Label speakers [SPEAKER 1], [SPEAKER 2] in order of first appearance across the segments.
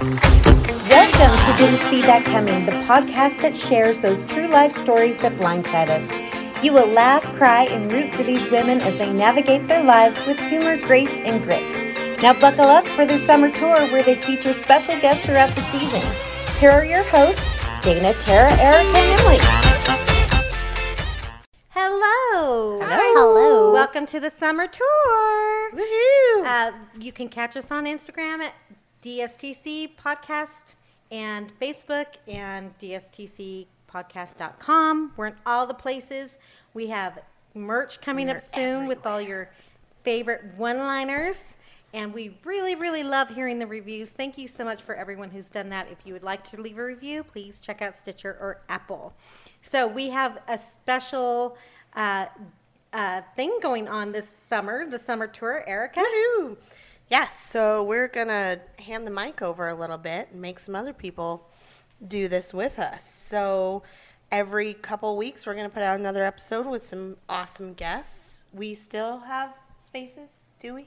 [SPEAKER 1] Welcome to Didn't See That Coming, the podcast that shares those true life stories that blindside us. You will laugh, cry, and root for these women as they navigate their lives with humor, grace, and grit. Now buckle up for their summer tour where they feature special guests throughout the season. Here are your hosts, Dana, Tara, Erica, and Emily. Hello.
[SPEAKER 2] Hello.
[SPEAKER 1] Welcome to the summer tour.
[SPEAKER 2] Woohoo.
[SPEAKER 1] Uh, you can catch us on Instagram at DSTC Podcast and Facebook and DSTCpodcast.com. We're in all the places. We have merch coming
[SPEAKER 2] We are
[SPEAKER 1] up soon with all your favorite one liners. And we really, really love hearing the reviews. Thank you so much for everyone who's done that. If you would like to leave a review, please check out Stitcher or Apple. So we have a special uh, uh, thing going on this summer, the summer tour. Erica,
[SPEAKER 2] Yes, so we're going to hand the mic over a little bit and make some other people do this with us. So every couple weeks, we're going to put out another episode with some awesome guests. We still have spaces, do we?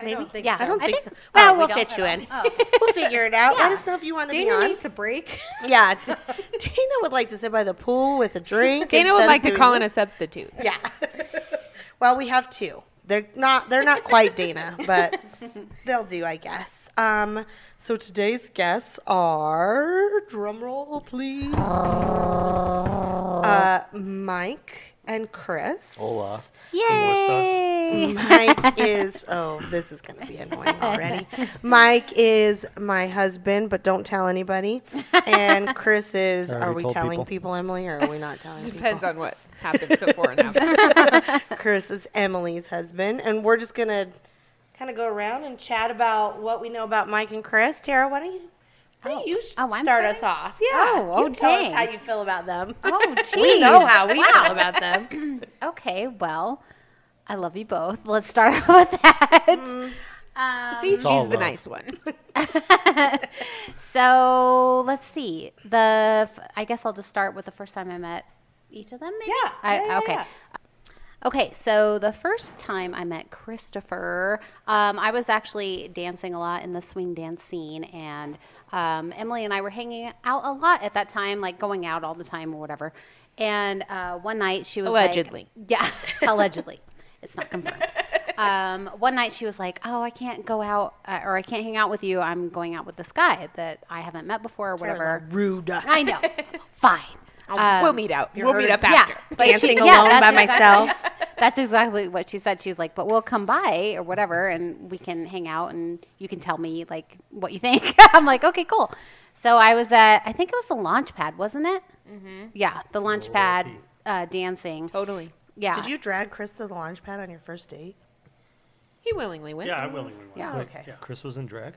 [SPEAKER 1] I don't think
[SPEAKER 3] yeah.
[SPEAKER 1] so.
[SPEAKER 2] I don't
[SPEAKER 3] I
[SPEAKER 2] think,
[SPEAKER 3] think-
[SPEAKER 2] so. Well, we'll
[SPEAKER 3] don't
[SPEAKER 2] fit you
[SPEAKER 3] at
[SPEAKER 2] in.
[SPEAKER 1] all.
[SPEAKER 2] we'll figure it out. Let
[SPEAKER 1] Yeah.
[SPEAKER 2] us know if you want to be
[SPEAKER 1] Dana
[SPEAKER 2] on.
[SPEAKER 1] needs a break.
[SPEAKER 2] Yeah, D- Dana would like to sit by the pool with a drink.
[SPEAKER 3] Dana
[SPEAKER 2] instead
[SPEAKER 3] would
[SPEAKER 2] of
[SPEAKER 3] like to
[SPEAKER 2] doing
[SPEAKER 3] call
[SPEAKER 2] this.
[SPEAKER 3] in a substitute.
[SPEAKER 2] Yeah. well, we have two. They're not they're not quite Dana, but they'll do, I guess. Um, so today's guests are drumroll, please. Uh, Mike and Chris.
[SPEAKER 4] Hola.
[SPEAKER 2] Mike is oh, this is gonna be annoying already. Mike is my husband, but don't tell anybody. And Chris is
[SPEAKER 4] I
[SPEAKER 2] are,
[SPEAKER 4] already
[SPEAKER 2] we
[SPEAKER 4] told
[SPEAKER 2] telling people?
[SPEAKER 4] people.
[SPEAKER 2] Emily or are we not telling people?
[SPEAKER 3] Depends on what happens before and after.
[SPEAKER 2] Chris is Emily's husband, and we're just gonna kind of go around and chat about what we know about Mike and Chris. Tara, why don't you? Why don't you s-
[SPEAKER 3] Oh, I'm
[SPEAKER 2] start
[SPEAKER 3] starting?
[SPEAKER 2] us off? Yeah.
[SPEAKER 3] Oh,
[SPEAKER 2] you
[SPEAKER 3] oh,
[SPEAKER 2] tell us
[SPEAKER 3] dang.
[SPEAKER 2] how you feel about them.
[SPEAKER 3] oh, geez.
[SPEAKER 2] We know how we feel about them.
[SPEAKER 5] Okay, well, I love you both. Let's start with that.
[SPEAKER 2] Mm.
[SPEAKER 3] See, she's
[SPEAKER 4] all
[SPEAKER 3] the
[SPEAKER 4] love.
[SPEAKER 3] nice one.
[SPEAKER 5] So let's see. The f- I guess I'll just start with the first time I met each of them. Maybe?
[SPEAKER 2] Yeah,
[SPEAKER 5] I,
[SPEAKER 2] yeah, yeah,
[SPEAKER 5] okay.
[SPEAKER 2] yeah.
[SPEAKER 5] Okay. So the first time I met Christopher, um, I was actually dancing a lot in the swing dance scene, and um, Emily and I were hanging out a lot at that time, like going out all the time or whatever. And uh, one night she was like-
[SPEAKER 3] Allegedly.
[SPEAKER 5] yeah, allegedly. It's not confirmed. Um, one night she was like, "Oh, I can't go out uh, or I can't hang out with you. I'm going out with this guy that I haven't met before or
[SPEAKER 2] Tara's
[SPEAKER 5] whatever."
[SPEAKER 2] all rude.
[SPEAKER 5] I know. Fine. Um,
[SPEAKER 3] we'll meet out.
[SPEAKER 2] you're
[SPEAKER 3] We'll meet
[SPEAKER 2] hurting-
[SPEAKER 3] up after.
[SPEAKER 5] Yeah, but she-
[SPEAKER 2] Dancing
[SPEAKER 5] yeah,
[SPEAKER 2] alone
[SPEAKER 5] that's
[SPEAKER 2] by
[SPEAKER 5] exactly-
[SPEAKER 2] myself.
[SPEAKER 5] That's exactly what she said. She's like, "But we'll come by or whatever, and we can hang out, and you can tell me like what you think." I'm like, "Okay, cool." So I was at, I think it was the launch pad, wasn't it? Mm-hmm. Yeah, the launch pad uh, dancing.
[SPEAKER 3] Totally.
[SPEAKER 5] Yeah.
[SPEAKER 2] Did you drag Chris to the launch pad on your first date?
[SPEAKER 3] He willingly went.
[SPEAKER 4] Yeah, I willingly went.
[SPEAKER 5] Yeah.
[SPEAKER 4] Like,
[SPEAKER 2] Okay.
[SPEAKER 4] yeah, Chris was in drag.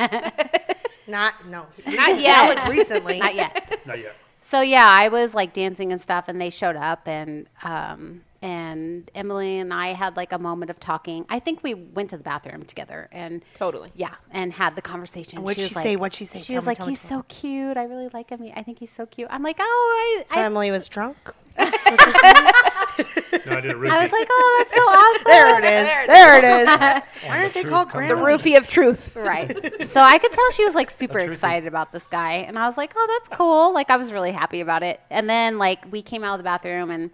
[SPEAKER 2] Not no.
[SPEAKER 3] Not
[SPEAKER 5] yet.
[SPEAKER 2] That was recently.
[SPEAKER 5] Not yet.
[SPEAKER 4] Not yet.
[SPEAKER 5] So yeah, I was like dancing and stuff, and they showed up, and um, and Emily and I had like a moment of talking. I think we went to the bathroom together, and
[SPEAKER 3] Totally.
[SPEAKER 5] yeah, and had the conversation.
[SPEAKER 2] And what'd
[SPEAKER 5] was
[SPEAKER 2] she
[SPEAKER 5] like-
[SPEAKER 2] say? What'd she say?
[SPEAKER 5] She
[SPEAKER 2] Tell
[SPEAKER 5] was
[SPEAKER 2] me,
[SPEAKER 5] like,
[SPEAKER 2] tell me,
[SPEAKER 5] "He's
[SPEAKER 2] tell
[SPEAKER 5] so cute. I really like him. I think he's so cute." I'm like, "Oh,
[SPEAKER 2] So
[SPEAKER 5] I." I
[SPEAKER 2] Emily was drunk.
[SPEAKER 4] No, I did a roofie.
[SPEAKER 5] I was like, oh, that's so awesome.
[SPEAKER 2] There it is. There it is. Why aren't they called
[SPEAKER 4] ground?
[SPEAKER 2] The roof-
[SPEAKER 3] Roofie of truth.
[SPEAKER 5] Right. So I could tell she was like super
[SPEAKER 4] That's tricky.
[SPEAKER 5] excited about this guy. And I was like, oh, that's cool. Like, I was really happy about it. And then, like, we came out of the bathroom and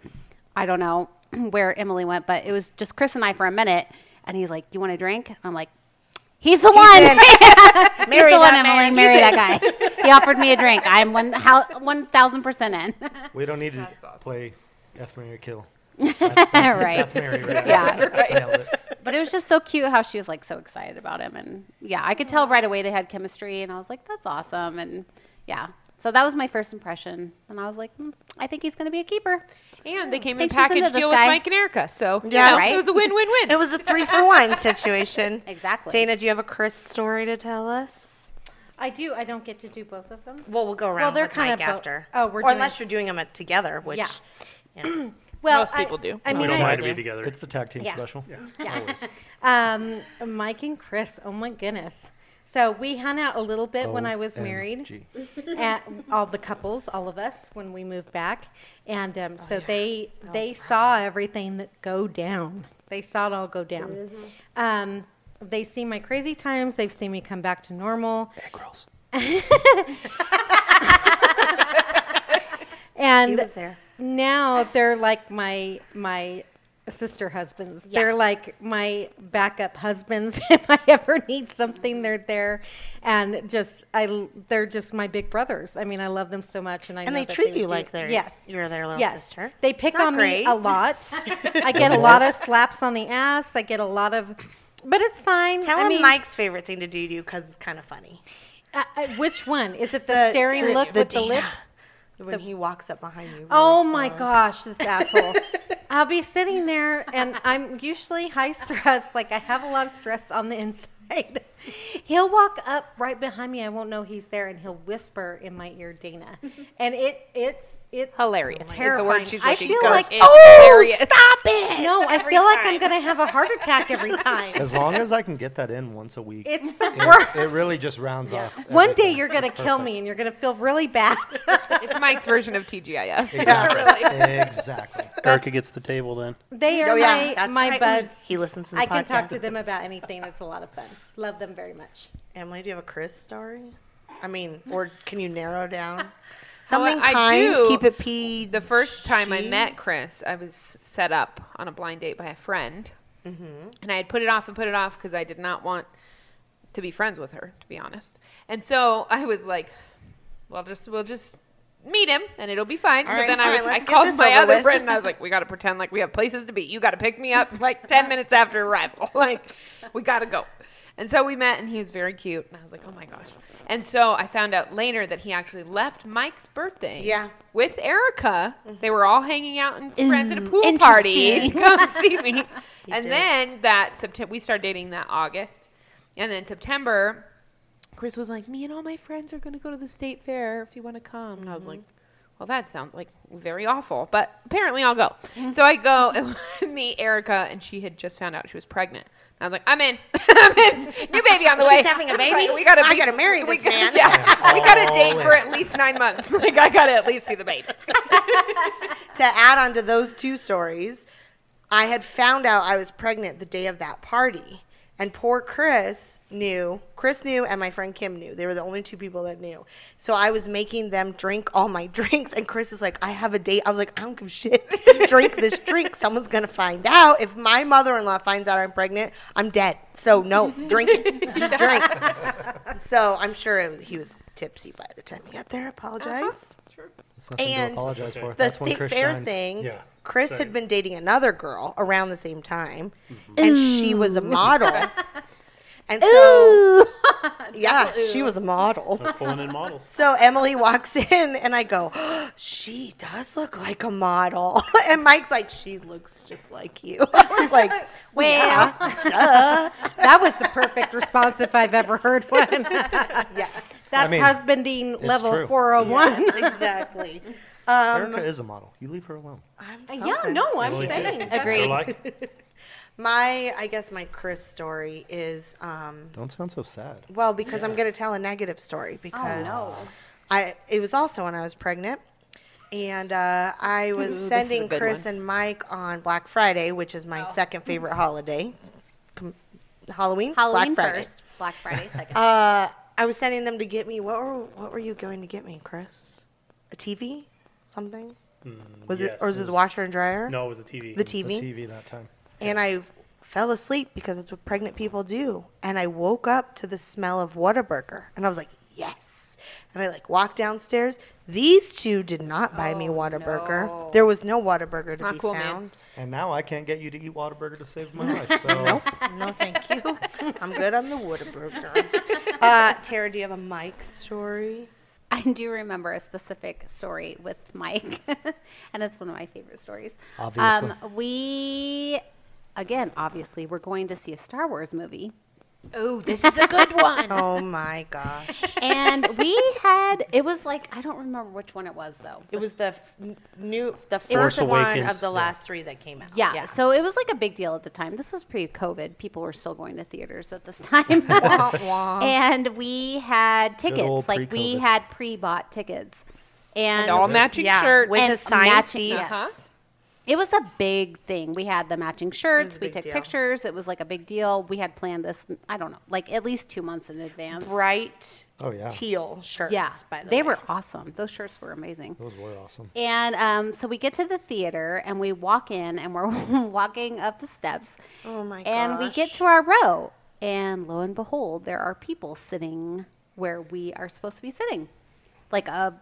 [SPEAKER 5] I don't know where Emily went, but it was just Chris and I for a minute. And he's like, you want a drink? I'm like, he's the one.
[SPEAKER 2] in.
[SPEAKER 5] he's
[SPEAKER 2] Marry
[SPEAKER 5] the one,
[SPEAKER 2] that man.
[SPEAKER 5] Emily. Marry that guy. he offered me a drink. I'm one, how, 1,000% in.
[SPEAKER 4] we don't need to
[SPEAKER 3] That's awesome.
[SPEAKER 4] play F Mary Kill.
[SPEAKER 5] right.
[SPEAKER 4] That's Mary, right?
[SPEAKER 5] Yeah,
[SPEAKER 4] right.
[SPEAKER 5] But it was just so cute how she was like so excited about him, and yeah, I could tell right away they had chemistry, and I was like, that's awesome, and yeah. So that was my first impression, and I was like, hmm, I think he's going to be a keeper.
[SPEAKER 3] And they came in
[SPEAKER 5] Think she's into
[SPEAKER 3] package
[SPEAKER 5] this
[SPEAKER 3] deal
[SPEAKER 5] guy.
[SPEAKER 3] with Mike and Erica. So you
[SPEAKER 2] Yeah.
[SPEAKER 3] know,
[SPEAKER 5] Right.
[SPEAKER 3] it was a win win win.
[SPEAKER 2] It was a three for one situation.
[SPEAKER 5] Exactly.
[SPEAKER 2] Dana, do you have a Chris story to tell us?
[SPEAKER 1] I do. I don't get to do both of them.
[SPEAKER 2] Well, we'll go around.
[SPEAKER 1] Well, they're
[SPEAKER 2] with
[SPEAKER 1] kinda
[SPEAKER 2] Mike
[SPEAKER 1] bo-
[SPEAKER 2] after.
[SPEAKER 1] oh, we're
[SPEAKER 2] or
[SPEAKER 1] doing-
[SPEAKER 2] unless you're doing them at- together, which
[SPEAKER 1] Yeah.
[SPEAKER 2] yeah.
[SPEAKER 1] Well,
[SPEAKER 3] Most people
[SPEAKER 1] I,
[SPEAKER 3] do.
[SPEAKER 1] I
[SPEAKER 4] We
[SPEAKER 1] mean,
[SPEAKER 4] don't
[SPEAKER 1] I,
[SPEAKER 4] mind to be together. It's the tag team
[SPEAKER 5] Yeah.
[SPEAKER 4] special. Yeah. Always.
[SPEAKER 1] um, Mike and Chris. Oh my goodness. So we hung out a little bit when I was married.
[SPEAKER 4] OMG.
[SPEAKER 1] at all the couples, all of us, when
[SPEAKER 3] Oh,
[SPEAKER 1] we moved back, and um, so they they saw everything that go down.
[SPEAKER 6] They saw it all go down.
[SPEAKER 3] Mm-hmm.
[SPEAKER 6] Um, they see my crazy times. They've seen me come back to normal.
[SPEAKER 4] Egg rolls.
[SPEAKER 6] And
[SPEAKER 2] He was there.
[SPEAKER 6] now they're like my my sister husbands.
[SPEAKER 2] Yeah.
[SPEAKER 6] They're like my backup husbands. if I ever need something, they're there, and just I l- they're just my big brothers. I mean, I love them so much, and I
[SPEAKER 2] And
[SPEAKER 6] know
[SPEAKER 2] they
[SPEAKER 6] that
[SPEAKER 2] treat
[SPEAKER 6] would
[SPEAKER 2] you
[SPEAKER 6] do-
[SPEAKER 2] like they're
[SPEAKER 6] yes.
[SPEAKER 2] you're their little
[SPEAKER 6] Yes,
[SPEAKER 2] sister.
[SPEAKER 6] they pick
[SPEAKER 2] Not
[SPEAKER 6] on
[SPEAKER 2] great.
[SPEAKER 6] me a lot. I get a lot of slaps on the ass. I get a lot of, but it's fine.
[SPEAKER 2] Tell
[SPEAKER 6] I
[SPEAKER 2] him
[SPEAKER 6] mean,
[SPEAKER 2] Mike's favorite thing to do to you because it's kind of funny.
[SPEAKER 6] uh, uh, which one is it? The,
[SPEAKER 2] The-
[SPEAKER 6] staring
[SPEAKER 2] the-
[SPEAKER 6] look
[SPEAKER 2] the
[SPEAKER 6] with the lip.
[SPEAKER 2] Dana. When he walks up behind you. really
[SPEAKER 6] Oh my
[SPEAKER 2] slow.
[SPEAKER 6] gosh, this asshole. I'll be sitting there and I'm usually high stress, like I have a lot of stress on the inside. He'll walk up right behind me, I won't know he's there, and he'll whisper in my ear, Dana. And it it's it's
[SPEAKER 3] Hilarious. Is the
[SPEAKER 6] Terrifying.
[SPEAKER 3] word she's
[SPEAKER 6] I
[SPEAKER 3] looking
[SPEAKER 6] feel
[SPEAKER 3] for.
[SPEAKER 6] like, oh,
[SPEAKER 3] It's hilarious.
[SPEAKER 2] Stop it!
[SPEAKER 6] No, I feel like I'm gonna have a heart attack every time.
[SPEAKER 4] As long as I can get that in once a week, it,
[SPEAKER 6] It's the worst.
[SPEAKER 4] it really just rounds off.
[SPEAKER 6] One day
[SPEAKER 4] everything.
[SPEAKER 6] you're gonna
[SPEAKER 4] It's
[SPEAKER 6] kill me and you're gonna feel really bad.
[SPEAKER 3] It's Mike's version of TGIF.
[SPEAKER 4] perfect. Exactly. exactly.
[SPEAKER 7] Erica gets the table then.
[SPEAKER 6] They are
[SPEAKER 2] Oh, yeah,
[SPEAKER 6] my,
[SPEAKER 2] that's
[SPEAKER 6] my
[SPEAKER 2] right.
[SPEAKER 6] buds.
[SPEAKER 2] He listens to the
[SPEAKER 6] I can talk
[SPEAKER 2] podcast.
[SPEAKER 6] to them about anything. It's a lot of fun. Love them very much.
[SPEAKER 2] Emily, do you have a Chris story? I mean, or can you narrow down something
[SPEAKER 3] I
[SPEAKER 2] kind?
[SPEAKER 3] do.
[SPEAKER 2] Keep it p.
[SPEAKER 3] The first time I
[SPEAKER 2] She-
[SPEAKER 3] met Chris, I was set up on a blind date by a friend.
[SPEAKER 2] Mm-hmm.
[SPEAKER 3] And I had put it off and put it off because I did not want to be friends with her, to be honest. And so I was like, well, just we'll just meet him and it'll be fine.
[SPEAKER 2] All
[SPEAKER 3] so
[SPEAKER 2] right,
[SPEAKER 3] then I,
[SPEAKER 2] fine,
[SPEAKER 3] was, I
[SPEAKER 2] let's get
[SPEAKER 3] called
[SPEAKER 2] this
[SPEAKER 3] my
[SPEAKER 2] over
[SPEAKER 3] other
[SPEAKER 2] with.
[SPEAKER 3] friend and I was like, we got to pretend like we have places to be. You got to pick me up like 10 minutes after arrival. Like, we got to go. And so we met and he was very cute. And I was like, oh my gosh. And so I found out later that he actually left Mike's birthday
[SPEAKER 2] Yeah. Mm-hmm.
[SPEAKER 3] with Erica. They were all hanging out and friends at a pool party.
[SPEAKER 5] interesting.
[SPEAKER 3] Come see me. and
[SPEAKER 2] did.
[SPEAKER 3] then that September, we started dating that August. And then September, Chris was like, "Me and all my friends are going to go to the state fair if you want to come." And I was like, "Well, that sounds like very awful, but apparently I'll go." so I go and meet Erica, and she had just found out she was pregnant. And I was like, "I'm in, I'm in. New baby on the
[SPEAKER 2] She's
[SPEAKER 3] way.
[SPEAKER 2] having a
[SPEAKER 3] I was like,
[SPEAKER 2] baby?
[SPEAKER 3] we gotta,
[SPEAKER 2] I
[SPEAKER 3] be-
[SPEAKER 2] gotta marry
[SPEAKER 3] we
[SPEAKER 2] this
[SPEAKER 3] gotta-
[SPEAKER 2] man.
[SPEAKER 3] Yeah, we gotta
[SPEAKER 4] All
[SPEAKER 3] date for
[SPEAKER 4] in.
[SPEAKER 3] at least nine months. Like I gotta at least see the baby.
[SPEAKER 2] to add on to those two stories, I had found out I was pregnant the day of that party. And poor Chris knew, Chris knew, and my friend Kim knew. They were the only two people that knew. So I was making them drink all my drinks. And Chris is like, I have a date. I was like, I don't give a shit. drink this drink. Someone's going to find out. If my mother in law finds out I'm pregnant, I'm dead. So no, drink it. Just drink. so I'm sure it was, he was tipsy by the time he got there. Apologize.
[SPEAKER 4] It's nothing
[SPEAKER 2] And
[SPEAKER 4] to apologize for.
[SPEAKER 2] the
[SPEAKER 4] That's when
[SPEAKER 2] state
[SPEAKER 4] Chris
[SPEAKER 2] fair
[SPEAKER 4] shines.
[SPEAKER 2] thing,
[SPEAKER 4] Yeah.
[SPEAKER 2] Chris had
[SPEAKER 7] same.
[SPEAKER 2] been dating another girl around the same time,
[SPEAKER 4] Mm-hmm.
[SPEAKER 2] and she was a model. and so, yeah, she was a model.
[SPEAKER 7] They're pulling in models.
[SPEAKER 2] So Emily walks in, and I go, "Oh, "She does look like a model." and Mike's like, "She looks just like you." I was like, "Well, yeah, duh."
[SPEAKER 6] That was the perfect response if I've ever heard one.
[SPEAKER 2] yes,
[SPEAKER 6] That's
[SPEAKER 4] mean,
[SPEAKER 6] husbanding level
[SPEAKER 4] true.
[SPEAKER 6] 401.
[SPEAKER 2] exactly."
[SPEAKER 4] Erica is a model. You leave her alone.
[SPEAKER 2] I'm
[SPEAKER 6] Yeah,
[SPEAKER 2] something.
[SPEAKER 6] no, I'm
[SPEAKER 7] Really too.
[SPEAKER 6] saying.
[SPEAKER 7] They're
[SPEAKER 6] that-
[SPEAKER 5] Agreed.
[SPEAKER 7] like,
[SPEAKER 2] My, I guess my Chris story is, um,
[SPEAKER 4] Don't sound so sad.
[SPEAKER 2] Well, because I'm going to tell a negative
[SPEAKER 3] Oh,
[SPEAKER 2] story because I it was also when I was pregnant. And uh, I was
[SPEAKER 3] Ooh, this is a
[SPEAKER 2] sending
[SPEAKER 3] good Oh.
[SPEAKER 2] Chris and Mike on Black Friday, which is my second favorite holiday. Com- Halloween,
[SPEAKER 5] Halloween
[SPEAKER 2] Black Friday.
[SPEAKER 5] first, Black Friday Um, second.
[SPEAKER 2] Uh, I was sending them to get me what were what were you going to get me, Chris? A TV, something?
[SPEAKER 7] mm,
[SPEAKER 2] Was it
[SPEAKER 7] yes,
[SPEAKER 2] or was it the
[SPEAKER 7] was-
[SPEAKER 2] washer and dryer?
[SPEAKER 7] No, it was a TV.
[SPEAKER 2] the TV.
[SPEAKER 4] The TV that time.
[SPEAKER 2] and I fell asleep because that's what pregnant people do. And I woke up to the smell of Whataburger, and I was like, yes. And I like walked downstairs. These two did not buy me
[SPEAKER 5] Oh,
[SPEAKER 2] Whataburger.
[SPEAKER 5] no.
[SPEAKER 2] There was no Whataburger to
[SPEAKER 3] not
[SPEAKER 2] be
[SPEAKER 3] cool, man.
[SPEAKER 2] found.
[SPEAKER 4] And now I can't get you to eat Whataburger to save my life. So
[SPEAKER 2] No, thank you. I'm good on the Whataburger. Uh, Tara, do you have a Mike story?
[SPEAKER 5] I do remember a specific story with Mike, and it's one of my favorite stories. Um,
[SPEAKER 4] Obviously.
[SPEAKER 5] we, again, obviously, we're going to see a Star Wars movie.
[SPEAKER 3] Oh, this is a good one.
[SPEAKER 2] Oh my gosh.
[SPEAKER 5] and we had it was like I don't remember which one it was though.
[SPEAKER 2] It was the f- new, the
[SPEAKER 5] It was-
[SPEAKER 2] first one
[SPEAKER 4] Awakens,
[SPEAKER 2] of the
[SPEAKER 4] yeah.
[SPEAKER 2] last three that came out.
[SPEAKER 5] Yeah, so it was like a big deal at the time. This was pre-COVID. People were still going to theaters at this time. and we had
[SPEAKER 4] old
[SPEAKER 5] tickets. Like we
[SPEAKER 4] pre-COVID.
[SPEAKER 5] had pre-bought tickets. And,
[SPEAKER 3] And all matching
[SPEAKER 2] Yeah,
[SPEAKER 3] shirts.
[SPEAKER 2] with
[SPEAKER 5] And
[SPEAKER 2] assigned
[SPEAKER 5] matching- Uh-huh.
[SPEAKER 2] seats.
[SPEAKER 5] yes. It was a big thing. We had the matching shirts.
[SPEAKER 2] a
[SPEAKER 5] We
[SPEAKER 2] big
[SPEAKER 5] took
[SPEAKER 2] deal.
[SPEAKER 5] pictures. It was like a big deal. We had planned this. I don't know, like at least two months in advance.
[SPEAKER 2] Bright
[SPEAKER 4] Oh yeah,
[SPEAKER 2] teal shirts.
[SPEAKER 5] Yeah,
[SPEAKER 2] by the
[SPEAKER 5] they
[SPEAKER 2] way.
[SPEAKER 5] were awesome. Those shirts were amazing.
[SPEAKER 4] those were awesome.
[SPEAKER 5] And um, so we get to the theater and we walk in and we're walking up the steps
[SPEAKER 2] Oh my gosh.
[SPEAKER 5] and we get to our row. And lo and behold, there are people sitting where we are supposed to be sitting. Like a,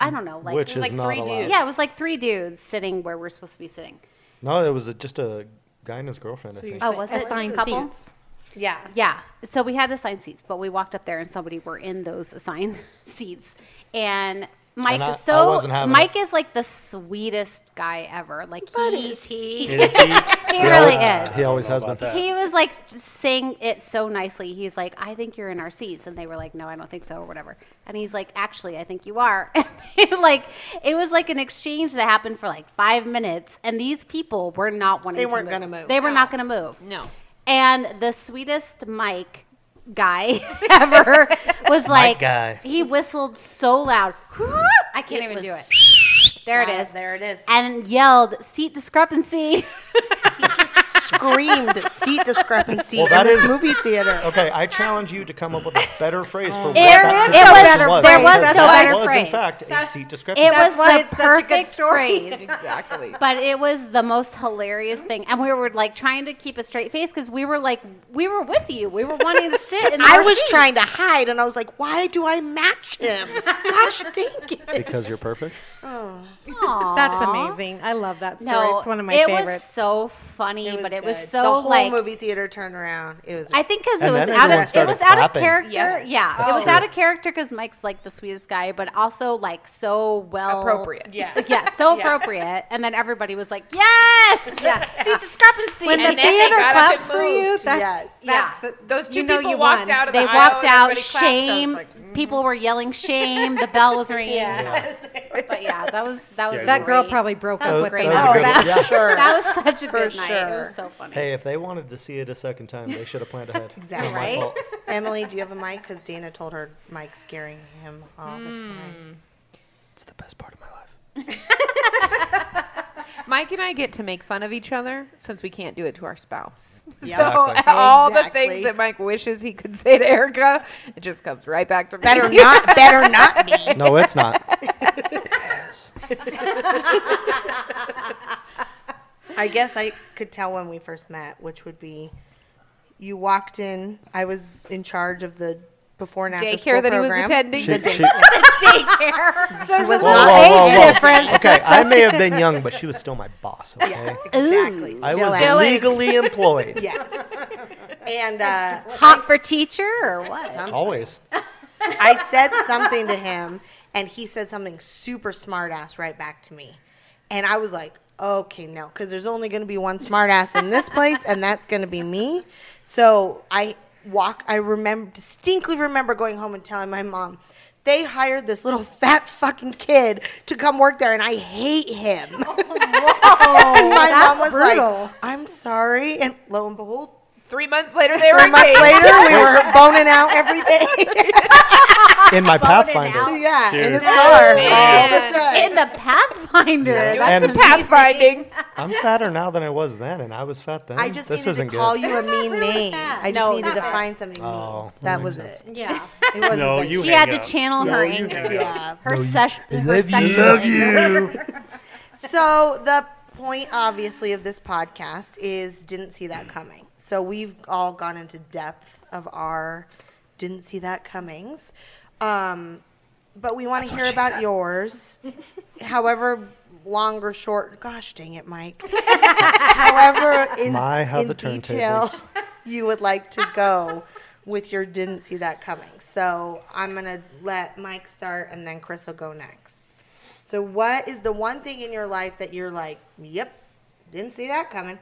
[SPEAKER 5] I don't know, like
[SPEAKER 4] Which
[SPEAKER 3] was
[SPEAKER 4] is
[SPEAKER 3] like
[SPEAKER 4] not
[SPEAKER 3] three
[SPEAKER 4] allowed.
[SPEAKER 3] dudes.
[SPEAKER 5] yeah, it was like three dudes sitting where we're supposed to be sitting.
[SPEAKER 4] No, it was a, just a guy and his girlfriend. I think.
[SPEAKER 5] Oh, was it
[SPEAKER 6] Assigned
[SPEAKER 5] couple?
[SPEAKER 6] seats.
[SPEAKER 2] yeah.
[SPEAKER 5] Yeah. So we had assigned seats, but we walked up there and somebody were in those assigned seats. And Mike
[SPEAKER 4] And I-
[SPEAKER 5] is so
[SPEAKER 4] I wasn't having
[SPEAKER 5] Mike
[SPEAKER 4] it.
[SPEAKER 5] is like the sweetest guy ever. Like
[SPEAKER 2] But
[SPEAKER 5] he
[SPEAKER 2] is he?
[SPEAKER 7] Is he?
[SPEAKER 5] he really
[SPEAKER 4] Yeah.
[SPEAKER 5] is.
[SPEAKER 4] He always
[SPEAKER 7] I
[SPEAKER 4] has
[SPEAKER 7] don't know
[SPEAKER 4] been.
[SPEAKER 7] about that.
[SPEAKER 5] He was like saying it so nicely. He's like, I think you're in our seats. And they were like, no, I don't think so, or whatever. And he's like, actually, I think you are. And like, it was like an exchange that happened for like five minutes. And these people were not wanting
[SPEAKER 2] They
[SPEAKER 5] to
[SPEAKER 2] weren't
[SPEAKER 5] move.
[SPEAKER 2] gonna move.
[SPEAKER 5] They were
[SPEAKER 3] No.
[SPEAKER 5] not going to move.
[SPEAKER 3] No.
[SPEAKER 5] And the sweetest Mike guy ever was like,
[SPEAKER 4] guy.
[SPEAKER 5] he whistled so loud. I can't even do it. There it is.
[SPEAKER 2] There it is.
[SPEAKER 5] And yelled, seat discrepancy.
[SPEAKER 2] He just screamed seat discrepancy
[SPEAKER 4] Well,
[SPEAKER 2] in
[SPEAKER 4] that
[SPEAKER 2] this
[SPEAKER 4] is-
[SPEAKER 2] movie theater.
[SPEAKER 4] Okay, I challenge you to come up with a better phrase for what
[SPEAKER 5] There
[SPEAKER 4] that
[SPEAKER 5] is no
[SPEAKER 4] situation
[SPEAKER 5] better phrase. There was
[SPEAKER 4] because
[SPEAKER 5] no
[SPEAKER 4] that
[SPEAKER 5] better
[SPEAKER 4] was,
[SPEAKER 5] phrase.
[SPEAKER 4] in fact, a seat
[SPEAKER 5] It
[SPEAKER 4] discrepancy.
[SPEAKER 6] That's
[SPEAKER 5] was
[SPEAKER 6] why
[SPEAKER 5] the
[SPEAKER 6] it's such a good
[SPEAKER 5] perfect
[SPEAKER 6] story.
[SPEAKER 5] phrase.
[SPEAKER 3] Exactly.
[SPEAKER 5] But it was the most hilarious thing, and we were like trying to keep a straight face because we were like, we were with you. We were wanting to sit. In
[SPEAKER 2] I
[SPEAKER 5] our
[SPEAKER 2] was
[SPEAKER 5] seats.
[SPEAKER 2] trying to hide, and I was like, "Why do I match him? Gosh dang it!"
[SPEAKER 4] because you're perfect.
[SPEAKER 2] Oh,
[SPEAKER 5] Aw.
[SPEAKER 6] That's amazing. I love that story.
[SPEAKER 5] No,
[SPEAKER 6] it's one of my
[SPEAKER 5] it
[SPEAKER 6] favorites.
[SPEAKER 5] was so funny, but it was
[SPEAKER 2] good.
[SPEAKER 5] so
[SPEAKER 2] the whole
[SPEAKER 5] like.
[SPEAKER 2] movie theater turnaround. It was.
[SPEAKER 5] I think because it
[SPEAKER 4] And
[SPEAKER 5] was
[SPEAKER 4] then
[SPEAKER 5] out
[SPEAKER 4] everyone
[SPEAKER 5] of it
[SPEAKER 4] started
[SPEAKER 5] was out of
[SPEAKER 4] clapping.
[SPEAKER 5] character.
[SPEAKER 3] Yes.
[SPEAKER 5] Yeah, it
[SPEAKER 6] That's
[SPEAKER 5] was
[SPEAKER 6] true.
[SPEAKER 5] out of character because Mike's like the sweetest guy, but also like so well
[SPEAKER 3] Appropriate.
[SPEAKER 2] yeah.
[SPEAKER 5] Yeah, so
[SPEAKER 2] Yeah.
[SPEAKER 5] appropriate. And then everybody was like, "Yes, yeah, see discrepancy."
[SPEAKER 6] when the
[SPEAKER 3] And then they
[SPEAKER 6] theater
[SPEAKER 3] got up
[SPEAKER 6] claps
[SPEAKER 3] and
[SPEAKER 6] for you,
[SPEAKER 3] moved.
[SPEAKER 6] that's,
[SPEAKER 5] Yeah.
[SPEAKER 6] that's
[SPEAKER 3] Those two
[SPEAKER 6] you know
[SPEAKER 3] people
[SPEAKER 6] you
[SPEAKER 3] walked
[SPEAKER 6] won.
[SPEAKER 3] out of the
[SPEAKER 5] they
[SPEAKER 3] aisle
[SPEAKER 5] walked
[SPEAKER 3] and
[SPEAKER 5] out.
[SPEAKER 3] everybody clapped. I was
[SPEAKER 5] Shame.
[SPEAKER 3] like, mm.
[SPEAKER 5] People were yelling shame. The bell was ringing.
[SPEAKER 4] Yeah.
[SPEAKER 5] But yeah, that was that was
[SPEAKER 7] Yeah,
[SPEAKER 6] that girl
[SPEAKER 5] great.
[SPEAKER 6] probably broke
[SPEAKER 5] That
[SPEAKER 6] up
[SPEAKER 5] was
[SPEAKER 6] with
[SPEAKER 5] great.
[SPEAKER 6] her.
[SPEAKER 5] That
[SPEAKER 4] was a
[SPEAKER 2] oh,
[SPEAKER 4] good one.
[SPEAKER 2] that's
[SPEAKER 4] Yeah.
[SPEAKER 2] sure.
[SPEAKER 5] That was such a good night. It
[SPEAKER 2] sure.
[SPEAKER 5] was so funny.
[SPEAKER 4] Hey, if they wanted to see it a second time, they should have planned ahead.
[SPEAKER 2] Exactly.
[SPEAKER 4] Not my
[SPEAKER 2] Right?
[SPEAKER 4] fault.
[SPEAKER 2] Emily, do you have a mic? Because Dana told her Mike's scaring him all the
[SPEAKER 5] Hmm.
[SPEAKER 2] time.
[SPEAKER 4] It's the best part of my life.
[SPEAKER 3] Mike and I get to make fun of each other since we can't do it to our spouse. So
[SPEAKER 4] Exactly.
[SPEAKER 3] all the
[SPEAKER 2] Exactly.
[SPEAKER 3] things that Mike wishes he could say to Erica, it just comes right back to me.
[SPEAKER 2] Better not. Better not be.
[SPEAKER 4] No, it's not. Yes.
[SPEAKER 2] I guess I could tell when we first met, which would be you walked in. I was in charge of the before and after
[SPEAKER 3] Daycare
[SPEAKER 2] school
[SPEAKER 3] that he was
[SPEAKER 2] program.
[SPEAKER 3] attending.
[SPEAKER 4] She,
[SPEAKER 3] the
[SPEAKER 4] she,
[SPEAKER 2] He was
[SPEAKER 4] whoa,
[SPEAKER 2] not-
[SPEAKER 4] whoa, whoa,
[SPEAKER 6] age
[SPEAKER 4] whoa.
[SPEAKER 6] difference,
[SPEAKER 4] Okay, I may have been young, but she was still my boss. Okay,
[SPEAKER 2] Exactly.
[SPEAKER 4] I
[SPEAKER 2] Still
[SPEAKER 4] was
[SPEAKER 2] am.
[SPEAKER 3] Still is.
[SPEAKER 4] legally employed.
[SPEAKER 2] Yes. And uh,
[SPEAKER 5] Hot for teacher or what?
[SPEAKER 2] some-
[SPEAKER 4] Always.
[SPEAKER 2] I said something to him, and he said something super smart ass right back to me. And I was like, okay, no, because there's only going to be one smart ass in this place, and that's going to be me. So I walk, I remember, distinctly remember going home and telling my mom, they hired this little fat fucking kid to come work there, and I hate him. and my mom was
[SPEAKER 6] Oh, that's brutal.
[SPEAKER 2] like, I'm sorry. And lo and behold,
[SPEAKER 3] Three months later, they were
[SPEAKER 2] three months
[SPEAKER 3] engaged.
[SPEAKER 2] later, we were boning out every day.
[SPEAKER 4] In my
[SPEAKER 5] Boning
[SPEAKER 4] Pathfinder.
[SPEAKER 5] out.
[SPEAKER 2] yeah, in his
[SPEAKER 7] Dude.
[SPEAKER 2] car all
[SPEAKER 3] Man.
[SPEAKER 2] the time.
[SPEAKER 5] In the Pathfinder.
[SPEAKER 4] Yeah.
[SPEAKER 5] That's
[SPEAKER 4] And-
[SPEAKER 5] amazing.
[SPEAKER 3] Pathfinding.
[SPEAKER 4] I'm fatter now than I was then, and I was fat then.
[SPEAKER 2] I just
[SPEAKER 4] Mm, this
[SPEAKER 2] needed
[SPEAKER 4] isn't
[SPEAKER 2] to call
[SPEAKER 4] good.
[SPEAKER 2] you a mean name.
[SPEAKER 5] that.
[SPEAKER 2] I just
[SPEAKER 5] No,
[SPEAKER 2] needed to
[SPEAKER 5] not
[SPEAKER 2] find something mean.
[SPEAKER 4] Oh, that
[SPEAKER 2] that
[SPEAKER 4] makes
[SPEAKER 2] was
[SPEAKER 4] sense.
[SPEAKER 2] it.
[SPEAKER 6] Yeah.
[SPEAKER 2] It wasn't.
[SPEAKER 7] No,
[SPEAKER 2] that
[SPEAKER 7] you
[SPEAKER 5] She
[SPEAKER 7] hang
[SPEAKER 5] had to
[SPEAKER 7] up.
[SPEAKER 5] channel
[SPEAKER 7] No,
[SPEAKER 5] her
[SPEAKER 7] you hang
[SPEAKER 5] anger.
[SPEAKER 7] up.
[SPEAKER 2] Yeah.
[SPEAKER 5] Her, sesh- her sexual anger.
[SPEAKER 2] So the point, obviously, of this podcast is didn't see that coming. So we've all gone into depth of our didn't see that comings, um, but we want to hear about yours. However long or short, gosh dang it, Mike. However, in,
[SPEAKER 4] My, how
[SPEAKER 2] in
[SPEAKER 4] the
[SPEAKER 2] detail
[SPEAKER 4] turntables.
[SPEAKER 2] you would like to go with your didn't see that coming. So I'm gonna let Mike start, and then Chris will go next. So, what is the one thing in your life that you're like, yep, didn't see that coming?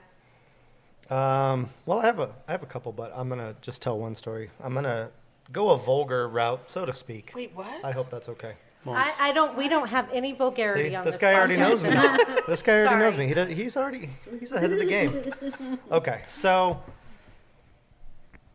[SPEAKER 4] Um, well, I have a I have a couple, but I'm gonna just tell one story. I'm gonna go a vulgar route, so to speak.
[SPEAKER 2] Wait, what?
[SPEAKER 4] I hope that's okay.
[SPEAKER 6] I, I don't. We don't have any vulgarity
[SPEAKER 4] See,
[SPEAKER 6] on
[SPEAKER 4] this, guy already
[SPEAKER 6] podcast.
[SPEAKER 4] knows me. this guy already knows me. He does, he's already he's ahead of the game. Okay, so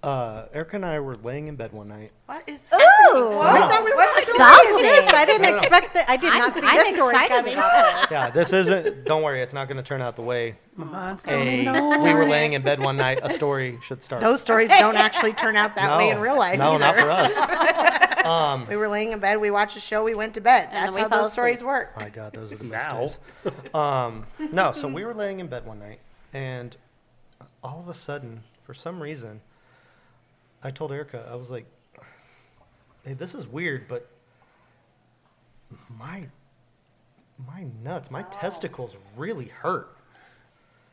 [SPEAKER 4] Uh, Erica and I were laying in bed one night.
[SPEAKER 2] What is happening? What?
[SPEAKER 4] No.
[SPEAKER 2] That was
[SPEAKER 6] What's
[SPEAKER 2] so
[SPEAKER 5] Gossip.
[SPEAKER 6] Yes, I didn't
[SPEAKER 4] No, no, no.
[SPEAKER 6] expect that. I did
[SPEAKER 5] I'm,
[SPEAKER 6] not see
[SPEAKER 5] I'm
[SPEAKER 6] this story
[SPEAKER 5] excited
[SPEAKER 6] coming.
[SPEAKER 5] about this.
[SPEAKER 4] Yeah, this isn't. don't worry, it's not going to turn out the way
[SPEAKER 2] Oh,
[SPEAKER 7] Monster.
[SPEAKER 4] a we were laying in bed one night. A story should start.
[SPEAKER 2] Those stories don't actually turn out that
[SPEAKER 4] no,
[SPEAKER 2] way in real life.
[SPEAKER 4] No,
[SPEAKER 2] either.
[SPEAKER 4] not for us. um,
[SPEAKER 2] We were laying in bed. We watched a show. We went to bed.
[SPEAKER 5] And then
[SPEAKER 2] That's
[SPEAKER 5] we
[SPEAKER 2] how
[SPEAKER 5] fell
[SPEAKER 2] those stories
[SPEAKER 5] asleep.
[SPEAKER 2] work.
[SPEAKER 4] My God, those are the best
[SPEAKER 7] Now.
[SPEAKER 4] days. Um, no, so we were laying in bed one night, and all of a sudden, for some reason, I told Erica, I was like, "Hey, this is weird, but my my nuts, my testicles really hurt."
[SPEAKER 5] Ah,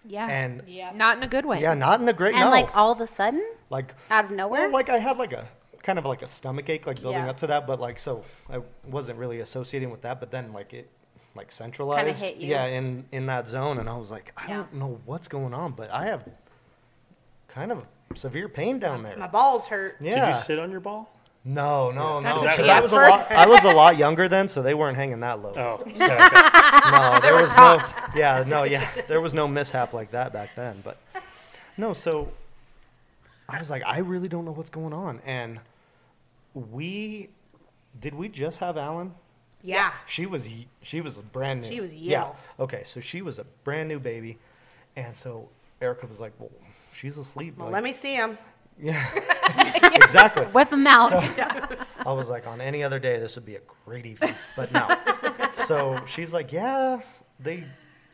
[SPEAKER 5] Yeah.
[SPEAKER 4] And
[SPEAKER 3] Not in a good way.
[SPEAKER 4] yeah, not in a great
[SPEAKER 5] And
[SPEAKER 4] no.
[SPEAKER 5] like all of a sudden,
[SPEAKER 4] like
[SPEAKER 5] out of nowhere.
[SPEAKER 4] well, like I had like a kind of like a stomach ache, like building
[SPEAKER 5] Yeah.
[SPEAKER 4] up to that, but like so I wasn't really associating with that, but then like it like centralized.
[SPEAKER 5] hit you.
[SPEAKER 4] Yeah, in in that zone, and I was like, I
[SPEAKER 5] Yeah.
[SPEAKER 4] don't know what's going on, but I have kind of severe pain down there.
[SPEAKER 2] My balls hurt.
[SPEAKER 4] yeah.
[SPEAKER 7] Did you sit on your ball?
[SPEAKER 4] No, no,
[SPEAKER 3] That's
[SPEAKER 4] no.
[SPEAKER 3] what
[SPEAKER 4] 'cause
[SPEAKER 3] she
[SPEAKER 4] I
[SPEAKER 3] asked
[SPEAKER 4] was a lot. I was a lot younger then, so they weren't hanging that low.
[SPEAKER 7] Oh.
[SPEAKER 4] No, there was no. Yeah, no, yeah, there was no mishap like that back then. But no, so I was like, I really don't know what's going on. And we did we just have Alan?
[SPEAKER 2] Yeah.
[SPEAKER 4] She was y- she was brand new.
[SPEAKER 2] She was
[SPEAKER 4] yeah.
[SPEAKER 2] yellow.
[SPEAKER 4] Okay, so she was a brand new baby, and so Erica was like, well, she's asleep.
[SPEAKER 2] Well,
[SPEAKER 4] like-
[SPEAKER 2] let me see them.
[SPEAKER 4] Yeah. exactly.
[SPEAKER 5] Whip them out.
[SPEAKER 4] So, I was like, on any other day, this would be a great evening, but no. so she's like, yeah, they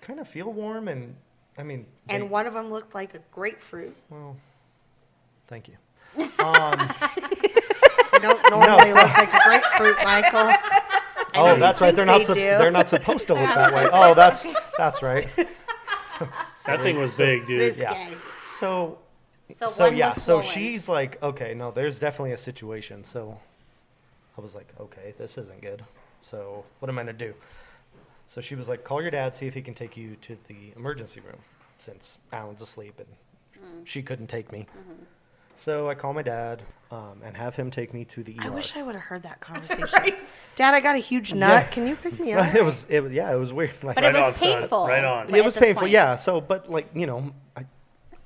[SPEAKER 4] kind of feel warm, and I mean, they-
[SPEAKER 2] And one of them looked like a grapefruit.
[SPEAKER 4] well, thank you. Um,
[SPEAKER 2] You don't normally
[SPEAKER 4] so-
[SPEAKER 2] look like a grapefruit, Michael.
[SPEAKER 4] oh, that's right. They're not.
[SPEAKER 2] they
[SPEAKER 4] sup-
[SPEAKER 2] do.
[SPEAKER 4] they're not supposed to look that way. Oh, that's that's right.
[SPEAKER 7] That thing was big, dude.
[SPEAKER 2] This
[SPEAKER 4] Yeah.
[SPEAKER 2] guy.
[SPEAKER 4] So.
[SPEAKER 5] So
[SPEAKER 4] so
[SPEAKER 5] one
[SPEAKER 4] yeah,
[SPEAKER 5] was
[SPEAKER 4] so
[SPEAKER 5] swollen.
[SPEAKER 4] she's like, okay, no, there's definitely a situation. So I was like, okay, this isn't good. So what am I gonna do? So she was like, call your dad, see if he can take you to the emergency room, since Alan's asleep and
[SPEAKER 5] Mm.
[SPEAKER 4] she couldn't take me.
[SPEAKER 5] Mm-hmm.
[SPEAKER 4] So I call my dad um, and have him take me to the ER.
[SPEAKER 2] I wish I would have heard that conversation. Dad, I got a huge nut.
[SPEAKER 4] Yeah.
[SPEAKER 2] Can you pick me up?
[SPEAKER 4] it was, it was, yeah, it was weird. Like,
[SPEAKER 5] But it
[SPEAKER 7] Right
[SPEAKER 5] was
[SPEAKER 7] on, son.
[SPEAKER 5] painful.
[SPEAKER 7] Right on.
[SPEAKER 5] at
[SPEAKER 4] it was
[SPEAKER 5] this
[SPEAKER 4] painful,
[SPEAKER 5] point.
[SPEAKER 4] yeah. So, but like you know, I,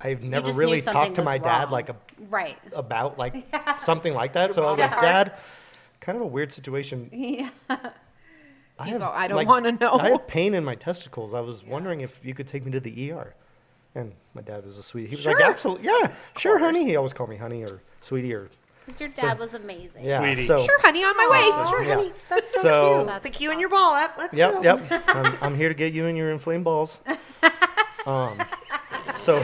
[SPEAKER 4] I've never
[SPEAKER 5] just knew
[SPEAKER 4] really
[SPEAKER 5] something
[SPEAKER 4] talked to
[SPEAKER 5] was
[SPEAKER 4] my dad
[SPEAKER 5] wrong.
[SPEAKER 4] like a
[SPEAKER 5] Right.
[SPEAKER 4] about like something like that. So I was
[SPEAKER 5] mom
[SPEAKER 4] like,
[SPEAKER 5] hurts.
[SPEAKER 4] Dad, kind of a weird situation.
[SPEAKER 5] Yeah.
[SPEAKER 4] I,
[SPEAKER 3] He's all, "I don't wanna know."
[SPEAKER 4] I have pain in my testicles. I was wondering if you could take me to the ER. And my dad was a sweetie. He was like, absolutely, yeah, sure, honey. He always called me honey or sweetie or
[SPEAKER 5] Because your dad was amazing.
[SPEAKER 4] yeah.
[SPEAKER 7] Sweetie.
[SPEAKER 4] So,
[SPEAKER 3] Sure, honey, on my way.
[SPEAKER 2] Sure,
[SPEAKER 4] yeah.
[SPEAKER 2] honey. That's so,
[SPEAKER 4] So-
[SPEAKER 2] cute. Pick you and your ball up. Let's
[SPEAKER 4] Yep,
[SPEAKER 2] go.
[SPEAKER 4] yep. I'm, I'm here to get you and your inflamed balls. Um, so,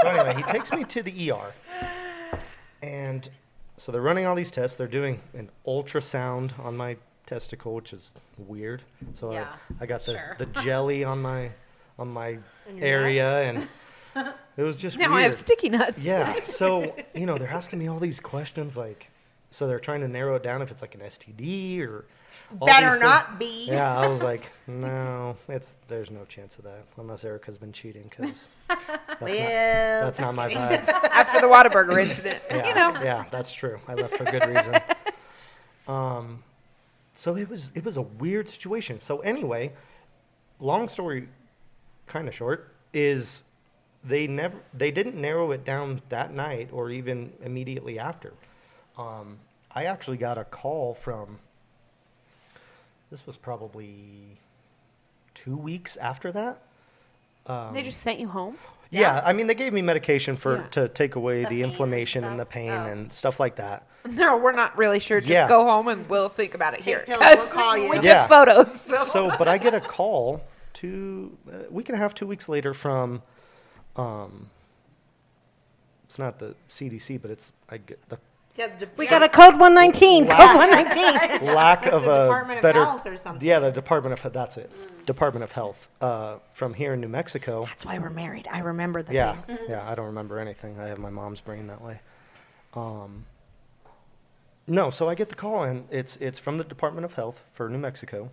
[SPEAKER 4] so anyway, he takes me to the ER, and so they're running all these tests. They're doing an ultrasound on my testicle, which is weird. So
[SPEAKER 5] Yeah,
[SPEAKER 4] I, I got the,
[SPEAKER 5] sure.
[SPEAKER 4] the jelly on my on my area, and it was just
[SPEAKER 3] Now
[SPEAKER 4] weird.
[SPEAKER 3] I have sticky nuts.
[SPEAKER 4] Yeah. So, you know, they're asking me all these questions like so they're trying to narrow it down if it's like an STD or all
[SPEAKER 2] Better
[SPEAKER 4] these things.
[SPEAKER 2] not be.
[SPEAKER 4] Yeah, I was like, no, it's there's no chance of that unless Erica's been cheating cuz that's, not,
[SPEAKER 2] Well,
[SPEAKER 4] that's not my vibe.
[SPEAKER 3] After the Whataburger incident.
[SPEAKER 4] Yeah,
[SPEAKER 3] You know.
[SPEAKER 4] Yeah, that's true. I left for good reason. Um so it was it was a weird situation. So anyway, long story kind of short is they never they didn't narrow it down that night or even immediately after um, i actually got a call from this was probably two weeks after that um,
[SPEAKER 3] They just sent you home?
[SPEAKER 4] yeah, i mean they gave me medication for
[SPEAKER 3] Yeah.
[SPEAKER 4] to take away
[SPEAKER 5] The
[SPEAKER 4] the,
[SPEAKER 5] pain and
[SPEAKER 4] inflammation and, the
[SPEAKER 5] stuff?
[SPEAKER 4] pain
[SPEAKER 5] Oh.
[SPEAKER 4] and stuff like that
[SPEAKER 3] No, we're not really sure. Just
[SPEAKER 4] Yeah.
[SPEAKER 3] go home and we'll think about it
[SPEAKER 2] Take
[SPEAKER 3] here.
[SPEAKER 2] pills, we'll
[SPEAKER 3] 'cause
[SPEAKER 2] call you.
[SPEAKER 3] We
[SPEAKER 4] Yeah.
[SPEAKER 3] took photos. So.
[SPEAKER 4] so but i get a call two a week and a half two weeks later from um, it's not the cdc but it's i get the
[SPEAKER 2] Yeah, the-
[SPEAKER 6] We
[SPEAKER 2] yeah.
[SPEAKER 6] got a code 119. Code 119.
[SPEAKER 4] lack of
[SPEAKER 2] the
[SPEAKER 4] a
[SPEAKER 2] Department of
[SPEAKER 4] better
[SPEAKER 2] Health or something. Mm.
[SPEAKER 4] yeah the department of Health. that's it department of health uh, from here in new mexico
[SPEAKER 2] That's why we're married. I remember the Mm-hmm.
[SPEAKER 4] yeah
[SPEAKER 2] things.
[SPEAKER 4] yeah i don't remember anything i have my mom's brain that way um, no so i get the call and it's it's from the department of health for new mexico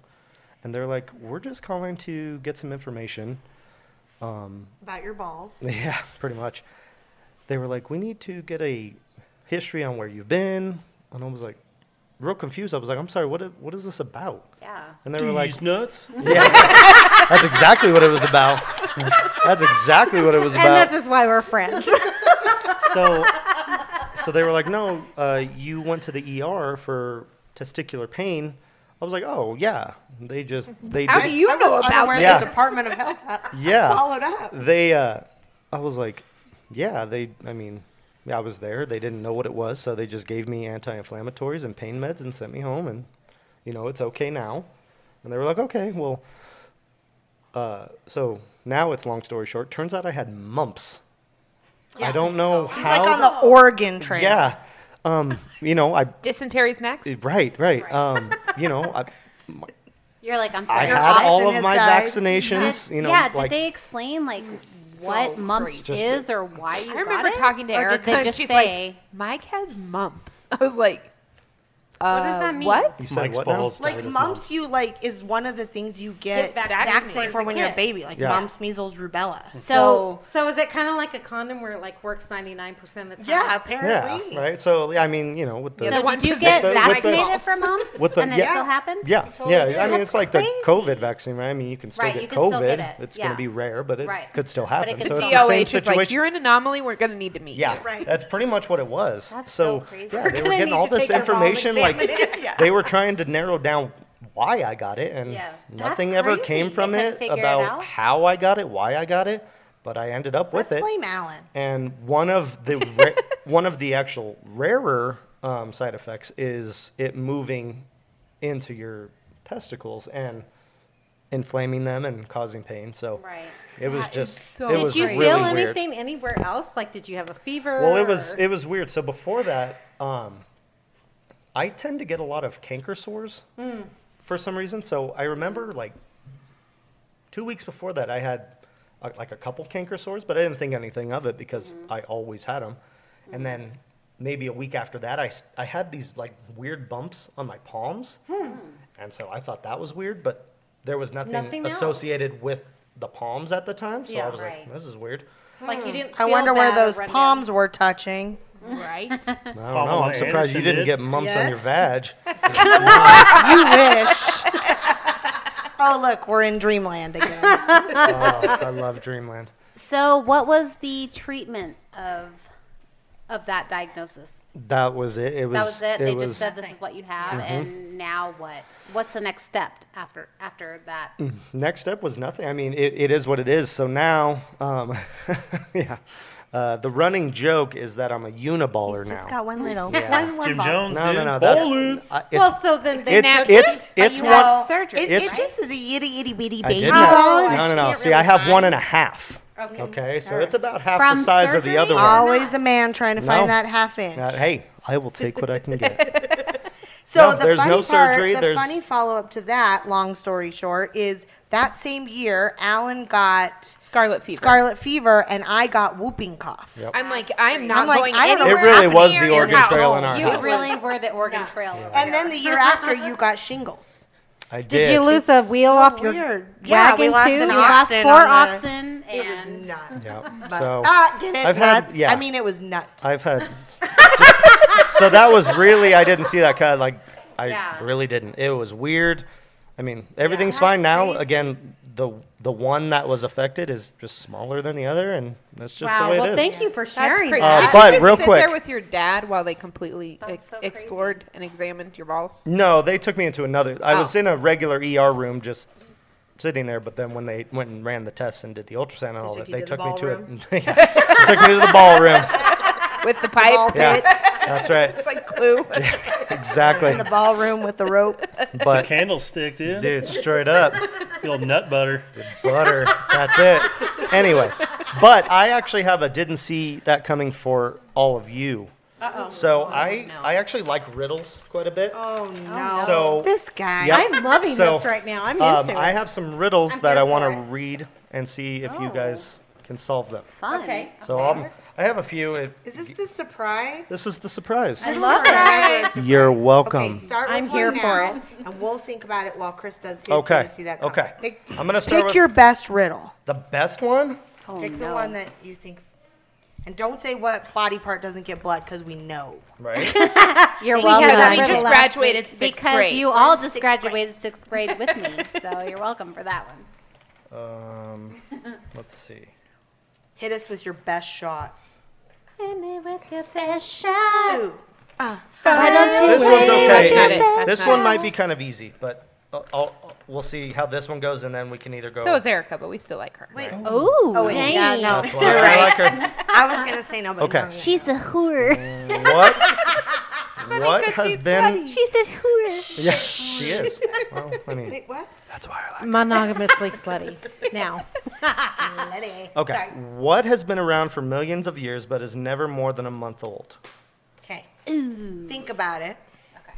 [SPEAKER 4] and they're like we're just calling to get some information um,
[SPEAKER 2] About your balls.
[SPEAKER 4] yeah, pretty much. They were like, we need to get a history on where you've been. And I was like, real confused. I was like, I'm sorry, what, i- what is this about?
[SPEAKER 5] Yeah.
[SPEAKER 4] And they were like,
[SPEAKER 7] These nuts.
[SPEAKER 4] yeah, that's exactly what it was about. That's exactly what it was
[SPEAKER 6] And this
[SPEAKER 4] about.
[SPEAKER 6] is why we're friends.
[SPEAKER 4] So, so they were like, no, uh, you went to the ER for testicular pain. I was like, oh yeah, they just they
[SPEAKER 3] How
[SPEAKER 4] did-
[SPEAKER 3] do you
[SPEAKER 2] I was
[SPEAKER 3] know about
[SPEAKER 2] unaware
[SPEAKER 4] Yeah.
[SPEAKER 2] the Department of Health had
[SPEAKER 4] yeah
[SPEAKER 2] followed up.
[SPEAKER 4] they uh i was like yeah they i mean yeah, i was there they didn't know what it was so they just gave me anti-inflammatories and pain meds and sent me home and you know it's okay now and they were like okay well uh, so now it's long story short turns out i had mumps i don't know
[SPEAKER 2] He's
[SPEAKER 4] how
[SPEAKER 2] like on the Oregon trail.
[SPEAKER 4] yeah um, you know i
[SPEAKER 3] Dysentery's next.
[SPEAKER 4] right right um, you know i,
[SPEAKER 5] You're like, I'm
[SPEAKER 4] I
[SPEAKER 5] sorry.
[SPEAKER 2] Your
[SPEAKER 4] had all
[SPEAKER 2] oxen
[SPEAKER 4] of
[SPEAKER 2] has
[SPEAKER 4] my
[SPEAKER 2] died.
[SPEAKER 4] vaccinations you know
[SPEAKER 5] yeah, did
[SPEAKER 4] like
[SPEAKER 5] they explain like
[SPEAKER 3] so
[SPEAKER 5] what mumps
[SPEAKER 3] great.
[SPEAKER 4] Just
[SPEAKER 5] is or why you
[SPEAKER 3] I remember
[SPEAKER 5] got it?
[SPEAKER 3] talking to
[SPEAKER 5] Or did
[SPEAKER 3] Erica,
[SPEAKER 5] they
[SPEAKER 3] and
[SPEAKER 5] just
[SPEAKER 3] she's
[SPEAKER 5] say,
[SPEAKER 3] like, Mike has mumps. I was like, uh,
[SPEAKER 6] does that mean?
[SPEAKER 3] What?
[SPEAKER 4] you said
[SPEAKER 7] Mike's
[SPEAKER 4] what now?
[SPEAKER 7] balls.
[SPEAKER 2] Like
[SPEAKER 7] died of
[SPEAKER 2] mumps, you like is one of the things you get
[SPEAKER 5] Get
[SPEAKER 2] vaccinated
[SPEAKER 5] vaccinated
[SPEAKER 2] for
[SPEAKER 5] as a
[SPEAKER 2] when you're a
[SPEAKER 6] kid.
[SPEAKER 2] baby, like
[SPEAKER 4] Yeah.
[SPEAKER 2] mumps, measles, rubella.
[SPEAKER 5] so,
[SPEAKER 6] So is it kind of like a condom where it like works 99% of the time?
[SPEAKER 2] Yeah,
[SPEAKER 4] yeah
[SPEAKER 2] apparently.
[SPEAKER 4] right so i mean you know with the
[SPEAKER 3] Yeah,
[SPEAKER 5] so
[SPEAKER 3] the one
[SPEAKER 5] did you
[SPEAKER 3] percent
[SPEAKER 5] get
[SPEAKER 4] with the- with the-
[SPEAKER 5] vaccinated for mumps
[SPEAKER 4] With the-
[SPEAKER 5] and it
[SPEAKER 4] yeah.
[SPEAKER 5] still happened?
[SPEAKER 4] Yeah, yeah. I mean, it's like the
[SPEAKER 5] crazy.
[SPEAKER 4] COVID vaccine, right? I mean, you can still
[SPEAKER 5] Right,
[SPEAKER 4] get
[SPEAKER 5] you can
[SPEAKER 4] COVID.
[SPEAKER 5] still get it,
[SPEAKER 4] It's going
[SPEAKER 5] yeah.
[SPEAKER 4] to be rare, but it
[SPEAKER 5] Right.
[SPEAKER 4] could still
[SPEAKER 5] But it
[SPEAKER 4] happen.
[SPEAKER 5] could
[SPEAKER 4] so
[SPEAKER 5] be
[SPEAKER 4] it's
[SPEAKER 5] DOH
[SPEAKER 4] the same
[SPEAKER 3] is like,
[SPEAKER 4] situation.
[SPEAKER 3] you're an anomaly. We're gonna need to meet.
[SPEAKER 4] yeah,
[SPEAKER 2] Right.
[SPEAKER 4] that's pretty much what it was.
[SPEAKER 5] That's
[SPEAKER 4] so,
[SPEAKER 5] so crazy.
[SPEAKER 4] yeah,
[SPEAKER 5] We're
[SPEAKER 4] they were
[SPEAKER 6] gonna
[SPEAKER 4] getting
[SPEAKER 6] need
[SPEAKER 4] all
[SPEAKER 6] to
[SPEAKER 4] this
[SPEAKER 6] take a bomb
[SPEAKER 4] information. Like
[SPEAKER 6] examination.
[SPEAKER 4] they were trying to narrow down why I got it, and
[SPEAKER 5] Yeah. That's
[SPEAKER 4] nothing ever
[SPEAKER 5] crazy.
[SPEAKER 4] came
[SPEAKER 5] They
[SPEAKER 4] from
[SPEAKER 5] couldn't
[SPEAKER 4] it
[SPEAKER 5] figure it
[SPEAKER 4] about
[SPEAKER 5] out?
[SPEAKER 4] how I got it, why I got it, but I ended up with
[SPEAKER 2] Let's
[SPEAKER 4] it.
[SPEAKER 2] blame Alan.
[SPEAKER 4] And one of the ra- one of the actual rarer um, side effects is it moving into your testicles and inflaming them and causing pain. So
[SPEAKER 5] Right.
[SPEAKER 4] it was
[SPEAKER 3] That is
[SPEAKER 4] just
[SPEAKER 3] so
[SPEAKER 4] it
[SPEAKER 6] Did
[SPEAKER 4] was
[SPEAKER 6] you
[SPEAKER 4] really
[SPEAKER 6] feel
[SPEAKER 4] weird.
[SPEAKER 6] anything anywhere else? Like, did you have a fever?
[SPEAKER 4] Well, it was
[SPEAKER 6] or-
[SPEAKER 4] it was weird. So before that, um, I tend to get a lot of canker sores
[SPEAKER 6] Hmm.
[SPEAKER 4] for some reason. So I remember like two weeks before that, I had uh like a couple canker sores, but I didn't think anything of it because
[SPEAKER 6] Hmm.
[SPEAKER 4] I always had them. And then maybe a week after that, I s- I had these like weird bumps on my palms,
[SPEAKER 6] Hmm.
[SPEAKER 4] and so I thought that was weird, but there was nothing,
[SPEAKER 6] Nothing else.
[SPEAKER 4] associated with the palms at the time. So
[SPEAKER 6] Yeah,
[SPEAKER 4] I was
[SPEAKER 5] right.
[SPEAKER 4] like, this is weird.
[SPEAKER 6] like you didn't.
[SPEAKER 2] I
[SPEAKER 6] feel
[SPEAKER 2] wonder where
[SPEAKER 6] bad or
[SPEAKER 2] those
[SPEAKER 6] run down.
[SPEAKER 2] palms were touching.
[SPEAKER 3] Right.
[SPEAKER 4] I don't
[SPEAKER 7] Pamela
[SPEAKER 4] know. I'm surprised
[SPEAKER 7] Anderson
[SPEAKER 4] you didn't
[SPEAKER 7] did.
[SPEAKER 4] get mumps on your vag.
[SPEAKER 2] You wish. oh, look, we're in dreamland again.
[SPEAKER 4] oh, I love Dreamland.
[SPEAKER 5] So, what was the treatment of of that diagnosis?
[SPEAKER 4] That was it. It was.
[SPEAKER 5] that was Mm-hmm. it. They
[SPEAKER 4] was,
[SPEAKER 5] just said this is what you have, and now what? What's the next step after after that?
[SPEAKER 4] next step was nothing. I mean, it, it is what it is. So now, um, yeah, uh, the running joke is that I'm a uniballer
[SPEAKER 2] Just
[SPEAKER 4] now.
[SPEAKER 2] got one little.
[SPEAKER 4] Yeah.
[SPEAKER 2] One, one
[SPEAKER 7] Jim
[SPEAKER 2] ball.
[SPEAKER 7] Jones.
[SPEAKER 4] No, no,
[SPEAKER 7] dude.
[SPEAKER 4] no. That's
[SPEAKER 7] Ballin'.
[SPEAKER 4] I, it's,
[SPEAKER 6] Well, so then they
[SPEAKER 4] it's
[SPEAKER 6] took
[SPEAKER 4] it's
[SPEAKER 6] it?
[SPEAKER 4] it's
[SPEAKER 5] you
[SPEAKER 4] one.
[SPEAKER 5] had surgery,
[SPEAKER 2] It,
[SPEAKER 4] It's-
[SPEAKER 2] it just is a itty itty bitty
[SPEAKER 4] I
[SPEAKER 2] baby.
[SPEAKER 4] did
[SPEAKER 2] Oh,
[SPEAKER 4] not.
[SPEAKER 2] I
[SPEAKER 4] No, no, no.
[SPEAKER 2] can't
[SPEAKER 4] See,
[SPEAKER 2] really
[SPEAKER 4] I have one
[SPEAKER 2] find-
[SPEAKER 4] and a half. Okay. so it's about half
[SPEAKER 5] From
[SPEAKER 4] the size of the
[SPEAKER 5] surgery?
[SPEAKER 4] other one.
[SPEAKER 2] Always a man trying to
[SPEAKER 4] No.
[SPEAKER 2] find that half inch.
[SPEAKER 4] Uh, hey, I will take what I can get.
[SPEAKER 2] So
[SPEAKER 4] No,
[SPEAKER 2] the
[SPEAKER 4] there's
[SPEAKER 2] funny
[SPEAKER 4] no
[SPEAKER 2] part,
[SPEAKER 4] surgery,
[SPEAKER 2] the
[SPEAKER 4] there's-
[SPEAKER 2] funny follow-up to that, long story short, is that same year Alan got
[SPEAKER 3] Scarlet fever.
[SPEAKER 2] scarlet fever and I got whooping cough.
[SPEAKER 4] Yep.
[SPEAKER 3] I'm like, I'm not
[SPEAKER 2] I'm like,
[SPEAKER 3] going
[SPEAKER 2] I don't know
[SPEAKER 3] anywhere.
[SPEAKER 2] what's It really
[SPEAKER 3] near
[SPEAKER 4] was the
[SPEAKER 3] your
[SPEAKER 4] Oregon
[SPEAKER 3] house.
[SPEAKER 4] Trail in our
[SPEAKER 5] you
[SPEAKER 4] house.
[SPEAKER 5] really were the Oregon Trail. over
[SPEAKER 2] And
[SPEAKER 5] there.
[SPEAKER 2] then the year after you got shingles.
[SPEAKER 4] I
[SPEAKER 6] Did you lose a wheel off your
[SPEAKER 2] Weird. Yeah, we
[SPEAKER 6] wagon
[SPEAKER 2] lost
[SPEAKER 6] too?
[SPEAKER 2] an
[SPEAKER 6] You
[SPEAKER 5] lost
[SPEAKER 2] oxen
[SPEAKER 5] four
[SPEAKER 2] on the-
[SPEAKER 5] oxen
[SPEAKER 2] It was
[SPEAKER 5] and
[SPEAKER 2] nuts.
[SPEAKER 4] Yep.
[SPEAKER 2] But,
[SPEAKER 4] So-
[SPEAKER 2] ah, did it
[SPEAKER 4] I've had-
[SPEAKER 2] nuts?
[SPEAKER 4] yeah.
[SPEAKER 2] I mean, it was nuts.
[SPEAKER 4] I've had. so that was really I didn't see that cut. Like I
[SPEAKER 5] Yeah.
[SPEAKER 4] really didn't. It was weird. I mean, everything's fine now. Again, the the one that was affected is just smaller than the other, and that's just the
[SPEAKER 6] Wow.
[SPEAKER 4] way
[SPEAKER 6] Well,
[SPEAKER 4] it is.
[SPEAKER 6] thank you for
[SPEAKER 3] That's
[SPEAKER 6] sharing.
[SPEAKER 3] crazy.
[SPEAKER 4] Uh,
[SPEAKER 3] Did you
[SPEAKER 4] but
[SPEAKER 3] just
[SPEAKER 4] real
[SPEAKER 3] sit
[SPEAKER 4] quick-
[SPEAKER 3] there with your dad while they completely
[SPEAKER 5] That's
[SPEAKER 3] ex-
[SPEAKER 5] so crazy.
[SPEAKER 3] explored and examined your balls.
[SPEAKER 4] No, they took me into another. I was
[SPEAKER 3] Oh.
[SPEAKER 4] in a regular ER room just sitting there, but then when they went and ran the tests and did the ultrasound and all
[SPEAKER 2] took
[SPEAKER 4] that,
[SPEAKER 2] you
[SPEAKER 4] they
[SPEAKER 2] to the
[SPEAKER 4] took me to
[SPEAKER 2] ballroom?
[SPEAKER 4] it. yeah, they took me to the ballroom.
[SPEAKER 3] With the
[SPEAKER 2] Ball
[SPEAKER 3] pipe.
[SPEAKER 4] Yeah,
[SPEAKER 2] pit
[SPEAKER 4] that's right.
[SPEAKER 3] It's like clue.
[SPEAKER 4] Exactly.
[SPEAKER 2] in the ballroom with the rope.
[SPEAKER 4] But
[SPEAKER 7] Candlestick, dude.
[SPEAKER 4] dude, straight up.
[SPEAKER 7] Little nut butter.
[SPEAKER 4] butter. That's it. Anyway, but I actually have a didn't see that coming for all of you. Uh-oh. So I I actually like riddles quite a bit.
[SPEAKER 2] Oh no.
[SPEAKER 4] So
[SPEAKER 2] this guy.
[SPEAKER 4] Yep.
[SPEAKER 6] I'm loving
[SPEAKER 4] So,
[SPEAKER 6] this right now. I'm
[SPEAKER 4] um,
[SPEAKER 6] into
[SPEAKER 4] I
[SPEAKER 6] it.
[SPEAKER 4] have some riddles
[SPEAKER 6] I'm
[SPEAKER 4] that
[SPEAKER 6] here
[SPEAKER 4] I want
[SPEAKER 6] for
[SPEAKER 4] to
[SPEAKER 6] it.
[SPEAKER 4] read and see if you
[SPEAKER 5] Oh.
[SPEAKER 4] guys can solve them.
[SPEAKER 5] fun.
[SPEAKER 6] Okay.
[SPEAKER 4] So um, I have a few. It,
[SPEAKER 2] Is this the surprise?
[SPEAKER 4] this is the surprise.
[SPEAKER 5] I love it.
[SPEAKER 4] You're
[SPEAKER 2] Okay,
[SPEAKER 4] welcome.
[SPEAKER 2] start with
[SPEAKER 6] I'm
[SPEAKER 2] one
[SPEAKER 6] here for
[SPEAKER 2] now, and we'll think about it while Chris does his.
[SPEAKER 4] Okay,
[SPEAKER 2] didn't See that coming.
[SPEAKER 4] okay.
[SPEAKER 2] Pick,
[SPEAKER 4] I'm gonna start
[SPEAKER 2] pick
[SPEAKER 4] with
[SPEAKER 2] your best riddle.
[SPEAKER 4] the best one.
[SPEAKER 5] Oh,
[SPEAKER 2] pick the
[SPEAKER 5] no.
[SPEAKER 2] one that you think's. And don't say what body part doesn't get blood because we know.
[SPEAKER 4] Right.
[SPEAKER 5] You're
[SPEAKER 3] Because
[SPEAKER 5] welcome.
[SPEAKER 3] we just graduated sixth
[SPEAKER 5] because
[SPEAKER 3] grade.
[SPEAKER 5] you all just graduated sixth grade with me, so you're welcome for that one.
[SPEAKER 4] um, let's see.
[SPEAKER 2] Hit us with your best shot.
[SPEAKER 5] Hit me with your best shot.
[SPEAKER 2] Why
[SPEAKER 5] don't you
[SPEAKER 4] This one's
[SPEAKER 5] wait?
[SPEAKER 4] okay.
[SPEAKER 3] That's not it. That's
[SPEAKER 4] This
[SPEAKER 3] not
[SPEAKER 4] one
[SPEAKER 3] it.
[SPEAKER 4] might be kind of easy, but I'll, I'll- we'll see how this one goes, and then we can either go.
[SPEAKER 3] So is Erica, but we still like her.
[SPEAKER 2] Wait.
[SPEAKER 5] Ooh,
[SPEAKER 2] Oh, wait, yeah, no.
[SPEAKER 4] That's why I like her.
[SPEAKER 2] I was gonna say no, but
[SPEAKER 4] Okay.
[SPEAKER 2] no, no,
[SPEAKER 5] she's a whore.
[SPEAKER 4] What? what has been?
[SPEAKER 2] Mm.
[SPEAKER 5] She's a whore.
[SPEAKER 4] Yeah, she is. Well, I mean,
[SPEAKER 2] Wait, what?
[SPEAKER 4] that's why I like. her.
[SPEAKER 6] Monogamously slutty. Now,
[SPEAKER 4] Okay. What has been around for millions of years but is never more than a month old?
[SPEAKER 2] Okay. Think about it.
[SPEAKER 3] Okay.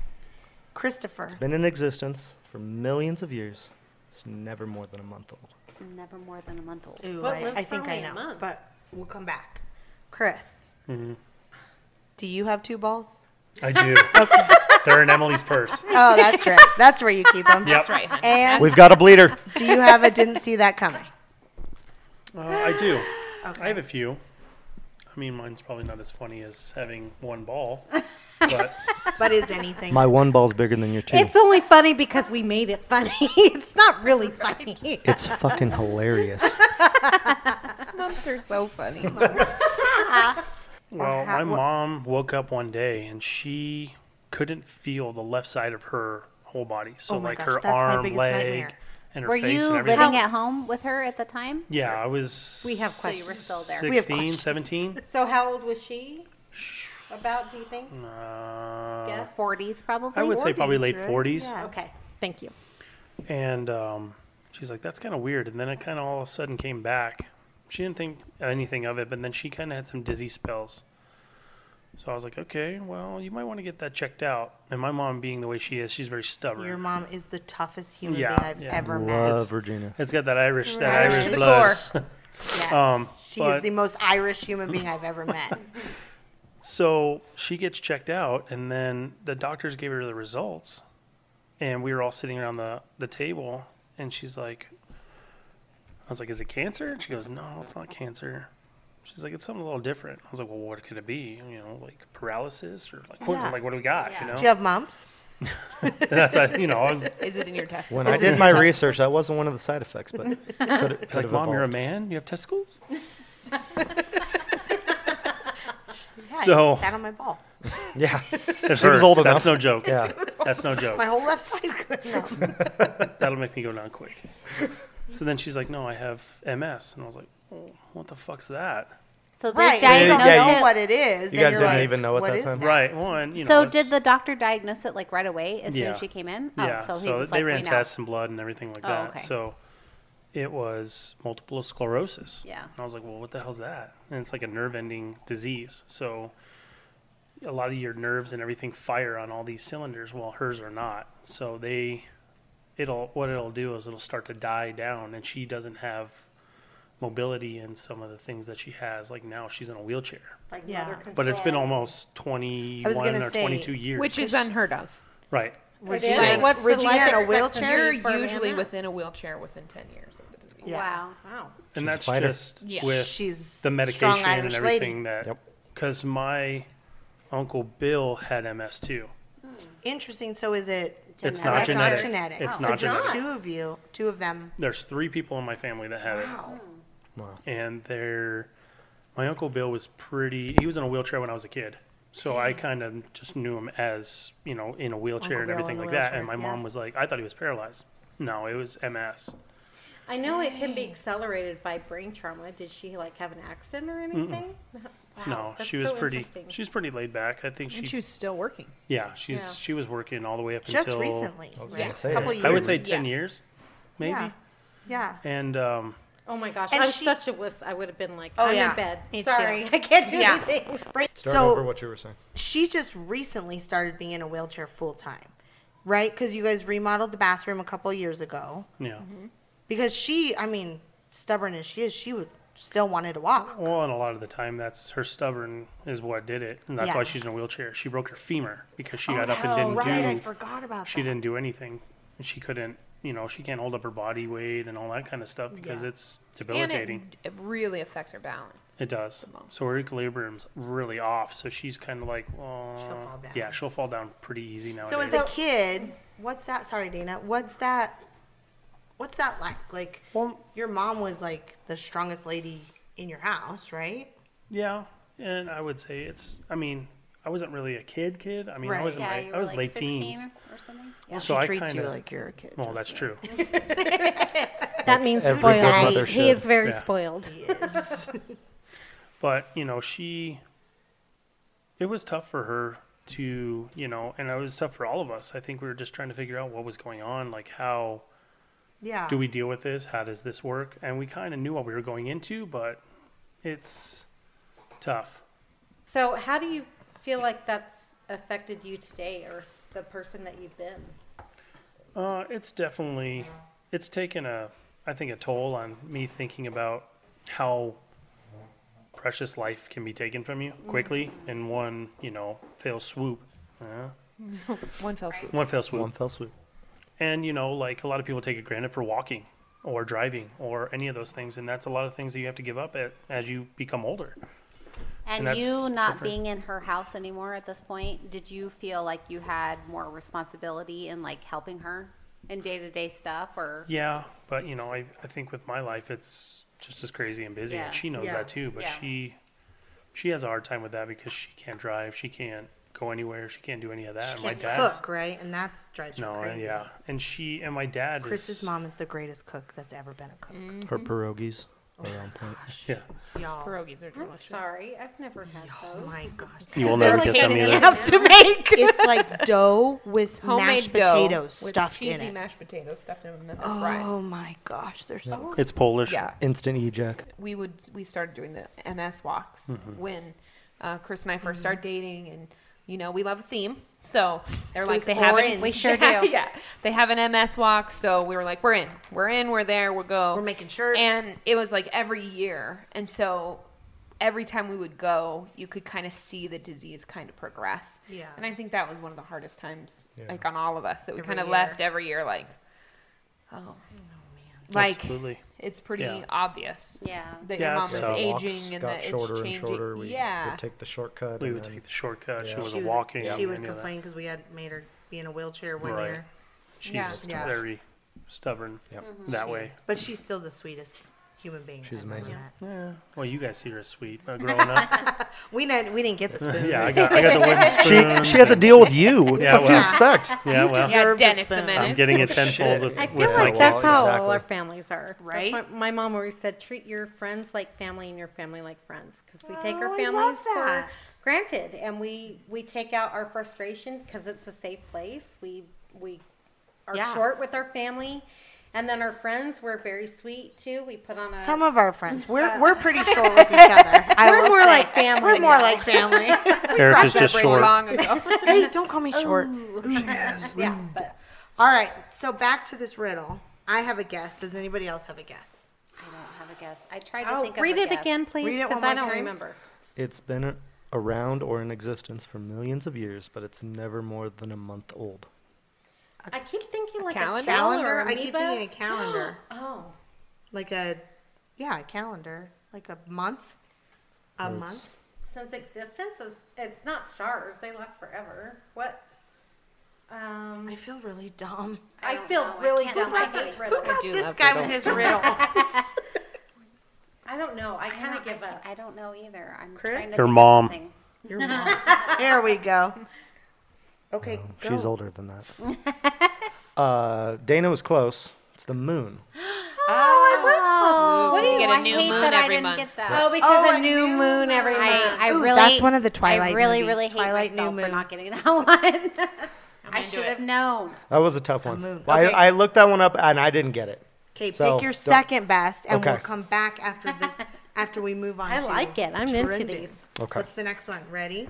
[SPEAKER 2] Christopher.
[SPEAKER 4] Been in existence for millions of years. It's never more than a month old.
[SPEAKER 5] Never more than a month old.
[SPEAKER 2] Ooh,
[SPEAKER 6] What
[SPEAKER 2] I,
[SPEAKER 6] lives
[SPEAKER 2] I
[SPEAKER 6] for
[SPEAKER 2] think I
[SPEAKER 6] only a
[SPEAKER 2] know,
[SPEAKER 6] month?
[SPEAKER 2] but we'll come back. Chris,
[SPEAKER 7] Mm-hmm.
[SPEAKER 2] do you have two balls?
[SPEAKER 7] I do. They're in Emily's purse.
[SPEAKER 2] Oh, that's right. That's where you keep them.
[SPEAKER 7] Yep.
[SPEAKER 3] That's right, honey.
[SPEAKER 2] And
[SPEAKER 4] We've got a bleeder.
[SPEAKER 2] do you have a didn't see that coming?
[SPEAKER 7] Uh, I do.
[SPEAKER 2] Okay.
[SPEAKER 7] I have a few. I mean, mine's probably not as funny as having one ball, but
[SPEAKER 2] But is anything?
[SPEAKER 4] My one ball's bigger than your two.
[SPEAKER 6] it's only funny because we made it funny. it's not really funny.
[SPEAKER 4] It's fucking hilarious.
[SPEAKER 3] Mums are so funny.
[SPEAKER 7] Well,
[SPEAKER 2] how-
[SPEAKER 7] my
[SPEAKER 2] what-
[SPEAKER 7] mom woke up one day and she couldn't feel the left side of her whole body. So
[SPEAKER 2] Oh my
[SPEAKER 7] like
[SPEAKER 2] gosh,
[SPEAKER 7] her
[SPEAKER 2] that's my
[SPEAKER 7] arm, leg,
[SPEAKER 2] biggest nightmare.
[SPEAKER 7] and her
[SPEAKER 5] Were
[SPEAKER 7] face
[SPEAKER 5] you
[SPEAKER 7] and
[SPEAKER 5] living
[SPEAKER 7] everything.
[SPEAKER 5] at home with her at the time?
[SPEAKER 7] yeah, I was
[SPEAKER 6] We have
[SPEAKER 5] So you were
[SPEAKER 6] questions.
[SPEAKER 5] still there.
[SPEAKER 2] We have
[SPEAKER 7] 16, 17.
[SPEAKER 6] So how old was she? About, do you think?
[SPEAKER 7] Uh,
[SPEAKER 6] Guess.
[SPEAKER 5] 40s probably.
[SPEAKER 7] I would say probably
[SPEAKER 2] 40s,
[SPEAKER 7] late
[SPEAKER 2] right?
[SPEAKER 7] 40s.
[SPEAKER 2] Yeah.
[SPEAKER 6] Okay, thank you.
[SPEAKER 7] And um, she's like, that's kind of weird. And then it kind of all of a sudden came back. She didn't think anything of it, but then she kind of had some dizzy spells. So I was like, okay, well, you might want to get that checked out. And my mom, being the way she is, she's very stubborn.
[SPEAKER 2] Your mom is the toughest human
[SPEAKER 7] Yeah,
[SPEAKER 2] being I've
[SPEAKER 7] yeah.
[SPEAKER 2] ever
[SPEAKER 4] Love Virginia.
[SPEAKER 7] It's got that Irish, that
[SPEAKER 3] Irish
[SPEAKER 7] Irish
[SPEAKER 3] to the
[SPEAKER 7] blood.
[SPEAKER 2] met. Yes.
[SPEAKER 7] Um,
[SPEAKER 2] she is
[SPEAKER 7] but-
[SPEAKER 2] the most Irish human being I've ever met.
[SPEAKER 7] So she gets checked out, and then the doctors gave her the results, and we were all sitting around the the table, and she's like, "I was like, is it cancer?" And she goes, "No, it's not cancer." She's like, "It's something a little different." I was like, "Well, what could it be? You know, like paralysis or like what?
[SPEAKER 2] Yeah.
[SPEAKER 7] Like what do we got? You know?"
[SPEAKER 2] Do you have mumps?
[SPEAKER 7] And that's I, you know, I was
[SPEAKER 3] Is it in your test?
[SPEAKER 4] When I did my research, that wasn't one of the side effects, but could, could have
[SPEAKER 7] like, "Mom, you're a
[SPEAKER 4] evolved.
[SPEAKER 7] man. You have testicles."
[SPEAKER 2] Yeah, I
[SPEAKER 7] So-
[SPEAKER 2] sat on my ball.
[SPEAKER 4] Yeah.
[SPEAKER 7] It
[SPEAKER 4] She was old
[SPEAKER 7] hurts. That's
[SPEAKER 4] enough.
[SPEAKER 7] no joke.
[SPEAKER 4] Yeah.
[SPEAKER 7] That's no joke.
[SPEAKER 2] My whole left side couldn't help.
[SPEAKER 7] That'll make me go down quick. So then she's like, "No, I have MS," and I was like, oh, "What the fuck's that?"
[SPEAKER 5] So they
[SPEAKER 2] Right.
[SPEAKER 4] Yeah,
[SPEAKER 2] you don't
[SPEAKER 5] diagnosed
[SPEAKER 4] yeah,
[SPEAKER 2] know
[SPEAKER 5] it.
[SPEAKER 2] what it is.
[SPEAKER 4] You
[SPEAKER 2] then
[SPEAKER 4] guys
[SPEAKER 2] you're
[SPEAKER 4] didn't
[SPEAKER 2] like,
[SPEAKER 4] even know at that
[SPEAKER 2] is
[SPEAKER 4] time.
[SPEAKER 7] Right. Well, and you know.
[SPEAKER 5] so did
[SPEAKER 7] it's-
[SPEAKER 5] the doctor diagnose it like right away as soon
[SPEAKER 7] Yeah.
[SPEAKER 5] as she came in?
[SPEAKER 7] Yeah.
[SPEAKER 5] Oh, so, he
[SPEAKER 7] so
[SPEAKER 5] was
[SPEAKER 7] they
[SPEAKER 5] like,
[SPEAKER 7] ran
[SPEAKER 5] we know.
[SPEAKER 7] tests and blood and everything like
[SPEAKER 5] Oh,
[SPEAKER 7] that.
[SPEAKER 5] okay.
[SPEAKER 7] So it was multiple sclerosis.
[SPEAKER 5] Yeah.
[SPEAKER 7] And I was like, well, what the hell's that? And it's like a nerve ending disease. So a lot of your nerves and everything fire on all these cylinders, while hers are not. So they, it'll what it'll do is it'll start to die down, and she doesn't have mobility in some of the things that she has. Like now she's in a wheelchair,
[SPEAKER 6] Like
[SPEAKER 2] Yeah.
[SPEAKER 6] mother
[SPEAKER 7] but it's been
[SPEAKER 6] control.
[SPEAKER 7] almost twenty one
[SPEAKER 2] gonna
[SPEAKER 7] or
[SPEAKER 2] say,
[SPEAKER 7] twenty two years.
[SPEAKER 3] Which is unheard of.
[SPEAKER 7] right.
[SPEAKER 2] Would
[SPEAKER 6] It
[SPEAKER 2] you-
[SPEAKER 6] is.
[SPEAKER 3] Like,
[SPEAKER 6] What's the
[SPEAKER 2] Regina
[SPEAKER 6] life
[SPEAKER 2] in a
[SPEAKER 6] expectancy
[SPEAKER 2] wheelchair?
[SPEAKER 6] for
[SPEAKER 3] You're
[SPEAKER 6] an
[SPEAKER 3] usually
[SPEAKER 6] MS?
[SPEAKER 3] within a wheelchair within 10 years of the disease.
[SPEAKER 2] Yeah.
[SPEAKER 5] Wow.
[SPEAKER 6] Wow.
[SPEAKER 7] And
[SPEAKER 4] She's a
[SPEAKER 7] that's
[SPEAKER 4] fighter.
[SPEAKER 7] just
[SPEAKER 3] Yeah.
[SPEAKER 7] with
[SPEAKER 2] She's
[SPEAKER 7] the
[SPEAKER 2] strong
[SPEAKER 7] medication and
[SPEAKER 2] Irish lady.
[SPEAKER 7] everything that
[SPEAKER 4] Yep.
[SPEAKER 7] because my uncle Bill had MS too.
[SPEAKER 2] Interesting. So is it
[SPEAKER 7] It's not
[SPEAKER 2] Genetic.
[SPEAKER 7] genetic.
[SPEAKER 2] Genetic.
[SPEAKER 7] It's
[SPEAKER 2] Oh.
[SPEAKER 7] not
[SPEAKER 2] so
[SPEAKER 7] genetic.
[SPEAKER 2] just two of you, two of them.
[SPEAKER 7] There's three people in my family that had
[SPEAKER 2] Wow.
[SPEAKER 4] Wow.
[SPEAKER 7] it, and they're my uncle Bill was pretty. He was in a wheelchair when I was a kid, so I kind of just knew him as you know in a
[SPEAKER 2] Uncle
[SPEAKER 7] wheelchair and
[SPEAKER 2] Bill in
[SPEAKER 7] everything
[SPEAKER 2] the
[SPEAKER 7] like that.
[SPEAKER 2] wheelchair,
[SPEAKER 7] And my
[SPEAKER 2] yeah.
[SPEAKER 7] mom was like, I thought he was paralyzed. No, it was MS.
[SPEAKER 6] I know it can be accelerated by brain trauma. Did she like have an accident or anything? Wow,
[SPEAKER 7] no,
[SPEAKER 6] that's
[SPEAKER 7] she was
[SPEAKER 6] so
[SPEAKER 7] pretty.
[SPEAKER 6] interesting.
[SPEAKER 7] She's pretty laid back. I think she.
[SPEAKER 3] And she was still working.
[SPEAKER 7] yeah, she's
[SPEAKER 6] Yeah.
[SPEAKER 7] she was working all the way up
[SPEAKER 2] Just
[SPEAKER 7] until
[SPEAKER 2] recently.
[SPEAKER 4] I was
[SPEAKER 2] right?
[SPEAKER 4] gonna say,
[SPEAKER 2] couple
[SPEAKER 4] it's
[SPEAKER 2] years.
[SPEAKER 7] I would say ten
[SPEAKER 3] Yeah.
[SPEAKER 7] years, maybe.
[SPEAKER 2] Yeah. Yeah.
[SPEAKER 7] And um,
[SPEAKER 6] oh my gosh,
[SPEAKER 2] And
[SPEAKER 6] I'm
[SPEAKER 2] she-
[SPEAKER 6] such a wuss. I would have been like,
[SPEAKER 2] Oh,
[SPEAKER 6] I'm
[SPEAKER 2] yeah.
[SPEAKER 6] in bed.
[SPEAKER 2] Me too.
[SPEAKER 6] Sorry, I can't do
[SPEAKER 2] Yeah.
[SPEAKER 6] anything.
[SPEAKER 4] Start
[SPEAKER 2] so
[SPEAKER 4] over what you were saying.
[SPEAKER 2] she just recently started being in a wheelchair full time, right? Because you guys remodeled the bathroom a couple years ago.
[SPEAKER 7] yeah.
[SPEAKER 2] Mm-hmm. Because she, I mean, stubborn as she is, she would still wanted to walk.
[SPEAKER 7] Well, and a lot of the time, that's her stubborn is what did it, and that's
[SPEAKER 2] Yeah.
[SPEAKER 7] why she's in a wheelchair. She broke her femur because she
[SPEAKER 2] Oh,
[SPEAKER 7] got up and
[SPEAKER 2] that's
[SPEAKER 7] didn't
[SPEAKER 2] right. I
[SPEAKER 7] do.
[SPEAKER 2] forgot about
[SPEAKER 7] She
[SPEAKER 2] that.
[SPEAKER 7] didn't do anything. She couldn't, you know, she can't hold up her body weight and all that kind of stuff because it's
[SPEAKER 3] And it,
[SPEAKER 7] debilitating.
[SPEAKER 3] it really affects her balance.
[SPEAKER 7] It, does.
[SPEAKER 3] most.
[SPEAKER 7] So her equilibrium's really off. So she's kind of like, well,
[SPEAKER 2] fall down.
[SPEAKER 7] yeah, she'll fall down pretty easy now.
[SPEAKER 2] So as a kid, what's that? Sorry, Dana. What's that? What's that like? Like
[SPEAKER 7] well,
[SPEAKER 2] your mom was like the strongest lady in your house, right?
[SPEAKER 7] yeah, and I would say it's. I mean, I wasn't really a kid, kid. I mean, I
[SPEAKER 2] Right.
[SPEAKER 7] was in
[SPEAKER 5] Yeah,
[SPEAKER 7] my,
[SPEAKER 5] you
[SPEAKER 7] I
[SPEAKER 5] were
[SPEAKER 7] was
[SPEAKER 5] like
[SPEAKER 7] late
[SPEAKER 5] 16
[SPEAKER 7] teens.
[SPEAKER 5] or something.
[SPEAKER 2] Well,
[SPEAKER 7] So
[SPEAKER 2] she
[SPEAKER 7] I
[SPEAKER 2] treats you
[SPEAKER 7] kinda-
[SPEAKER 2] like you're a kid.
[SPEAKER 7] Well,
[SPEAKER 2] just
[SPEAKER 7] that's
[SPEAKER 2] so-
[SPEAKER 7] true.
[SPEAKER 6] That means
[SPEAKER 4] every
[SPEAKER 6] spoiled.
[SPEAKER 4] good
[SPEAKER 6] He-
[SPEAKER 4] mother
[SPEAKER 6] He,
[SPEAKER 4] should.
[SPEAKER 6] is very
[SPEAKER 7] Yeah.
[SPEAKER 6] spoiled.
[SPEAKER 7] but you know she it was tough for her to you know and it was tough for all of us i think we were just trying to figure out what was going on like how
[SPEAKER 2] Yeah.
[SPEAKER 7] do we deal with this how does this work and we kind of knew what we were going into but it's tough
[SPEAKER 6] So, how do you feel like that's affected you today, or the person that you've been?
[SPEAKER 7] Uh, it's definitely it's taken a I think a toll on me thinking about how precious life can be taken from you
[SPEAKER 3] Mm-hmm.
[SPEAKER 7] quickly in one you know fail swoop. Uh,
[SPEAKER 3] One fell swoop.
[SPEAKER 7] one fail swoop.
[SPEAKER 4] One fell swoop.
[SPEAKER 7] And you know, like a lot of people take it granted for walking or driving or any of those things, and that's a lot of things that you have to give up at, as you become older.
[SPEAKER 5] And,
[SPEAKER 7] that's
[SPEAKER 5] you not
[SPEAKER 7] different.
[SPEAKER 5] being in her house anymore at this point, did you feel like you had more responsibility in like helping her in day to day stuff or
[SPEAKER 7] Yeah, but you know, I, I think with my life, it's just as crazy and busy,
[SPEAKER 5] Yeah.
[SPEAKER 7] and she knows
[SPEAKER 2] Yeah.
[SPEAKER 7] that too. But
[SPEAKER 5] Yeah.
[SPEAKER 7] she she has a hard time with that because she can't drive, she can't go anywhere, she can't do any of that. and
[SPEAKER 2] She
[SPEAKER 7] my
[SPEAKER 2] can't
[SPEAKER 7] dad's
[SPEAKER 2] cook, right? And that drives you
[SPEAKER 7] no, and
[SPEAKER 2] crazy.
[SPEAKER 7] yeah, and she and my dad
[SPEAKER 2] Chris's
[SPEAKER 7] is
[SPEAKER 2] mom is the greatest cook that's ever been a cook.
[SPEAKER 6] Mm-hmm.
[SPEAKER 4] Her pierogies are on point.
[SPEAKER 7] Yeah,
[SPEAKER 2] Mm. Y'all.
[SPEAKER 3] Pierogies are
[SPEAKER 6] I'm
[SPEAKER 3] delicious.
[SPEAKER 6] sorry, I've never had
[SPEAKER 2] Oh
[SPEAKER 6] those.
[SPEAKER 2] my gosh.
[SPEAKER 7] you will never
[SPEAKER 6] like
[SPEAKER 7] get them
[SPEAKER 6] anything
[SPEAKER 7] either.
[SPEAKER 3] Else to make
[SPEAKER 2] It's like dough with
[SPEAKER 3] homemade
[SPEAKER 2] mashed
[SPEAKER 3] dough
[SPEAKER 2] potatoes
[SPEAKER 3] with
[SPEAKER 2] stuffed in
[SPEAKER 3] cheesy
[SPEAKER 2] it.
[SPEAKER 3] mashed potatoes stuffed in them and then they're fried.
[SPEAKER 2] Oh my gosh, they're so
[SPEAKER 7] It's Polish.
[SPEAKER 3] Yeah,
[SPEAKER 4] Instant ejac.
[SPEAKER 3] we would we started doing the NS walks when uh, Chris and I 1st
[SPEAKER 2] Mm-hmm.
[SPEAKER 3] started dating, and you know we love a theme, so they're like
[SPEAKER 2] Those
[SPEAKER 3] they have
[SPEAKER 2] orange-
[SPEAKER 3] an
[SPEAKER 2] We
[SPEAKER 5] sure
[SPEAKER 3] yeah,
[SPEAKER 5] do.
[SPEAKER 3] yeah, they have an MS walk, so we were like we're in, we're in, we're there, we'll go.
[SPEAKER 2] We're making shirts.
[SPEAKER 3] and it was like every year, and so every time we would go, you could kind of see the disease kind of progress.
[SPEAKER 2] Yeah.
[SPEAKER 3] and I think that was one of the hardest times,
[SPEAKER 4] Yeah.
[SPEAKER 3] like on all of us, that we
[SPEAKER 2] Every
[SPEAKER 3] kind of
[SPEAKER 2] year.
[SPEAKER 3] left every year, like, oh, man, like
[SPEAKER 7] Absolutely.
[SPEAKER 3] it's pretty
[SPEAKER 7] Yeah.
[SPEAKER 3] obvious
[SPEAKER 5] Yeah.
[SPEAKER 3] that
[SPEAKER 7] Yeah,
[SPEAKER 3] your mom
[SPEAKER 7] it's
[SPEAKER 3] is
[SPEAKER 7] tough.
[SPEAKER 3] aging and
[SPEAKER 4] got
[SPEAKER 3] that it's
[SPEAKER 4] shorter
[SPEAKER 3] changing.
[SPEAKER 4] and shorter. We
[SPEAKER 3] yeah,
[SPEAKER 4] would take the shortcut.
[SPEAKER 7] We
[SPEAKER 4] and
[SPEAKER 7] would
[SPEAKER 4] then-
[SPEAKER 7] take the shortcut.
[SPEAKER 4] Yeah.
[SPEAKER 7] She
[SPEAKER 4] She
[SPEAKER 7] wasn't
[SPEAKER 2] was-
[SPEAKER 7] walking.
[SPEAKER 2] She
[SPEAKER 7] and
[SPEAKER 2] would
[SPEAKER 7] any of that.
[SPEAKER 2] complain because we had made her be in a wheelchair one
[SPEAKER 7] Right.
[SPEAKER 2] year.
[SPEAKER 7] She's
[SPEAKER 3] Yeah.
[SPEAKER 2] Yeah. Mm,
[SPEAKER 7] very stubborn
[SPEAKER 4] Yep.
[SPEAKER 7] that way.
[SPEAKER 2] But she's still the sweetest human being.
[SPEAKER 4] She's
[SPEAKER 2] I've ever
[SPEAKER 4] amazing.
[SPEAKER 2] met.
[SPEAKER 7] Yeah. Well, you guys see her as sweet, but growing up,
[SPEAKER 2] We didn't, we didn't get the spoon.
[SPEAKER 7] yeah, I got, I got the wooden spoon.
[SPEAKER 4] She, she had to deal with you. What
[SPEAKER 7] Yeah,
[SPEAKER 4] the fuck do you
[SPEAKER 7] well.
[SPEAKER 4] expect?
[SPEAKER 7] Yeah, well,
[SPEAKER 3] yeah,
[SPEAKER 2] Serve the
[SPEAKER 3] Dennis the
[SPEAKER 2] spoon.
[SPEAKER 3] menace.
[SPEAKER 7] I'm getting a tenfold with,
[SPEAKER 6] I
[SPEAKER 7] with
[SPEAKER 6] feel
[SPEAKER 7] my
[SPEAKER 6] like that's
[SPEAKER 7] kids,
[SPEAKER 6] how all
[SPEAKER 7] exactly.
[SPEAKER 6] our families are,
[SPEAKER 2] Right?
[SPEAKER 6] That's what my mom always said: treat your friends like family and your family like friends, because we take
[SPEAKER 2] Oh,
[SPEAKER 6] our
[SPEAKER 2] I
[SPEAKER 6] families
[SPEAKER 2] love
[SPEAKER 6] for
[SPEAKER 2] that.
[SPEAKER 6] granted, and we we take out our frustration because it's a safe place. We we are
[SPEAKER 2] Yeah.
[SPEAKER 6] short with our family, and then our friends we're very sweet too. We put on a
[SPEAKER 2] Some of our friends, we're, we're pretty short with each other. I
[SPEAKER 6] We're
[SPEAKER 2] will
[SPEAKER 6] more
[SPEAKER 2] say.
[SPEAKER 6] like family
[SPEAKER 2] We're more
[SPEAKER 6] now.
[SPEAKER 2] like family.
[SPEAKER 7] Eric is just short.
[SPEAKER 3] long ago.
[SPEAKER 2] hey, don't call me short.
[SPEAKER 6] yeah, but
[SPEAKER 2] All right, so back to this riddle. I have a guess. Does anybody else have a guess?
[SPEAKER 5] I don't have a guess. I tried to
[SPEAKER 6] oh,
[SPEAKER 5] think of
[SPEAKER 6] read
[SPEAKER 5] a
[SPEAKER 6] it
[SPEAKER 5] guess.
[SPEAKER 6] again, please,
[SPEAKER 2] Read it one
[SPEAKER 6] because I
[SPEAKER 2] more
[SPEAKER 6] don't
[SPEAKER 2] time.
[SPEAKER 6] remember.
[SPEAKER 4] It's been around or in existence for millions of years, but it's never more than a month old.
[SPEAKER 6] I keep thinking like
[SPEAKER 3] calendar?
[SPEAKER 6] a calendar.
[SPEAKER 2] I keep thinking a calendar,
[SPEAKER 6] Oh,
[SPEAKER 2] like a, yeah, a calendar, like a month, a
[SPEAKER 4] Or
[SPEAKER 2] month.
[SPEAKER 6] since existence is it's not stars; they last forever. What? Um,
[SPEAKER 2] I feel really dumb.
[SPEAKER 5] I
[SPEAKER 6] I,
[SPEAKER 5] don't
[SPEAKER 6] feel
[SPEAKER 5] know. I
[SPEAKER 6] really
[SPEAKER 5] can't-
[SPEAKER 6] dumb.
[SPEAKER 5] I
[SPEAKER 6] I
[SPEAKER 5] hate
[SPEAKER 6] hate riddles.
[SPEAKER 3] do
[SPEAKER 2] This
[SPEAKER 3] love
[SPEAKER 2] guy
[SPEAKER 3] riddles.
[SPEAKER 2] with his riddle.
[SPEAKER 6] I don't know. I
[SPEAKER 5] I
[SPEAKER 6] kind of
[SPEAKER 5] don't- I
[SPEAKER 6] give
[SPEAKER 5] can't-
[SPEAKER 6] up.
[SPEAKER 5] I don't know either. I'm
[SPEAKER 2] Chris?
[SPEAKER 5] trying to
[SPEAKER 7] Her
[SPEAKER 5] think of
[SPEAKER 7] mom.
[SPEAKER 5] something.
[SPEAKER 2] You're wrong. there we go. Okay, go.
[SPEAKER 4] Um, She's older than that. uh, Dana was close. It's the moon.
[SPEAKER 2] Ah.
[SPEAKER 5] Oh,
[SPEAKER 6] What do you-
[SPEAKER 5] I
[SPEAKER 3] get a new
[SPEAKER 5] hate
[SPEAKER 3] moon
[SPEAKER 5] that I
[SPEAKER 3] every
[SPEAKER 5] didn't
[SPEAKER 3] month.
[SPEAKER 5] get that.
[SPEAKER 6] Oh, because
[SPEAKER 2] a
[SPEAKER 6] a new
[SPEAKER 2] new
[SPEAKER 6] moon every
[SPEAKER 2] moon.
[SPEAKER 6] month.
[SPEAKER 5] I, I
[SPEAKER 2] Ooh,
[SPEAKER 5] really,
[SPEAKER 2] that's one of the Twilight
[SPEAKER 5] I really,
[SPEAKER 2] movies,
[SPEAKER 5] really hate
[SPEAKER 2] Twilight New
[SPEAKER 5] myself for
[SPEAKER 2] Moon.
[SPEAKER 5] not getting that one. I
[SPEAKER 3] into
[SPEAKER 5] should
[SPEAKER 3] it.
[SPEAKER 5] have known.
[SPEAKER 4] That was a tough one.
[SPEAKER 2] moon.
[SPEAKER 4] I,
[SPEAKER 2] Okay.
[SPEAKER 4] I looked that one up and I didn't get it.
[SPEAKER 2] Okay,
[SPEAKER 4] So,
[SPEAKER 2] pick your
[SPEAKER 4] don't-
[SPEAKER 2] second best, and we'll
[SPEAKER 4] Okay.
[SPEAKER 2] come back after this. After we move on.
[SPEAKER 6] I
[SPEAKER 2] to
[SPEAKER 6] like it. I'm into
[SPEAKER 2] trending.
[SPEAKER 6] these.
[SPEAKER 4] Okay.
[SPEAKER 2] What's the next one? Ready?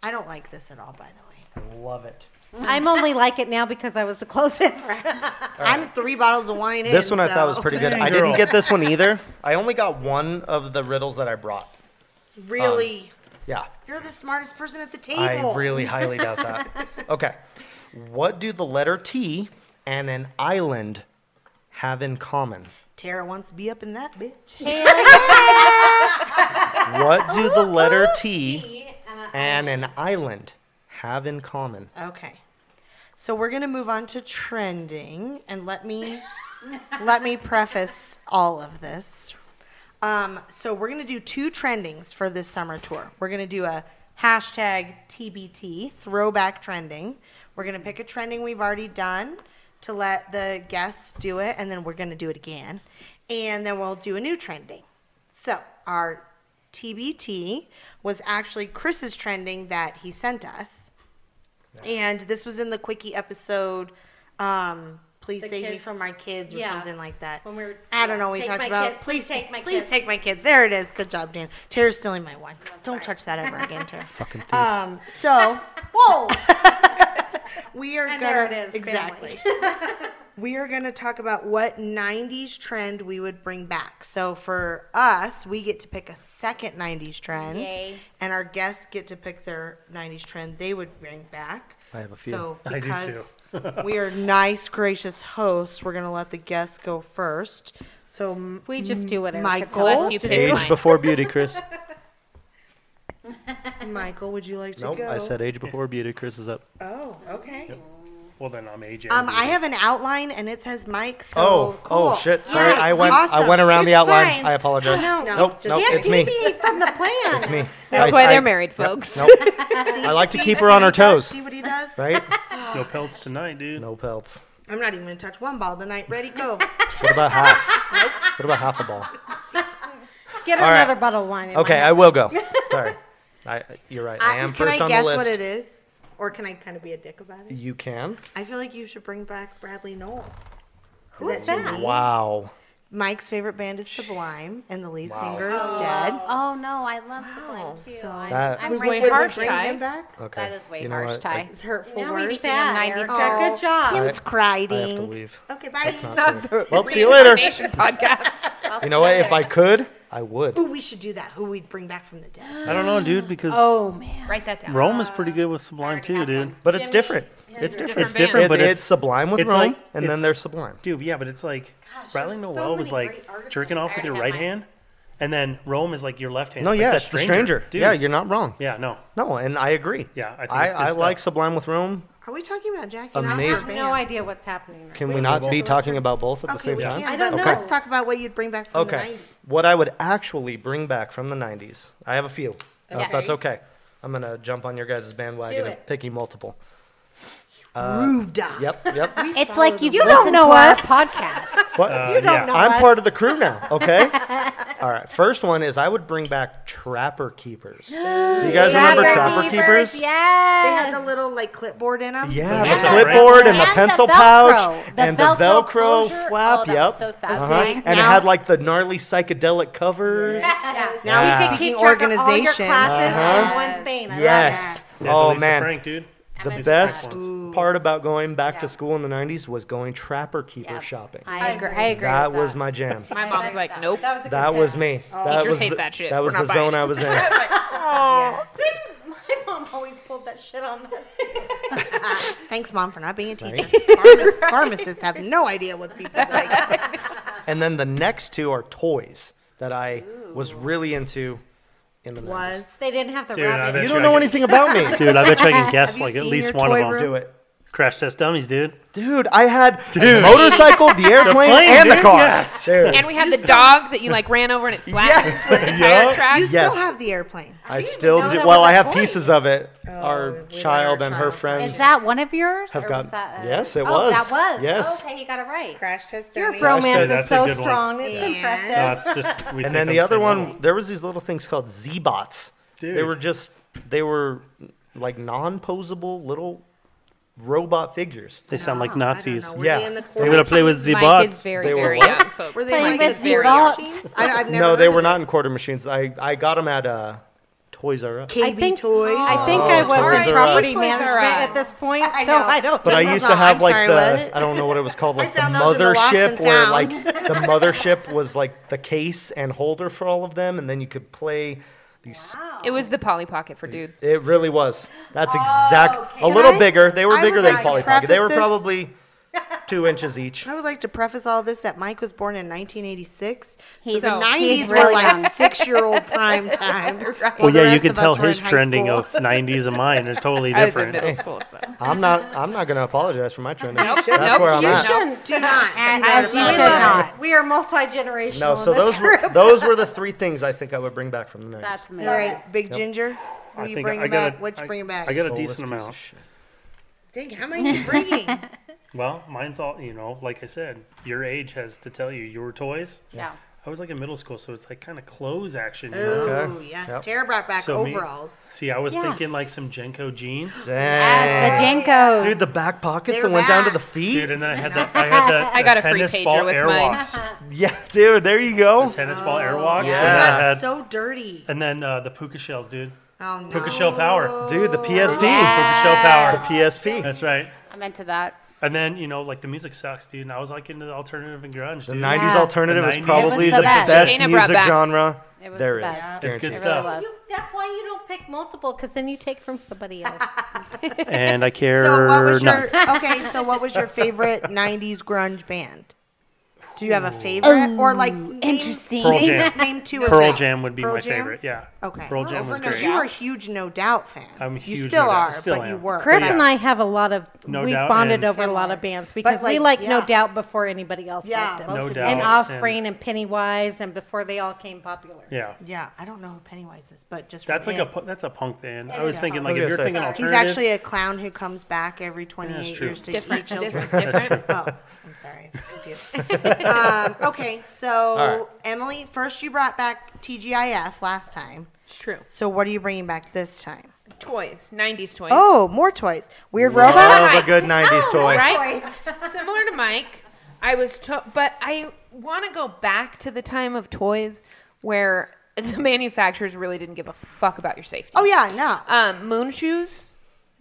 [SPEAKER 2] I don't like this at all, by the way.
[SPEAKER 4] Love it.
[SPEAKER 6] I'm only like it now because I was the closest.
[SPEAKER 2] I'm three bottles of wine in.
[SPEAKER 4] This one I thought was
[SPEAKER 2] so-
[SPEAKER 4] pretty good.
[SPEAKER 7] Dang,
[SPEAKER 4] I didn't
[SPEAKER 7] girl.
[SPEAKER 4] get this one either. I only got one of the riddles that I brought.
[SPEAKER 2] Really,
[SPEAKER 4] Yeah.
[SPEAKER 2] you're the smartest person at the table.
[SPEAKER 4] I really highly doubt that. Okay. What do the letter T and an island have in common?
[SPEAKER 2] Tara wants to be up in that bitch.
[SPEAKER 4] What do the letter T and an island have in common?
[SPEAKER 2] Okay, so we're gonna move on to trending, and let me let me preface all of this. Um, so we're gonna do two trendings for this summer tour. We're gonna do a hashtag TBT throwback trending. We're gonna pick a trending we've already done to let the guests do it, and then we're gonna do it again, and then we'll do a new trending. So our TBT was actually Chris's trending that he sent us. And this was in the quickie episode, um, please
[SPEAKER 6] The
[SPEAKER 2] save me
[SPEAKER 6] kids-
[SPEAKER 2] from my kids or
[SPEAKER 6] yeah.
[SPEAKER 2] something like that.
[SPEAKER 6] When we were-
[SPEAKER 2] I don't know what we
[SPEAKER 6] Take
[SPEAKER 2] talked
[SPEAKER 6] my
[SPEAKER 2] about.
[SPEAKER 6] kid-
[SPEAKER 2] please take my please
[SPEAKER 6] kids.
[SPEAKER 2] take my kids. There it is. Good job, Dan. Tara's stealing my wine. Don't touch that ever again, Tara.
[SPEAKER 4] Fucking thief.
[SPEAKER 2] um. So whoa. we are
[SPEAKER 6] And
[SPEAKER 2] gonna
[SPEAKER 6] there it is,
[SPEAKER 2] exactly. we are gonna talk about what '90s trend we would bring back. So for us, we get to pick a second '90s trend,
[SPEAKER 5] Yay.
[SPEAKER 2] and our guests get to pick their '90s trend they would bring back.
[SPEAKER 4] I have a few.
[SPEAKER 2] So
[SPEAKER 7] I do
[SPEAKER 2] because
[SPEAKER 7] too.
[SPEAKER 2] we are nice, gracious hosts. We're gonna let the guests go first. So m-
[SPEAKER 6] We just do whatever.
[SPEAKER 2] Michael,
[SPEAKER 3] Unless you pick
[SPEAKER 8] Age
[SPEAKER 3] mine.
[SPEAKER 8] before beauty, Chris.
[SPEAKER 2] Michael, would you like to
[SPEAKER 8] nope,
[SPEAKER 2] go?
[SPEAKER 8] I said age before beauty. Chris is up.
[SPEAKER 2] Oh, okay.
[SPEAKER 7] Well, then I'm AJ.
[SPEAKER 2] Um, I have an outline and it says Mike. So
[SPEAKER 4] oh, oh
[SPEAKER 2] cool.
[SPEAKER 4] shit. Sorry,
[SPEAKER 2] Yeah,
[SPEAKER 4] I went I
[SPEAKER 2] awesome.
[SPEAKER 4] went around the
[SPEAKER 2] It's
[SPEAKER 4] outline.
[SPEAKER 2] fine.
[SPEAKER 4] I apologize.
[SPEAKER 2] No, no,
[SPEAKER 4] nope,
[SPEAKER 2] just-
[SPEAKER 4] nope,
[SPEAKER 2] Yeah,
[SPEAKER 4] it's me.
[SPEAKER 6] from the plan.
[SPEAKER 4] It's me.
[SPEAKER 3] That's
[SPEAKER 4] I-
[SPEAKER 3] why
[SPEAKER 4] I-
[SPEAKER 3] they're married, folks.
[SPEAKER 4] Nope. I like to keep her on her toes,
[SPEAKER 2] See what he does?
[SPEAKER 4] right?
[SPEAKER 7] no pelts tonight, dude.
[SPEAKER 4] No pelts.
[SPEAKER 2] I'm not even gonna touch one ball tonight. Ready, go.
[SPEAKER 4] What about half? What about half a ball?
[SPEAKER 6] Get
[SPEAKER 4] All right.
[SPEAKER 6] another bottle of wine. and
[SPEAKER 4] Okay,
[SPEAKER 6] why
[SPEAKER 4] I will go. Sorry. I, I- you're right. I,
[SPEAKER 2] I-
[SPEAKER 4] am
[SPEAKER 2] Uh, can
[SPEAKER 4] first
[SPEAKER 2] I
[SPEAKER 4] on
[SPEAKER 2] guess
[SPEAKER 4] the list.
[SPEAKER 2] what it is? Or can I kind of be a dick about it?
[SPEAKER 4] You can.
[SPEAKER 2] I feel like you should bring back Bradley Noel.
[SPEAKER 6] Who is
[SPEAKER 2] that
[SPEAKER 6] that?
[SPEAKER 4] Wow.
[SPEAKER 2] Mike's favorite band is Sublime, and the lead
[SPEAKER 4] Wow.
[SPEAKER 2] singer is dead.
[SPEAKER 5] Oh no, I love Sublime too. I'm,
[SPEAKER 4] That-
[SPEAKER 5] I'm
[SPEAKER 3] was
[SPEAKER 5] right
[SPEAKER 3] way
[SPEAKER 5] there
[SPEAKER 3] harsh,
[SPEAKER 5] with you.
[SPEAKER 3] Ty.
[SPEAKER 2] Him back?
[SPEAKER 4] Okay.
[SPEAKER 5] That is way
[SPEAKER 4] You know
[SPEAKER 5] harsh,
[SPEAKER 4] what?
[SPEAKER 5] Ty.
[SPEAKER 2] It's hurtful
[SPEAKER 6] Now
[SPEAKER 2] words.
[SPEAKER 6] he's
[SPEAKER 5] Speaking of
[SPEAKER 6] sad.
[SPEAKER 5] 90s
[SPEAKER 6] Erica. Good job.
[SPEAKER 2] Him's
[SPEAKER 4] I, I have to
[SPEAKER 2] crying.
[SPEAKER 4] leave.
[SPEAKER 2] Okay, bye.
[SPEAKER 4] Not
[SPEAKER 3] Not the
[SPEAKER 4] good. Well, see you later.
[SPEAKER 3] Reincarnation podcast.
[SPEAKER 4] You know what? If I could, I would.
[SPEAKER 2] Ooh, we should do that. Who we'd bring back from the dead.
[SPEAKER 8] I don't know, dude, because
[SPEAKER 6] Oh man.
[SPEAKER 3] Write that down.
[SPEAKER 7] Rome is pretty good with Sublime too, dude.
[SPEAKER 4] But it's different.
[SPEAKER 3] It's
[SPEAKER 4] It's different.
[SPEAKER 7] different different,
[SPEAKER 4] It-
[SPEAKER 7] but it's-
[SPEAKER 4] it's sublime with
[SPEAKER 7] it's
[SPEAKER 4] Rome,
[SPEAKER 7] like-
[SPEAKER 4] and then
[SPEAKER 7] it's-
[SPEAKER 4] there's sublime.
[SPEAKER 7] Dude, yeah, but it's like Bradley
[SPEAKER 5] there's so
[SPEAKER 7] Noel was
[SPEAKER 5] many great
[SPEAKER 7] like
[SPEAKER 5] artists
[SPEAKER 7] jerking
[SPEAKER 5] out
[SPEAKER 7] off
[SPEAKER 5] there.
[SPEAKER 7] with
[SPEAKER 5] I
[SPEAKER 7] your
[SPEAKER 5] already
[SPEAKER 7] right
[SPEAKER 5] have
[SPEAKER 7] hand, and then Rome is like your left hand.
[SPEAKER 4] No,
[SPEAKER 7] It's
[SPEAKER 4] yeah,
[SPEAKER 7] like
[SPEAKER 4] it's the stranger.
[SPEAKER 7] dude.
[SPEAKER 4] Yeah, you're not wrong.
[SPEAKER 7] Yeah, no,
[SPEAKER 4] No, and I agree.
[SPEAKER 7] yeah, I think
[SPEAKER 4] I,
[SPEAKER 7] it's good
[SPEAKER 4] I
[SPEAKER 7] stuff.
[SPEAKER 4] like sublime with Rome.
[SPEAKER 2] Are we talking about Jackie?
[SPEAKER 6] I
[SPEAKER 4] Amazing.
[SPEAKER 6] have no idea what's happening.
[SPEAKER 4] Can we not be talking about both at the
[SPEAKER 2] Okay,
[SPEAKER 4] same
[SPEAKER 2] we
[SPEAKER 4] time?
[SPEAKER 2] can.
[SPEAKER 6] I
[SPEAKER 2] I
[SPEAKER 6] don't
[SPEAKER 2] don't
[SPEAKER 4] know.
[SPEAKER 2] Let's talk about what you'd bring back from the 90s.
[SPEAKER 4] Okay. What I would actually bring back from the 90s, I have a few. Uh, If
[SPEAKER 5] Okay.
[SPEAKER 4] that's okay. I'm going to jump on your guys' bandwagon
[SPEAKER 6] Do
[SPEAKER 4] of
[SPEAKER 6] it.
[SPEAKER 4] picking multiple.
[SPEAKER 2] Ruda.
[SPEAKER 4] uh, Yep, yep.
[SPEAKER 5] It's like you've
[SPEAKER 6] You
[SPEAKER 5] listened
[SPEAKER 6] don't know
[SPEAKER 5] to our
[SPEAKER 6] us.
[SPEAKER 5] podcast.
[SPEAKER 4] What?
[SPEAKER 7] Uh,
[SPEAKER 6] You don't
[SPEAKER 7] yeah.
[SPEAKER 6] know
[SPEAKER 4] I'm
[SPEAKER 6] us.
[SPEAKER 4] part of the crew now, okay? All right. First one is I would bring back Trapper Keepers. You guys remember Trapper Keepers?
[SPEAKER 2] They had
[SPEAKER 5] Yes.
[SPEAKER 2] the little like clipboard in them.
[SPEAKER 4] Yeah,
[SPEAKER 7] Yeah.
[SPEAKER 4] the clipboard and the
[SPEAKER 5] And the
[SPEAKER 4] pencil
[SPEAKER 5] Velcro.
[SPEAKER 4] pouch
[SPEAKER 5] The
[SPEAKER 4] and the
[SPEAKER 5] Velcro
[SPEAKER 4] Velcro,
[SPEAKER 5] closure.
[SPEAKER 4] flap.
[SPEAKER 5] Oh, that
[SPEAKER 4] yep.
[SPEAKER 5] was so sad.
[SPEAKER 4] Uh-huh.
[SPEAKER 2] See,
[SPEAKER 4] And it
[SPEAKER 2] now-
[SPEAKER 4] had like the gnarly psychedelic covers.
[SPEAKER 2] Now
[SPEAKER 4] Yeah.
[SPEAKER 2] we
[SPEAKER 6] You
[SPEAKER 2] can
[SPEAKER 6] keep
[SPEAKER 2] keep
[SPEAKER 6] track of all your
[SPEAKER 2] organization.
[SPEAKER 6] classes
[SPEAKER 5] Uh-huh.
[SPEAKER 6] on one thing. I love it.
[SPEAKER 4] Yes.
[SPEAKER 7] Yeah, the
[SPEAKER 4] Oh
[SPEAKER 7] Lisa
[SPEAKER 4] man,
[SPEAKER 7] Frank, dude.
[SPEAKER 5] I'm
[SPEAKER 4] the
[SPEAKER 5] a-
[SPEAKER 4] best
[SPEAKER 2] Ooh.
[SPEAKER 4] part about going back
[SPEAKER 5] Yeah.
[SPEAKER 4] to school in the 90s was going trapper keeper
[SPEAKER 5] Yeah.
[SPEAKER 4] shopping.
[SPEAKER 5] I agree. I agree.
[SPEAKER 4] that
[SPEAKER 5] with
[SPEAKER 4] was my jam.
[SPEAKER 3] My mom's like, nope.
[SPEAKER 6] That was a good
[SPEAKER 4] That was me.
[SPEAKER 5] Oh.
[SPEAKER 4] That
[SPEAKER 3] Teachers
[SPEAKER 4] was
[SPEAKER 3] hate
[SPEAKER 4] the,
[SPEAKER 3] that shit.
[SPEAKER 4] That was
[SPEAKER 3] We're
[SPEAKER 4] the
[SPEAKER 3] not buying
[SPEAKER 4] zone
[SPEAKER 3] it.
[SPEAKER 4] I was in.
[SPEAKER 6] See, my mom always pulled that shit on us.
[SPEAKER 2] Ah, Thanks, mom, for not being a teacher.
[SPEAKER 4] Right?
[SPEAKER 2] Pharmac- Pharmacists have no idea what people like.
[SPEAKER 4] And then the next two are toys that I was really into in the 90s.
[SPEAKER 2] Was
[SPEAKER 6] They didn't have the
[SPEAKER 7] Dude, I
[SPEAKER 6] rabbit.
[SPEAKER 7] bet
[SPEAKER 4] You
[SPEAKER 7] you
[SPEAKER 4] don't know
[SPEAKER 7] can-
[SPEAKER 4] anything about me.
[SPEAKER 7] Dude, I bet you I can guess
[SPEAKER 3] Have you
[SPEAKER 7] like at
[SPEAKER 3] seen
[SPEAKER 7] least
[SPEAKER 3] your
[SPEAKER 7] one
[SPEAKER 3] toy
[SPEAKER 7] of them.
[SPEAKER 3] room?
[SPEAKER 4] Do it.
[SPEAKER 7] Crash test dummies, dude.
[SPEAKER 4] Dude, I had the
[SPEAKER 7] Dude.
[SPEAKER 4] motorcycle, the airplane,
[SPEAKER 7] plane,
[SPEAKER 4] and the
[SPEAKER 7] dude,
[SPEAKER 4] car.
[SPEAKER 7] yes.
[SPEAKER 4] Dude,
[SPEAKER 3] And we had the dog that you like ran over and it flattened with the tire
[SPEAKER 4] Yeah.
[SPEAKER 3] tracks.
[SPEAKER 2] you
[SPEAKER 4] Yes.
[SPEAKER 2] still have the airplane?
[SPEAKER 4] I still
[SPEAKER 6] know
[SPEAKER 4] do.
[SPEAKER 6] that
[SPEAKER 4] Well,
[SPEAKER 6] was
[SPEAKER 4] I
[SPEAKER 6] a
[SPEAKER 4] have
[SPEAKER 6] toy.
[SPEAKER 4] pieces of it.
[SPEAKER 2] Oh, we
[SPEAKER 4] our
[SPEAKER 2] let our
[SPEAKER 4] child and her
[SPEAKER 2] child
[SPEAKER 4] friends.
[SPEAKER 5] Is that one of yours?
[SPEAKER 4] Have
[SPEAKER 5] or
[SPEAKER 4] got-
[SPEAKER 5] was that a-
[SPEAKER 4] yes, it
[SPEAKER 5] oh,
[SPEAKER 4] was.
[SPEAKER 5] that was.
[SPEAKER 4] Yes.
[SPEAKER 5] Okay, he got it right.
[SPEAKER 2] Crash test.
[SPEAKER 6] Your
[SPEAKER 2] dummy.
[SPEAKER 6] bromance is
[SPEAKER 7] That's a
[SPEAKER 6] so
[SPEAKER 7] good one.
[SPEAKER 6] strong. It's
[SPEAKER 2] Yeah.
[SPEAKER 7] No,
[SPEAKER 4] Uh,
[SPEAKER 6] impressive.
[SPEAKER 7] it's just.
[SPEAKER 4] and
[SPEAKER 7] We think
[SPEAKER 4] then
[SPEAKER 7] I'm
[SPEAKER 4] the other
[SPEAKER 7] same
[SPEAKER 4] one,
[SPEAKER 7] level.
[SPEAKER 4] there was these little things called Z-bots. They
[SPEAKER 7] Dude.
[SPEAKER 4] were just they were like non-posable little robot figures.
[SPEAKER 7] They sound like
[SPEAKER 2] Oh, I don't
[SPEAKER 7] Nazis.
[SPEAKER 2] know. Were
[SPEAKER 4] Yeah.
[SPEAKER 2] they in the
[SPEAKER 7] I'm gonna
[SPEAKER 2] corner?
[SPEAKER 7] play with the
[SPEAKER 3] Mike is
[SPEAKER 7] bots.
[SPEAKER 3] very,
[SPEAKER 4] They were
[SPEAKER 3] very
[SPEAKER 4] what?
[SPEAKER 3] young, folks.
[SPEAKER 2] Were they
[SPEAKER 6] Playing
[SPEAKER 2] like
[SPEAKER 6] with
[SPEAKER 2] the
[SPEAKER 6] the
[SPEAKER 2] very
[SPEAKER 6] box.
[SPEAKER 2] machines? I, I've never
[SPEAKER 4] no, they
[SPEAKER 2] heard
[SPEAKER 4] were
[SPEAKER 2] of
[SPEAKER 4] not in
[SPEAKER 2] this.
[SPEAKER 4] quarter machines. I I got them at uh, Toys R Us.
[SPEAKER 2] KB Toys.
[SPEAKER 6] I think
[SPEAKER 4] Oh,
[SPEAKER 6] I
[SPEAKER 4] Toys
[SPEAKER 6] was in
[SPEAKER 4] R Us.
[SPEAKER 6] property
[SPEAKER 3] Toys R
[SPEAKER 6] management
[SPEAKER 3] Us.
[SPEAKER 6] at this point,
[SPEAKER 2] I
[SPEAKER 6] so
[SPEAKER 2] know.
[SPEAKER 6] I don't.
[SPEAKER 4] But I
[SPEAKER 2] Those
[SPEAKER 4] used
[SPEAKER 2] are-
[SPEAKER 4] to have
[SPEAKER 2] I'm
[SPEAKER 4] like
[SPEAKER 2] sorry,
[SPEAKER 4] the
[SPEAKER 2] what?
[SPEAKER 4] I don't know what it was called, like the
[SPEAKER 2] found those in the lost
[SPEAKER 4] mothership
[SPEAKER 2] and
[SPEAKER 4] where
[SPEAKER 2] found.
[SPEAKER 4] like the mothership was like the case and holder for all of them, and then you could play these.
[SPEAKER 3] It was the Polly Pocket for dudes.
[SPEAKER 4] It really was. That's exact.
[SPEAKER 6] okay.
[SPEAKER 4] A
[SPEAKER 6] Can
[SPEAKER 4] little
[SPEAKER 2] I-
[SPEAKER 4] bigger. They were
[SPEAKER 2] Oh, I
[SPEAKER 4] bigger
[SPEAKER 2] would
[SPEAKER 4] than
[SPEAKER 2] like to
[SPEAKER 4] Polly Pocket. They
[SPEAKER 2] preface
[SPEAKER 4] were
[SPEAKER 2] this-
[SPEAKER 4] probably two inches each.
[SPEAKER 2] I would like to preface all this that Mike was born in 1986. He's
[SPEAKER 5] He's-
[SPEAKER 2] so the
[SPEAKER 3] so-
[SPEAKER 2] 90s
[SPEAKER 5] he's
[SPEAKER 2] were
[SPEAKER 5] really young.
[SPEAKER 2] like six year old prime time.
[SPEAKER 3] Right.
[SPEAKER 2] Well,
[SPEAKER 3] Well,
[SPEAKER 2] the
[SPEAKER 7] yeah, you
[SPEAKER 2] rest
[SPEAKER 7] can
[SPEAKER 2] of us
[SPEAKER 7] tell
[SPEAKER 2] were in
[SPEAKER 7] his
[SPEAKER 2] high
[SPEAKER 7] trending
[SPEAKER 2] school.
[SPEAKER 7] of 90s and mine is totally
[SPEAKER 3] I was in
[SPEAKER 7] different.
[SPEAKER 3] middle school, so.
[SPEAKER 4] I'm not. I'm not gonna apologize for my trend. That's
[SPEAKER 3] shouldn't. Nope,
[SPEAKER 4] where I'm
[SPEAKER 3] you
[SPEAKER 4] at.
[SPEAKER 3] shouldn't.
[SPEAKER 2] Do not.
[SPEAKER 5] And
[SPEAKER 2] do not
[SPEAKER 5] as you
[SPEAKER 2] apologize.
[SPEAKER 5] should not.
[SPEAKER 6] We are multi generational.
[SPEAKER 4] No, so those were those were the three things I think I would bring back from the 90s.
[SPEAKER 5] That's amazing.
[SPEAKER 2] All right, Big
[SPEAKER 4] Yep.
[SPEAKER 2] Ginger. What
[SPEAKER 7] I
[SPEAKER 2] do you
[SPEAKER 7] think
[SPEAKER 2] bring
[SPEAKER 7] I gotta-
[SPEAKER 2] back? What you
[SPEAKER 7] I-
[SPEAKER 2] bring back?
[SPEAKER 7] I got a
[SPEAKER 4] Soulless
[SPEAKER 7] decent
[SPEAKER 4] piece
[SPEAKER 7] amount.
[SPEAKER 4] of shit.
[SPEAKER 2] Dang, how many are you bringing?
[SPEAKER 7] Well, mine's all, you know, like I said, your age has to tell you your toys.
[SPEAKER 5] Yeah.
[SPEAKER 7] I was like in middle school, so it's like kind of clothes action. You
[SPEAKER 2] Ooh,
[SPEAKER 7] know?
[SPEAKER 4] Okay.
[SPEAKER 2] yes.
[SPEAKER 4] Yep.
[SPEAKER 2] Tara brought back
[SPEAKER 7] So me-
[SPEAKER 2] overalls.
[SPEAKER 7] See, I was
[SPEAKER 5] Yeah.
[SPEAKER 7] thinking like some Jenko jeans.
[SPEAKER 5] As the
[SPEAKER 4] Dang.
[SPEAKER 5] Jenkos.
[SPEAKER 4] Dude, the back pockets
[SPEAKER 2] They're
[SPEAKER 4] that went down to the
[SPEAKER 2] back.
[SPEAKER 4] feet.
[SPEAKER 7] Dude, and then I had that. I had that.
[SPEAKER 3] I got
[SPEAKER 7] the
[SPEAKER 3] a free
[SPEAKER 7] tennis
[SPEAKER 3] pager
[SPEAKER 7] ball
[SPEAKER 3] with mine.
[SPEAKER 7] airwalks.
[SPEAKER 4] yeah, dude, there you
[SPEAKER 7] The
[SPEAKER 4] go.
[SPEAKER 7] tennis ball airwalks.
[SPEAKER 4] Oh, Yeah.
[SPEAKER 7] And, then I had,
[SPEAKER 2] That's so dirty.
[SPEAKER 7] and then uh, the puka shells, dude.
[SPEAKER 2] Oh no.
[SPEAKER 7] Puka shell power.
[SPEAKER 4] Dude, the PSP.
[SPEAKER 7] Puka shell
[SPEAKER 4] The
[SPEAKER 7] power.
[SPEAKER 4] PSP.
[SPEAKER 7] That's right.
[SPEAKER 5] I'm into that.
[SPEAKER 7] And then you know, like the music sucks, dude. And I was like into the alternative and grunge,
[SPEAKER 4] The
[SPEAKER 7] dude.
[SPEAKER 4] 90s
[SPEAKER 5] Yeah.
[SPEAKER 4] alternative
[SPEAKER 7] The
[SPEAKER 4] was
[SPEAKER 7] 90s.
[SPEAKER 4] probably
[SPEAKER 5] It was
[SPEAKER 4] the
[SPEAKER 5] the best.
[SPEAKER 4] best,
[SPEAKER 3] Dana brought
[SPEAKER 4] music
[SPEAKER 3] back-
[SPEAKER 4] genre
[SPEAKER 5] It was
[SPEAKER 4] there
[SPEAKER 5] the
[SPEAKER 4] is.
[SPEAKER 5] best.
[SPEAKER 7] It's good
[SPEAKER 5] It
[SPEAKER 4] Guaranteed.
[SPEAKER 5] really
[SPEAKER 7] stuff.
[SPEAKER 5] was.
[SPEAKER 6] That's why you don't pick multiple, because then you take from somebody else.
[SPEAKER 7] And I care
[SPEAKER 2] So what was
[SPEAKER 7] not.
[SPEAKER 2] your okay? So what was your favorite '90s grunge band? Do you have a favorite or like name-
[SPEAKER 5] Interesting.
[SPEAKER 7] Pearl
[SPEAKER 2] Name,
[SPEAKER 7] Jam.
[SPEAKER 2] name two or
[SPEAKER 7] Pearl
[SPEAKER 2] three.
[SPEAKER 7] Jam would be
[SPEAKER 2] Pearl
[SPEAKER 7] my
[SPEAKER 2] Jam?
[SPEAKER 7] favorite. Yeah.
[SPEAKER 2] Okay.
[SPEAKER 7] Pearl Jam was
[SPEAKER 3] Over No
[SPEAKER 2] Because
[SPEAKER 7] great.
[SPEAKER 2] you were a huge No Doubt fan.
[SPEAKER 7] I'm a
[SPEAKER 2] You
[SPEAKER 7] huge
[SPEAKER 2] still
[SPEAKER 7] No Doubt.
[SPEAKER 2] are,
[SPEAKER 7] Still
[SPEAKER 2] but you
[SPEAKER 7] am.
[SPEAKER 2] were.
[SPEAKER 6] Chris
[SPEAKER 2] but-
[SPEAKER 6] and I have a lot of
[SPEAKER 7] No
[SPEAKER 6] we
[SPEAKER 7] Doubt
[SPEAKER 6] bonded
[SPEAKER 7] is-
[SPEAKER 6] over a lot of bands because we
[SPEAKER 2] like,
[SPEAKER 6] like No
[SPEAKER 2] yeah.
[SPEAKER 6] Doubt before anybody else
[SPEAKER 2] Yeah,
[SPEAKER 6] liked them.
[SPEAKER 2] both
[SPEAKER 7] No
[SPEAKER 2] of
[SPEAKER 7] doubt.
[SPEAKER 2] them.
[SPEAKER 6] and Offspring and Pennywise and before they all came popular.
[SPEAKER 7] Yeah.
[SPEAKER 2] Yeah, I don't know who Pennywise is, but just
[SPEAKER 7] That's
[SPEAKER 2] from
[SPEAKER 7] like a
[SPEAKER 2] it.
[SPEAKER 7] pu- that's a punk band.
[SPEAKER 6] It
[SPEAKER 7] I was
[SPEAKER 6] is a
[SPEAKER 7] thinking
[SPEAKER 4] punk
[SPEAKER 7] like
[SPEAKER 4] band.
[SPEAKER 7] if you're thinking
[SPEAKER 4] I
[SPEAKER 7] alternative,
[SPEAKER 2] He's actually a clown who comes back every 28
[SPEAKER 7] true.
[SPEAKER 2] years to eat
[SPEAKER 3] Different. This
[SPEAKER 2] children.
[SPEAKER 3] is different.
[SPEAKER 2] oh, I'm sorry. I was confused. um, okay, so
[SPEAKER 4] All right.
[SPEAKER 2] Emily, first you brought back TGIF last time.
[SPEAKER 3] It's true.
[SPEAKER 2] So what are you bringing back this time?
[SPEAKER 3] Toys, 90s toys.
[SPEAKER 2] Oh, more toys. Weird robot.
[SPEAKER 4] Love a good 90s toy.
[SPEAKER 3] right? Similar to Mike, I was, to- but I want to go back to the time of toys where the manufacturers really didn't give a fuck about your safety.
[SPEAKER 2] Oh yeah, no.
[SPEAKER 3] Um, moon shoes.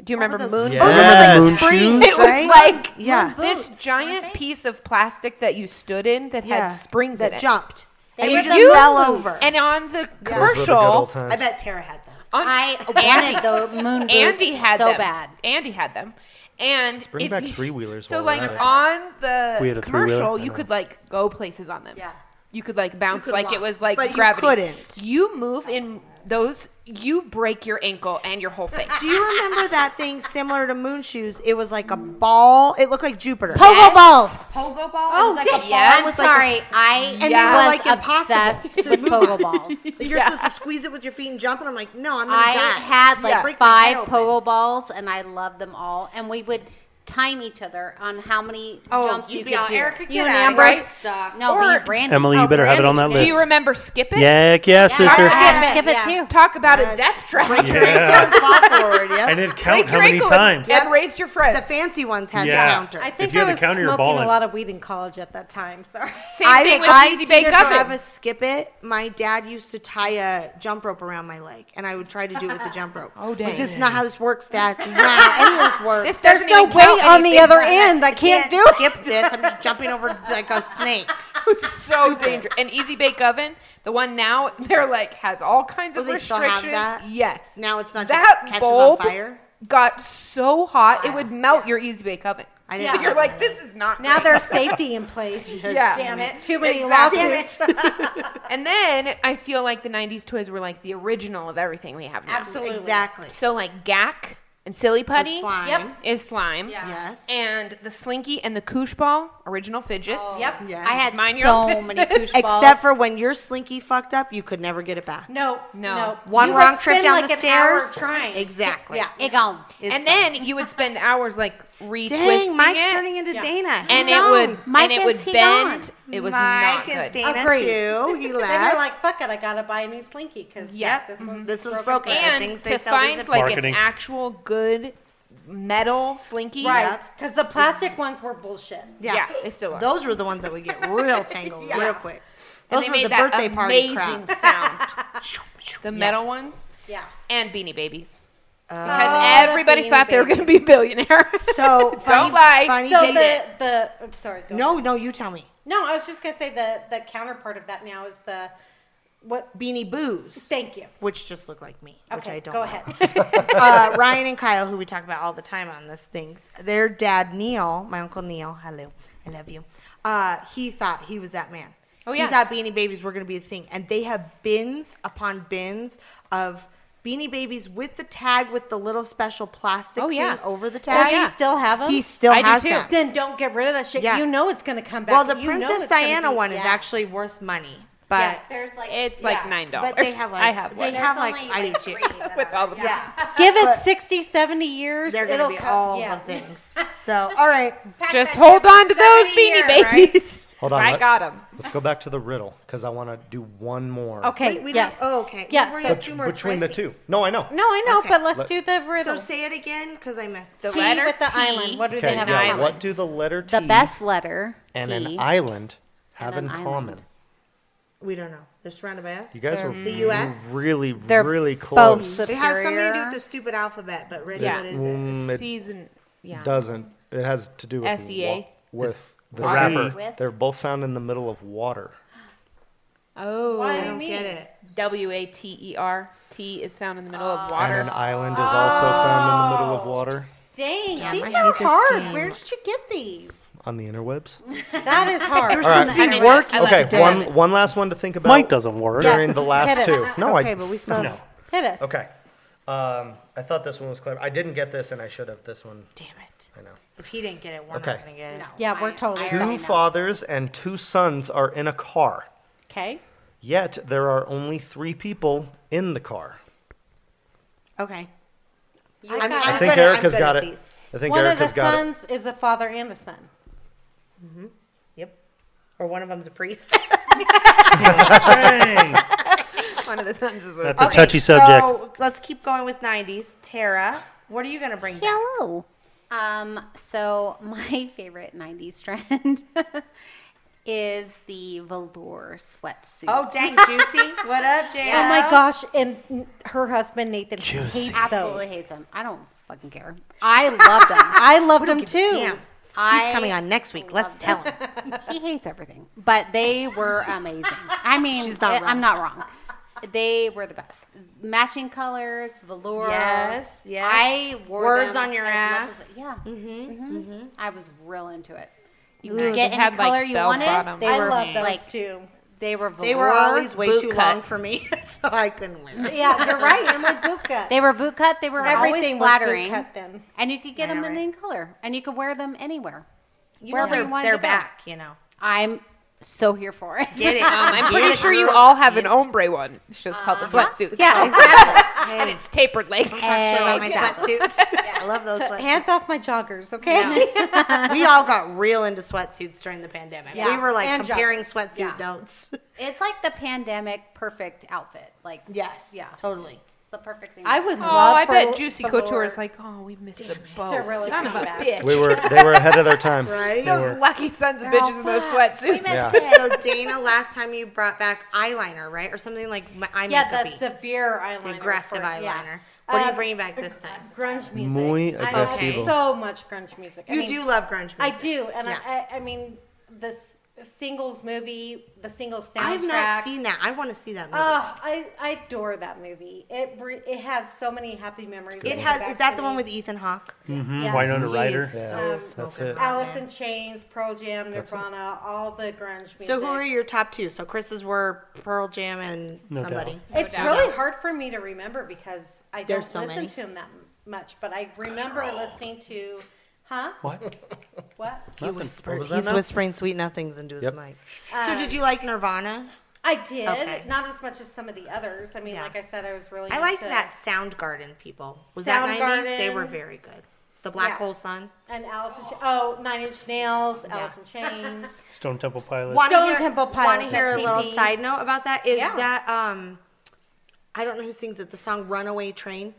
[SPEAKER 3] Do you
[SPEAKER 2] What were
[SPEAKER 3] remember
[SPEAKER 2] those?
[SPEAKER 3] moon?
[SPEAKER 4] Yeah.
[SPEAKER 2] Oh, there was,
[SPEAKER 4] Moon
[SPEAKER 2] like springs,
[SPEAKER 3] It was
[SPEAKER 2] right?
[SPEAKER 3] like
[SPEAKER 2] yeah,
[SPEAKER 3] this giant piece of plastic that you stood in that
[SPEAKER 2] yeah.
[SPEAKER 3] had springs
[SPEAKER 2] that
[SPEAKER 3] in it.
[SPEAKER 2] jumped, and
[SPEAKER 5] were
[SPEAKER 2] you
[SPEAKER 5] the
[SPEAKER 2] just
[SPEAKER 5] moon
[SPEAKER 2] fell over.
[SPEAKER 3] And on the
[SPEAKER 4] Those were the good old
[SPEAKER 3] commercial,
[SPEAKER 4] times.
[SPEAKER 2] I bet Tara had those.
[SPEAKER 3] on
[SPEAKER 5] I wanted the moon boots
[SPEAKER 3] Andy had
[SPEAKER 5] so
[SPEAKER 3] them.
[SPEAKER 5] bad.
[SPEAKER 3] Andy had them. And
[SPEAKER 4] Bring
[SPEAKER 3] if
[SPEAKER 4] back
[SPEAKER 3] you-
[SPEAKER 4] three wheelers.
[SPEAKER 3] So like on the
[SPEAKER 7] We had a three-wheeler,
[SPEAKER 3] commercial,
[SPEAKER 7] I
[SPEAKER 3] you
[SPEAKER 7] know.
[SPEAKER 3] could like go places on them.
[SPEAKER 5] Yeah.
[SPEAKER 3] You could like bounce
[SPEAKER 2] could
[SPEAKER 3] like
[SPEAKER 2] walk,
[SPEAKER 3] it was like
[SPEAKER 2] but you
[SPEAKER 3] gravity.
[SPEAKER 2] couldn't.
[SPEAKER 3] You move in those, you break your ankle and your whole face.
[SPEAKER 2] Do you remember that thing similar to moon shoes? It was like a
[SPEAKER 3] Mm.
[SPEAKER 2] ball. It looked like Jupiter.
[SPEAKER 5] Pogo
[SPEAKER 3] Yes.
[SPEAKER 5] balls.
[SPEAKER 2] Pogo ball.
[SPEAKER 5] Oh,
[SPEAKER 3] yeah.
[SPEAKER 5] I'm
[SPEAKER 2] with like a-
[SPEAKER 5] sorry. I
[SPEAKER 2] And
[SPEAKER 3] they were,
[SPEAKER 5] was
[SPEAKER 2] like, impossible
[SPEAKER 5] obsessed
[SPEAKER 2] to
[SPEAKER 5] with
[SPEAKER 2] move.
[SPEAKER 5] pogo balls.
[SPEAKER 2] You're supposed to squeeze it with your feet and jump, and I'm like, no, I'm gonna
[SPEAKER 5] I
[SPEAKER 2] die.
[SPEAKER 5] had like
[SPEAKER 2] Yeah. Break my head
[SPEAKER 5] five
[SPEAKER 2] open.
[SPEAKER 5] pogo balls, and I loved them all. And we would time each other on how many
[SPEAKER 2] Oh,
[SPEAKER 5] jumps
[SPEAKER 2] you'd
[SPEAKER 5] you
[SPEAKER 2] be
[SPEAKER 5] could
[SPEAKER 2] all,
[SPEAKER 5] do.
[SPEAKER 2] "Erica,
[SPEAKER 5] you
[SPEAKER 2] get
[SPEAKER 5] and
[SPEAKER 2] out of
[SPEAKER 5] Amber
[SPEAKER 2] here."
[SPEAKER 5] suck. No,
[SPEAKER 3] Or-
[SPEAKER 5] me, Brandy.
[SPEAKER 7] Emily, you better have it on that
[SPEAKER 3] Do
[SPEAKER 7] list.
[SPEAKER 3] you remember Skip It?
[SPEAKER 8] Heck yeah, sister.
[SPEAKER 5] I
[SPEAKER 2] Yes.
[SPEAKER 5] had to skip it
[SPEAKER 2] Yeah.
[SPEAKER 5] too.
[SPEAKER 3] Talk about a death trap.
[SPEAKER 2] Break your
[SPEAKER 7] Yeah.
[SPEAKER 2] ankle and fall forward. Yep.
[SPEAKER 7] I didn't count
[SPEAKER 3] Break
[SPEAKER 7] how
[SPEAKER 3] your
[SPEAKER 7] many
[SPEAKER 3] ankle and-
[SPEAKER 7] times.
[SPEAKER 3] And, raise your friend.
[SPEAKER 2] the fancy ones had
[SPEAKER 7] Yeah.
[SPEAKER 2] the counter.
[SPEAKER 6] I think
[SPEAKER 7] you had
[SPEAKER 6] I
[SPEAKER 7] the
[SPEAKER 6] was
[SPEAKER 7] counter, you're
[SPEAKER 6] smoking a
[SPEAKER 7] balling.
[SPEAKER 6] lot of weed in college at that time. Sorry.
[SPEAKER 3] Same
[SPEAKER 2] I,
[SPEAKER 3] thing with
[SPEAKER 2] I
[SPEAKER 3] Easy Bake
[SPEAKER 2] did have
[SPEAKER 3] Oven.
[SPEAKER 2] a skip it. My dad used to tie a jump rope around my leg, and I would try to do it with the jump rope.
[SPEAKER 3] Oh, dang.
[SPEAKER 2] Like, this is not how this works, Dad. This is not how any of this works.
[SPEAKER 3] This doesn't
[SPEAKER 6] no
[SPEAKER 3] even
[SPEAKER 6] weight
[SPEAKER 3] count
[SPEAKER 6] on the
[SPEAKER 3] anything.
[SPEAKER 6] other end. I can't do it.
[SPEAKER 2] Skip this. I'm just jumping over like a snake.
[SPEAKER 3] so dangerous. An Easy Bake Oven, the one now, they're like has all kinds
[SPEAKER 2] Oh,
[SPEAKER 3] of
[SPEAKER 2] they still have
[SPEAKER 3] restrictions.
[SPEAKER 2] that?
[SPEAKER 3] Yes.
[SPEAKER 2] Now it's not just
[SPEAKER 3] that
[SPEAKER 2] catches
[SPEAKER 3] bulb
[SPEAKER 2] on fire.
[SPEAKER 3] got so hot it would melt your Easy Bake Oven.
[SPEAKER 2] I didn't.
[SPEAKER 3] You're like, this is not
[SPEAKER 6] Now
[SPEAKER 3] right.
[SPEAKER 6] there's safety in place.
[SPEAKER 3] Yeah.
[SPEAKER 6] Damn it. Too many
[SPEAKER 3] Exactly.
[SPEAKER 6] lawsuits.
[SPEAKER 3] And then I feel like the '90s toys were like the original of everything we have now.
[SPEAKER 6] Absolutely.
[SPEAKER 2] exactly.
[SPEAKER 3] So like Gak and Silly Putty
[SPEAKER 2] slime.
[SPEAKER 6] Yep.
[SPEAKER 3] is slime.
[SPEAKER 5] Yeah.
[SPEAKER 2] Yes.
[SPEAKER 3] And the Slinky and the Koosh Ball, original fidgets.
[SPEAKER 2] Oh.
[SPEAKER 5] Yep.
[SPEAKER 2] Yes.
[SPEAKER 5] I had
[SPEAKER 3] Mind your
[SPEAKER 5] so
[SPEAKER 3] own
[SPEAKER 5] many koosh balls.
[SPEAKER 2] Except for when your slinky fucked up, you could never get it back.
[SPEAKER 6] No,
[SPEAKER 3] No.
[SPEAKER 6] no.
[SPEAKER 2] One
[SPEAKER 6] You would
[SPEAKER 2] wrong trip
[SPEAKER 6] spend
[SPEAKER 2] down
[SPEAKER 6] like
[SPEAKER 2] the
[SPEAKER 6] an hour
[SPEAKER 2] stairs.
[SPEAKER 6] trying.
[SPEAKER 2] Exactly.
[SPEAKER 6] Yeah.
[SPEAKER 5] it gone.
[SPEAKER 3] and then you would spend hours like retwisting
[SPEAKER 2] Dang, Mike's
[SPEAKER 3] it.
[SPEAKER 2] turning into
[SPEAKER 6] Yeah.
[SPEAKER 2] Dana.
[SPEAKER 3] and
[SPEAKER 2] He's
[SPEAKER 3] it
[SPEAKER 2] gone.
[SPEAKER 3] would
[SPEAKER 5] Mike
[SPEAKER 3] and it
[SPEAKER 5] is-
[SPEAKER 3] would
[SPEAKER 5] he
[SPEAKER 3] bend.
[SPEAKER 5] gone.
[SPEAKER 3] It was
[SPEAKER 2] Mike
[SPEAKER 3] not
[SPEAKER 2] is
[SPEAKER 3] good.
[SPEAKER 2] Dana
[SPEAKER 6] Agreed.
[SPEAKER 2] too. He
[SPEAKER 6] Then you're
[SPEAKER 2] left.
[SPEAKER 6] like, fuck it, I gotta buy a new slinky because
[SPEAKER 3] Yeah.
[SPEAKER 6] yeah, this one's,
[SPEAKER 2] Mm-hmm. This one's broken. I think
[SPEAKER 3] And
[SPEAKER 2] they
[SPEAKER 3] to
[SPEAKER 2] sell these
[SPEAKER 3] find
[SPEAKER 2] at-
[SPEAKER 3] like
[SPEAKER 7] Marketing.
[SPEAKER 3] an actual good metal slinky,
[SPEAKER 6] Right, because the plastic ones were bullshit.
[SPEAKER 3] Yeah,
[SPEAKER 2] yeah.
[SPEAKER 3] they still are.
[SPEAKER 2] Those were the ones that would get real tangled real quick.
[SPEAKER 3] and
[SPEAKER 2] Those
[SPEAKER 3] they
[SPEAKER 2] were
[SPEAKER 3] made
[SPEAKER 2] the
[SPEAKER 3] that
[SPEAKER 2] birthday party
[SPEAKER 3] amazing
[SPEAKER 2] crap.
[SPEAKER 3] sound. the metal ones
[SPEAKER 6] Yeah.
[SPEAKER 3] and Beanie Babies.
[SPEAKER 2] Uh,
[SPEAKER 3] Because
[SPEAKER 6] Oh, the
[SPEAKER 3] everybody
[SPEAKER 6] Beanie
[SPEAKER 3] thought they were
[SPEAKER 6] Babies.
[SPEAKER 3] going to be billionaires.
[SPEAKER 2] so funny,
[SPEAKER 3] lie.
[SPEAKER 2] funny
[SPEAKER 6] So
[SPEAKER 2] thing-
[SPEAKER 6] the the I'm sorry. go ahead.
[SPEAKER 2] no, no, you tell me.
[SPEAKER 6] no, I was just gonna say the the counterpart of that now is the What?
[SPEAKER 2] Beanie Boos,
[SPEAKER 6] Thank you.
[SPEAKER 2] which just look like me, which
[SPEAKER 6] Okay,
[SPEAKER 2] I don't
[SPEAKER 6] go
[SPEAKER 2] know.
[SPEAKER 6] ahead.
[SPEAKER 2] uh, Ryan and Kyle, who we talk about all the time on this thing, their dad Neil, my uncle Neil, hello, I love you. Uh, he thought he was that man.
[SPEAKER 3] Oh,
[SPEAKER 2] He
[SPEAKER 3] yes.
[SPEAKER 2] thought Beanie Babies were going to be the thing, and they have bins upon bins of Beanie Babies with the tag with the little special plastic
[SPEAKER 3] Oh, yeah.
[SPEAKER 2] thing over the
[SPEAKER 6] Does
[SPEAKER 2] tag.
[SPEAKER 3] yeah.
[SPEAKER 6] he still have them?
[SPEAKER 2] He still
[SPEAKER 3] I do
[SPEAKER 2] has
[SPEAKER 3] too.
[SPEAKER 2] them.
[SPEAKER 6] then don't get rid of that shit.
[SPEAKER 2] Yeah.
[SPEAKER 6] You know it's going to come back.
[SPEAKER 2] Well, the
[SPEAKER 6] You know
[SPEAKER 2] Princess
[SPEAKER 6] it's gonna
[SPEAKER 2] Diana
[SPEAKER 6] be-
[SPEAKER 2] one is
[SPEAKER 6] Yes.
[SPEAKER 2] actually worth money, but
[SPEAKER 5] yes, there's like
[SPEAKER 3] It's
[SPEAKER 5] yeah.
[SPEAKER 3] like nine dollars.
[SPEAKER 2] but they have like
[SPEAKER 3] I have
[SPEAKER 2] they
[SPEAKER 3] one.
[SPEAKER 5] There's
[SPEAKER 2] have like
[SPEAKER 5] only,
[SPEAKER 2] I do too.
[SPEAKER 5] three that
[SPEAKER 3] With
[SPEAKER 5] are-
[SPEAKER 3] all the-
[SPEAKER 5] yeah.
[SPEAKER 6] Give it
[SPEAKER 2] But-
[SPEAKER 6] 60, 70 years.
[SPEAKER 2] They're
[SPEAKER 6] it'll
[SPEAKER 2] gonna be
[SPEAKER 6] come,
[SPEAKER 2] all
[SPEAKER 6] yes.
[SPEAKER 2] the things. So, all right,
[SPEAKER 3] Just hold on to those beanie babies.
[SPEAKER 4] Hold on,
[SPEAKER 3] I
[SPEAKER 4] let-
[SPEAKER 3] got them.
[SPEAKER 4] Let's go back to the riddle because I want to do one more.
[SPEAKER 6] Okay,
[SPEAKER 2] Wait, we
[SPEAKER 6] yes.
[SPEAKER 2] don't, oh, okay.
[SPEAKER 6] Yes.
[SPEAKER 2] We
[SPEAKER 6] So
[SPEAKER 2] have
[SPEAKER 4] Bet-
[SPEAKER 2] two more
[SPEAKER 4] between the
[SPEAKER 2] brackets.
[SPEAKER 4] two. No, I know.
[SPEAKER 6] No, I know,
[SPEAKER 2] Okay.
[SPEAKER 6] but let's
[SPEAKER 4] Let-
[SPEAKER 6] do the riddle.
[SPEAKER 2] So say it again because I missed.
[SPEAKER 3] The
[SPEAKER 6] T
[SPEAKER 3] letter
[SPEAKER 6] with the
[SPEAKER 3] T.
[SPEAKER 6] island. What do
[SPEAKER 4] Okay,
[SPEAKER 6] they have
[SPEAKER 4] yeah.
[SPEAKER 6] in common?
[SPEAKER 4] What do the letter T
[SPEAKER 5] The best letter
[SPEAKER 4] and
[SPEAKER 5] T.
[SPEAKER 4] an island have
[SPEAKER 5] an
[SPEAKER 4] in
[SPEAKER 5] island.
[SPEAKER 4] common?
[SPEAKER 2] We don't know. They're surrounded by us.
[SPEAKER 4] You guys were
[SPEAKER 2] The US?
[SPEAKER 4] really,
[SPEAKER 5] They're
[SPEAKER 4] really
[SPEAKER 5] both
[SPEAKER 4] close.
[SPEAKER 5] the-
[SPEAKER 2] It has something to do with
[SPEAKER 5] superior.
[SPEAKER 2] the stupid alphabet, but Rich,
[SPEAKER 3] Yeah.
[SPEAKER 2] what is it?
[SPEAKER 4] Mm, it
[SPEAKER 3] Season. Yeah.
[SPEAKER 4] doesn't. It has to do with
[SPEAKER 3] SEA?
[SPEAKER 4] wa- with the
[SPEAKER 7] Wrapper.
[SPEAKER 4] sea.
[SPEAKER 5] With?
[SPEAKER 4] They're both found in the middle of water.
[SPEAKER 2] I
[SPEAKER 3] Oh.
[SPEAKER 2] don't get it.
[SPEAKER 3] W a t e r. T is found in the middle
[SPEAKER 2] Uh,
[SPEAKER 3] of
[SPEAKER 4] And an
[SPEAKER 3] water.
[SPEAKER 4] island is also found in the middle of water
[SPEAKER 6] Dang,
[SPEAKER 2] Damn, I
[SPEAKER 6] these
[SPEAKER 2] hate
[SPEAKER 6] are
[SPEAKER 2] this
[SPEAKER 6] hard.
[SPEAKER 2] game.
[SPEAKER 6] Where did you get these?
[SPEAKER 4] on the interwebs.
[SPEAKER 6] That is hard.
[SPEAKER 4] All right.
[SPEAKER 3] I mean, working
[SPEAKER 4] Okay, one one last one to think about.
[SPEAKER 7] Mike doesn't work.
[SPEAKER 4] during the last
[SPEAKER 6] Hit
[SPEAKER 4] two.
[SPEAKER 6] us.
[SPEAKER 4] No,
[SPEAKER 2] okay,
[SPEAKER 4] I
[SPEAKER 2] but we still.
[SPEAKER 7] No.
[SPEAKER 6] Hit us.
[SPEAKER 4] Okay. Um, I thought this one was clever. I didn't get this, and I should have. This one,
[SPEAKER 2] Damn it!
[SPEAKER 4] I know.
[SPEAKER 2] If he didn't get it, we're
[SPEAKER 4] Okay.
[SPEAKER 2] not gonna get it.
[SPEAKER 6] Yeah, we're totally
[SPEAKER 4] Two fathers and two sons are in a car.
[SPEAKER 6] okay.
[SPEAKER 4] Yet there are only three people in the car.
[SPEAKER 2] Okay.
[SPEAKER 5] You
[SPEAKER 2] I'm,
[SPEAKER 5] got
[SPEAKER 2] I'm
[SPEAKER 4] I think
[SPEAKER 2] good at- I'm
[SPEAKER 4] Erica's
[SPEAKER 2] good
[SPEAKER 4] got
[SPEAKER 2] at
[SPEAKER 4] it.
[SPEAKER 2] these.
[SPEAKER 4] I think
[SPEAKER 6] One
[SPEAKER 4] Erica's
[SPEAKER 6] of the
[SPEAKER 4] got it.
[SPEAKER 6] sons is a father and a son.
[SPEAKER 2] Yep. Or one of them's a priest.
[SPEAKER 7] Dang.
[SPEAKER 3] One of the sons is
[SPEAKER 7] That's a touchy subject.
[SPEAKER 2] So let's keep going with '90s. Tara, what are you gonna bring? back?
[SPEAKER 5] Hello. Um, so my favorite 90s trend is the velour sweatsuit.
[SPEAKER 2] Oh dang, juicy! What up, Jay?
[SPEAKER 6] Oh my gosh! And her husband Nathan hates
[SPEAKER 5] absolutely
[SPEAKER 6] those.
[SPEAKER 5] hates them. I don't fucking care.
[SPEAKER 6] I love them. I love them too.
[SPEAKER 2] Damn.
[SPEAKER 5] I
[SPEAKER 2] He's coming on next week. Let's tell
[SPEAKER 5] love
[SPEAKER 2] him.
[SPEAKER 5] them. he hates everything, but they were amazing. I mean,
[SPEAKER 2] She's not
[SPEAKER 5] I-
[SPEAKER 2] wrong.
[SPEAKER 5] I'm not wrong. They were the best. Matching colors, velour.
[SPEAKER 2] Yes, yes.
[SPEAKER 5] I wore
[SPEAKER 2] Words
[SPEAKER 5] them
[SPEAKER 2] on your
[SPEAKER 5] as much
[SPEAKER 2] ass.
[SPEAKER 5] as- yeah. Mm-hmm, I was real into it. You
[SPEAKER 3] Ooh,
[SPEAKER 5] could
[SPEAKER 3] they
[SPEAKER 5] get
[SPEAKER 3] had,
[SPEAKER 5] any
[SPEAKER 3] like,
[SPEAKER 5] color you
[SPEAKER 3] bell
[SPEAKER 5] wanted.
[SPEAKER 3] bottom.
[SPEAKER 5] They
[SPEAKER 6] I
[SPEAKER 5] were
[SPEAKER 6] love those
[SPEAKER 5] like
[SPEAKER 6] too.
[SPEAKER 5] they were velour.
[SPEAKER 2] They were always way
[SPEAKER 5] boot
[SPEAKER 2] too
[SPEAKER 5] cut.
[SPEAKER 2] long for me, so I couldn't wear them.
[SPEAKER 6] Yeah, you're right. I'm a boot cut.
[SPEAKER 5] They were boot cut. They were always
[SPEAKER 6] Everything was boot
[SPEAKER 5] flattering,
[SPEAKER 6] cut then.
[SPEAKER 5] and you could get
[SPEAKER 2] Yeah,
[SPEAKER 5] them in
[SPEAKER 2] right.
[SPEAKER 5] any color, and you could wear them anywhere.
[SPEAKER 2] You
[SPEAKER 5] Wherever
[SPEAKER 2] know
[SPEAKER 5] you
[SPEAKER 2] they're,
[SPEAKER 5] wanted
[SPEAKER 2] they're
[SPEAKER 5] to go.
[SPEAKER 2] back, you know.
[SPEAKER 5] I'm so here for it.
[SPEAKER 2] Get it?
[SPEAKER 3] Um, I'm
[SPEAKER 2] Get
[SPEAKER 3] pretty
[SPEAKER 2] it,
[SPEAKER 3] sure you
[SPEAKER 2] girl.
[SPEAKER 3] all have an ombre one. It's just called the
[SPEAKER 6] Uh-huh.
[SPEAKER 3] sweatsuit.
[SPEAKER 5] Yeah, exactly.
[SPEAKER 2] Hey,
[SPEAKER 3] And it's tapered like.
[SPEAKER 2] don't talk shit about my
[SPEAKER 5] Exactly.
[SPEAKER 2] sweatsuit. I love those sweatsuits.
[SPEAKER 6] Hands off my joggers, okay?
[SPEAKER 2] we all got real into sweatsuits during the pandemic.
[SPEAKER 5] Yeah.
[SPEAKER 2] We were like
[SPEAKER 6] And
[SPEAKER 2] comparing sweatsuit
[SPEAKER 5] Yeah.
[SPEAKER 2] notes.
[SPEAKER 5] it's like the pandemic perfect outfit. Like
[SPEAKER 2] Yes.
[SPEAKER 5] Yeah.
[SPEAKER 2] Totally.
[SPEAKER 5] the perfect thing.
[SPEAKER 6] I would
[SPEAKER 3] Oh,
[SPEAKER 6] love
[SPEAKER 3] I
[SPEAKER 6] for
[SPEAKER 3] bet Juicy
[SPEAKER 6] velour.
[SPEAKER 3] Couture is like, oh, we missed the boat.
[SPEAKER 6] really
[SPEAKER 3] Son of a
[SPEAKER 6] bad.
[SPEAKER 3] bitch.
[SPEAKER 4] We were they were ahead of their time.
[SPEAKER 2] Right?
[SPEAKER 4] They
[SPEAKER 3] Those
[SPEAKER 4] were,
[SPEAKER 3] lucky sons of bitches in those sweatsuits.
[SPEAKER 4] yeah.
[SPEAKER 2] So Dana, last time you brought back eyeliner, right, or something like my, eye
[SPEAKER 6] yeah, the
[SPEAKER 2] makeup-y.
[SPEAKER 6] severe eyeliner,
[SPEAKER 2] aggressive
[SPEAKER 6] for it,
[SPEAKER 2] eyeliner.
[SPEAKER 6] yeah.
[SPEAKER 2] What are you
[SPEAKER 6] Um,
[SPEAKER 2] bringing back this time?
[SPEAKER 6] Grunge music.
[SPEAKER 4] Muy
[SPEAKER 6] I
[SPEAKER 4] agresivo.
[SPEAKER 6] love so much grunge music. I
[SPEAKER 2] You
[SPEAKER 6] mean,
[SPEAKER 2] do love grunge music.
[SPEAKER 6] I do, and
[SPEAKER 2] Yeah.
[SPEAKER 6] I, I, I mean this singles movie, the singles soundtrack.
[SPEAKER 2] I've not seen that. I want to see that movie.
[SPEAKER 6] Oh, I, I adore that movie. It br- it has so many happy memories.
[SPEAKER 2] it
[SPEAKER 6] coming
[SPEAKER 2] has.
[SPEAKER 6] back
[SPEAKER 2] Is that
[SPEAKER 6] to
[SPEAKER 2] the one
[SPEAKER 6] me.
[SPEAKER 2] with Ethan Hawke?
[SPEAKER 6] Yes.
[SPEAKER 7] Wine Under
[SPEAKER 2] He
[SPEAKER 7] Rider.
[SPEAKER 2] is
[SPEAKER 4] Yeah.
[SPEAKER 2] so
[SPEAKER 6] Um,
[SPEAKER 4] That's
[SPEAKER 2] smoking
[SPEAKER 4] it.
[SPEAKER 2] hot,
[SPEAKER 6] Alice
[SPEAKER 2] man.
[SPEAKER 6] in Chains, Pearl Jam,
[SPEAKER 4] That's it.
[SPEAKER 6] Nirvana, all the grunge music.
[SPEAKER 2] So who are your top two? So Chris's were Pearl Jam and
[SPEAKER 7] No
[SPEAKER 2] somebody.
[SPEAKER 6] It's
[SPEAKER 3] doubt.
[SPEAKER 6] really hard for me to remember because I
[SPEAKER 2] There's
[SPEAKER 6] don't
[SPEAKER 2] so
[SPEAKER 6] listen
[SPEAKER 2] many.
[SPEAKER 6] to him that m- much, but I remember listening to, huh?
[SPEAKER 7] What?
[SPEAKER 6] What?
[SPEAKER 7] Nothing.
[SPEAKER 2] Whisper-
[SPEAKER 4] was that
[SPEAKER 2] He's
[SPEAKER 4] now?
[SPEAKER 2] whispering sweet nothings into his
[SPEAKER 4] Yep.
[SPEAKER 2] mic. so
[SPEAKER 6] Um,
[SPEAKER 2] did you like Nirvana?
[SPEAKER 6] I did,
[SPEAKER 2] Okay.
[SPEAKER 6] not as much as some of the others. I mean,
[SPEAKER 2] Yeah.
[SPEAKER 6] like I said, I was really.
[SPEAKER 2] I liked
[SPEAKER 6] into-
[SPEAKER 2] that Soundgarden people. Was that 90s? They were
[SPEAKER 6] Soundgarden.
[SPEAKER 2] very good. The Black
[SPEAKER 6] Yeah.
[SPEAKER 2] Hole Sun.
[SPEAKER 6] And Alice in Ch- oh, Nine Inch Nails,
[SPEAKER 2] Yeah.
[SPEAKER 6] Alice in Chains.
[SPEAKER 7] Stone Temple Pilots.
[SPEAKER 2] Wanna
[SPEAKER 6] Stone
[SPEAKER 2] hear-
[SPEAKER 6] Temple
[SPEAKER 2] Wanna
[SPEAKER 6] Pilots,
[SPEAKER 2] hear a little
[SPEAKER 6] STP.
[SPEAKER 2] side note about that? Is
[SPEAKER 6] Yeah.
[SPEAKER 2] that um, I don't know who sings it. The song "Runaway Train."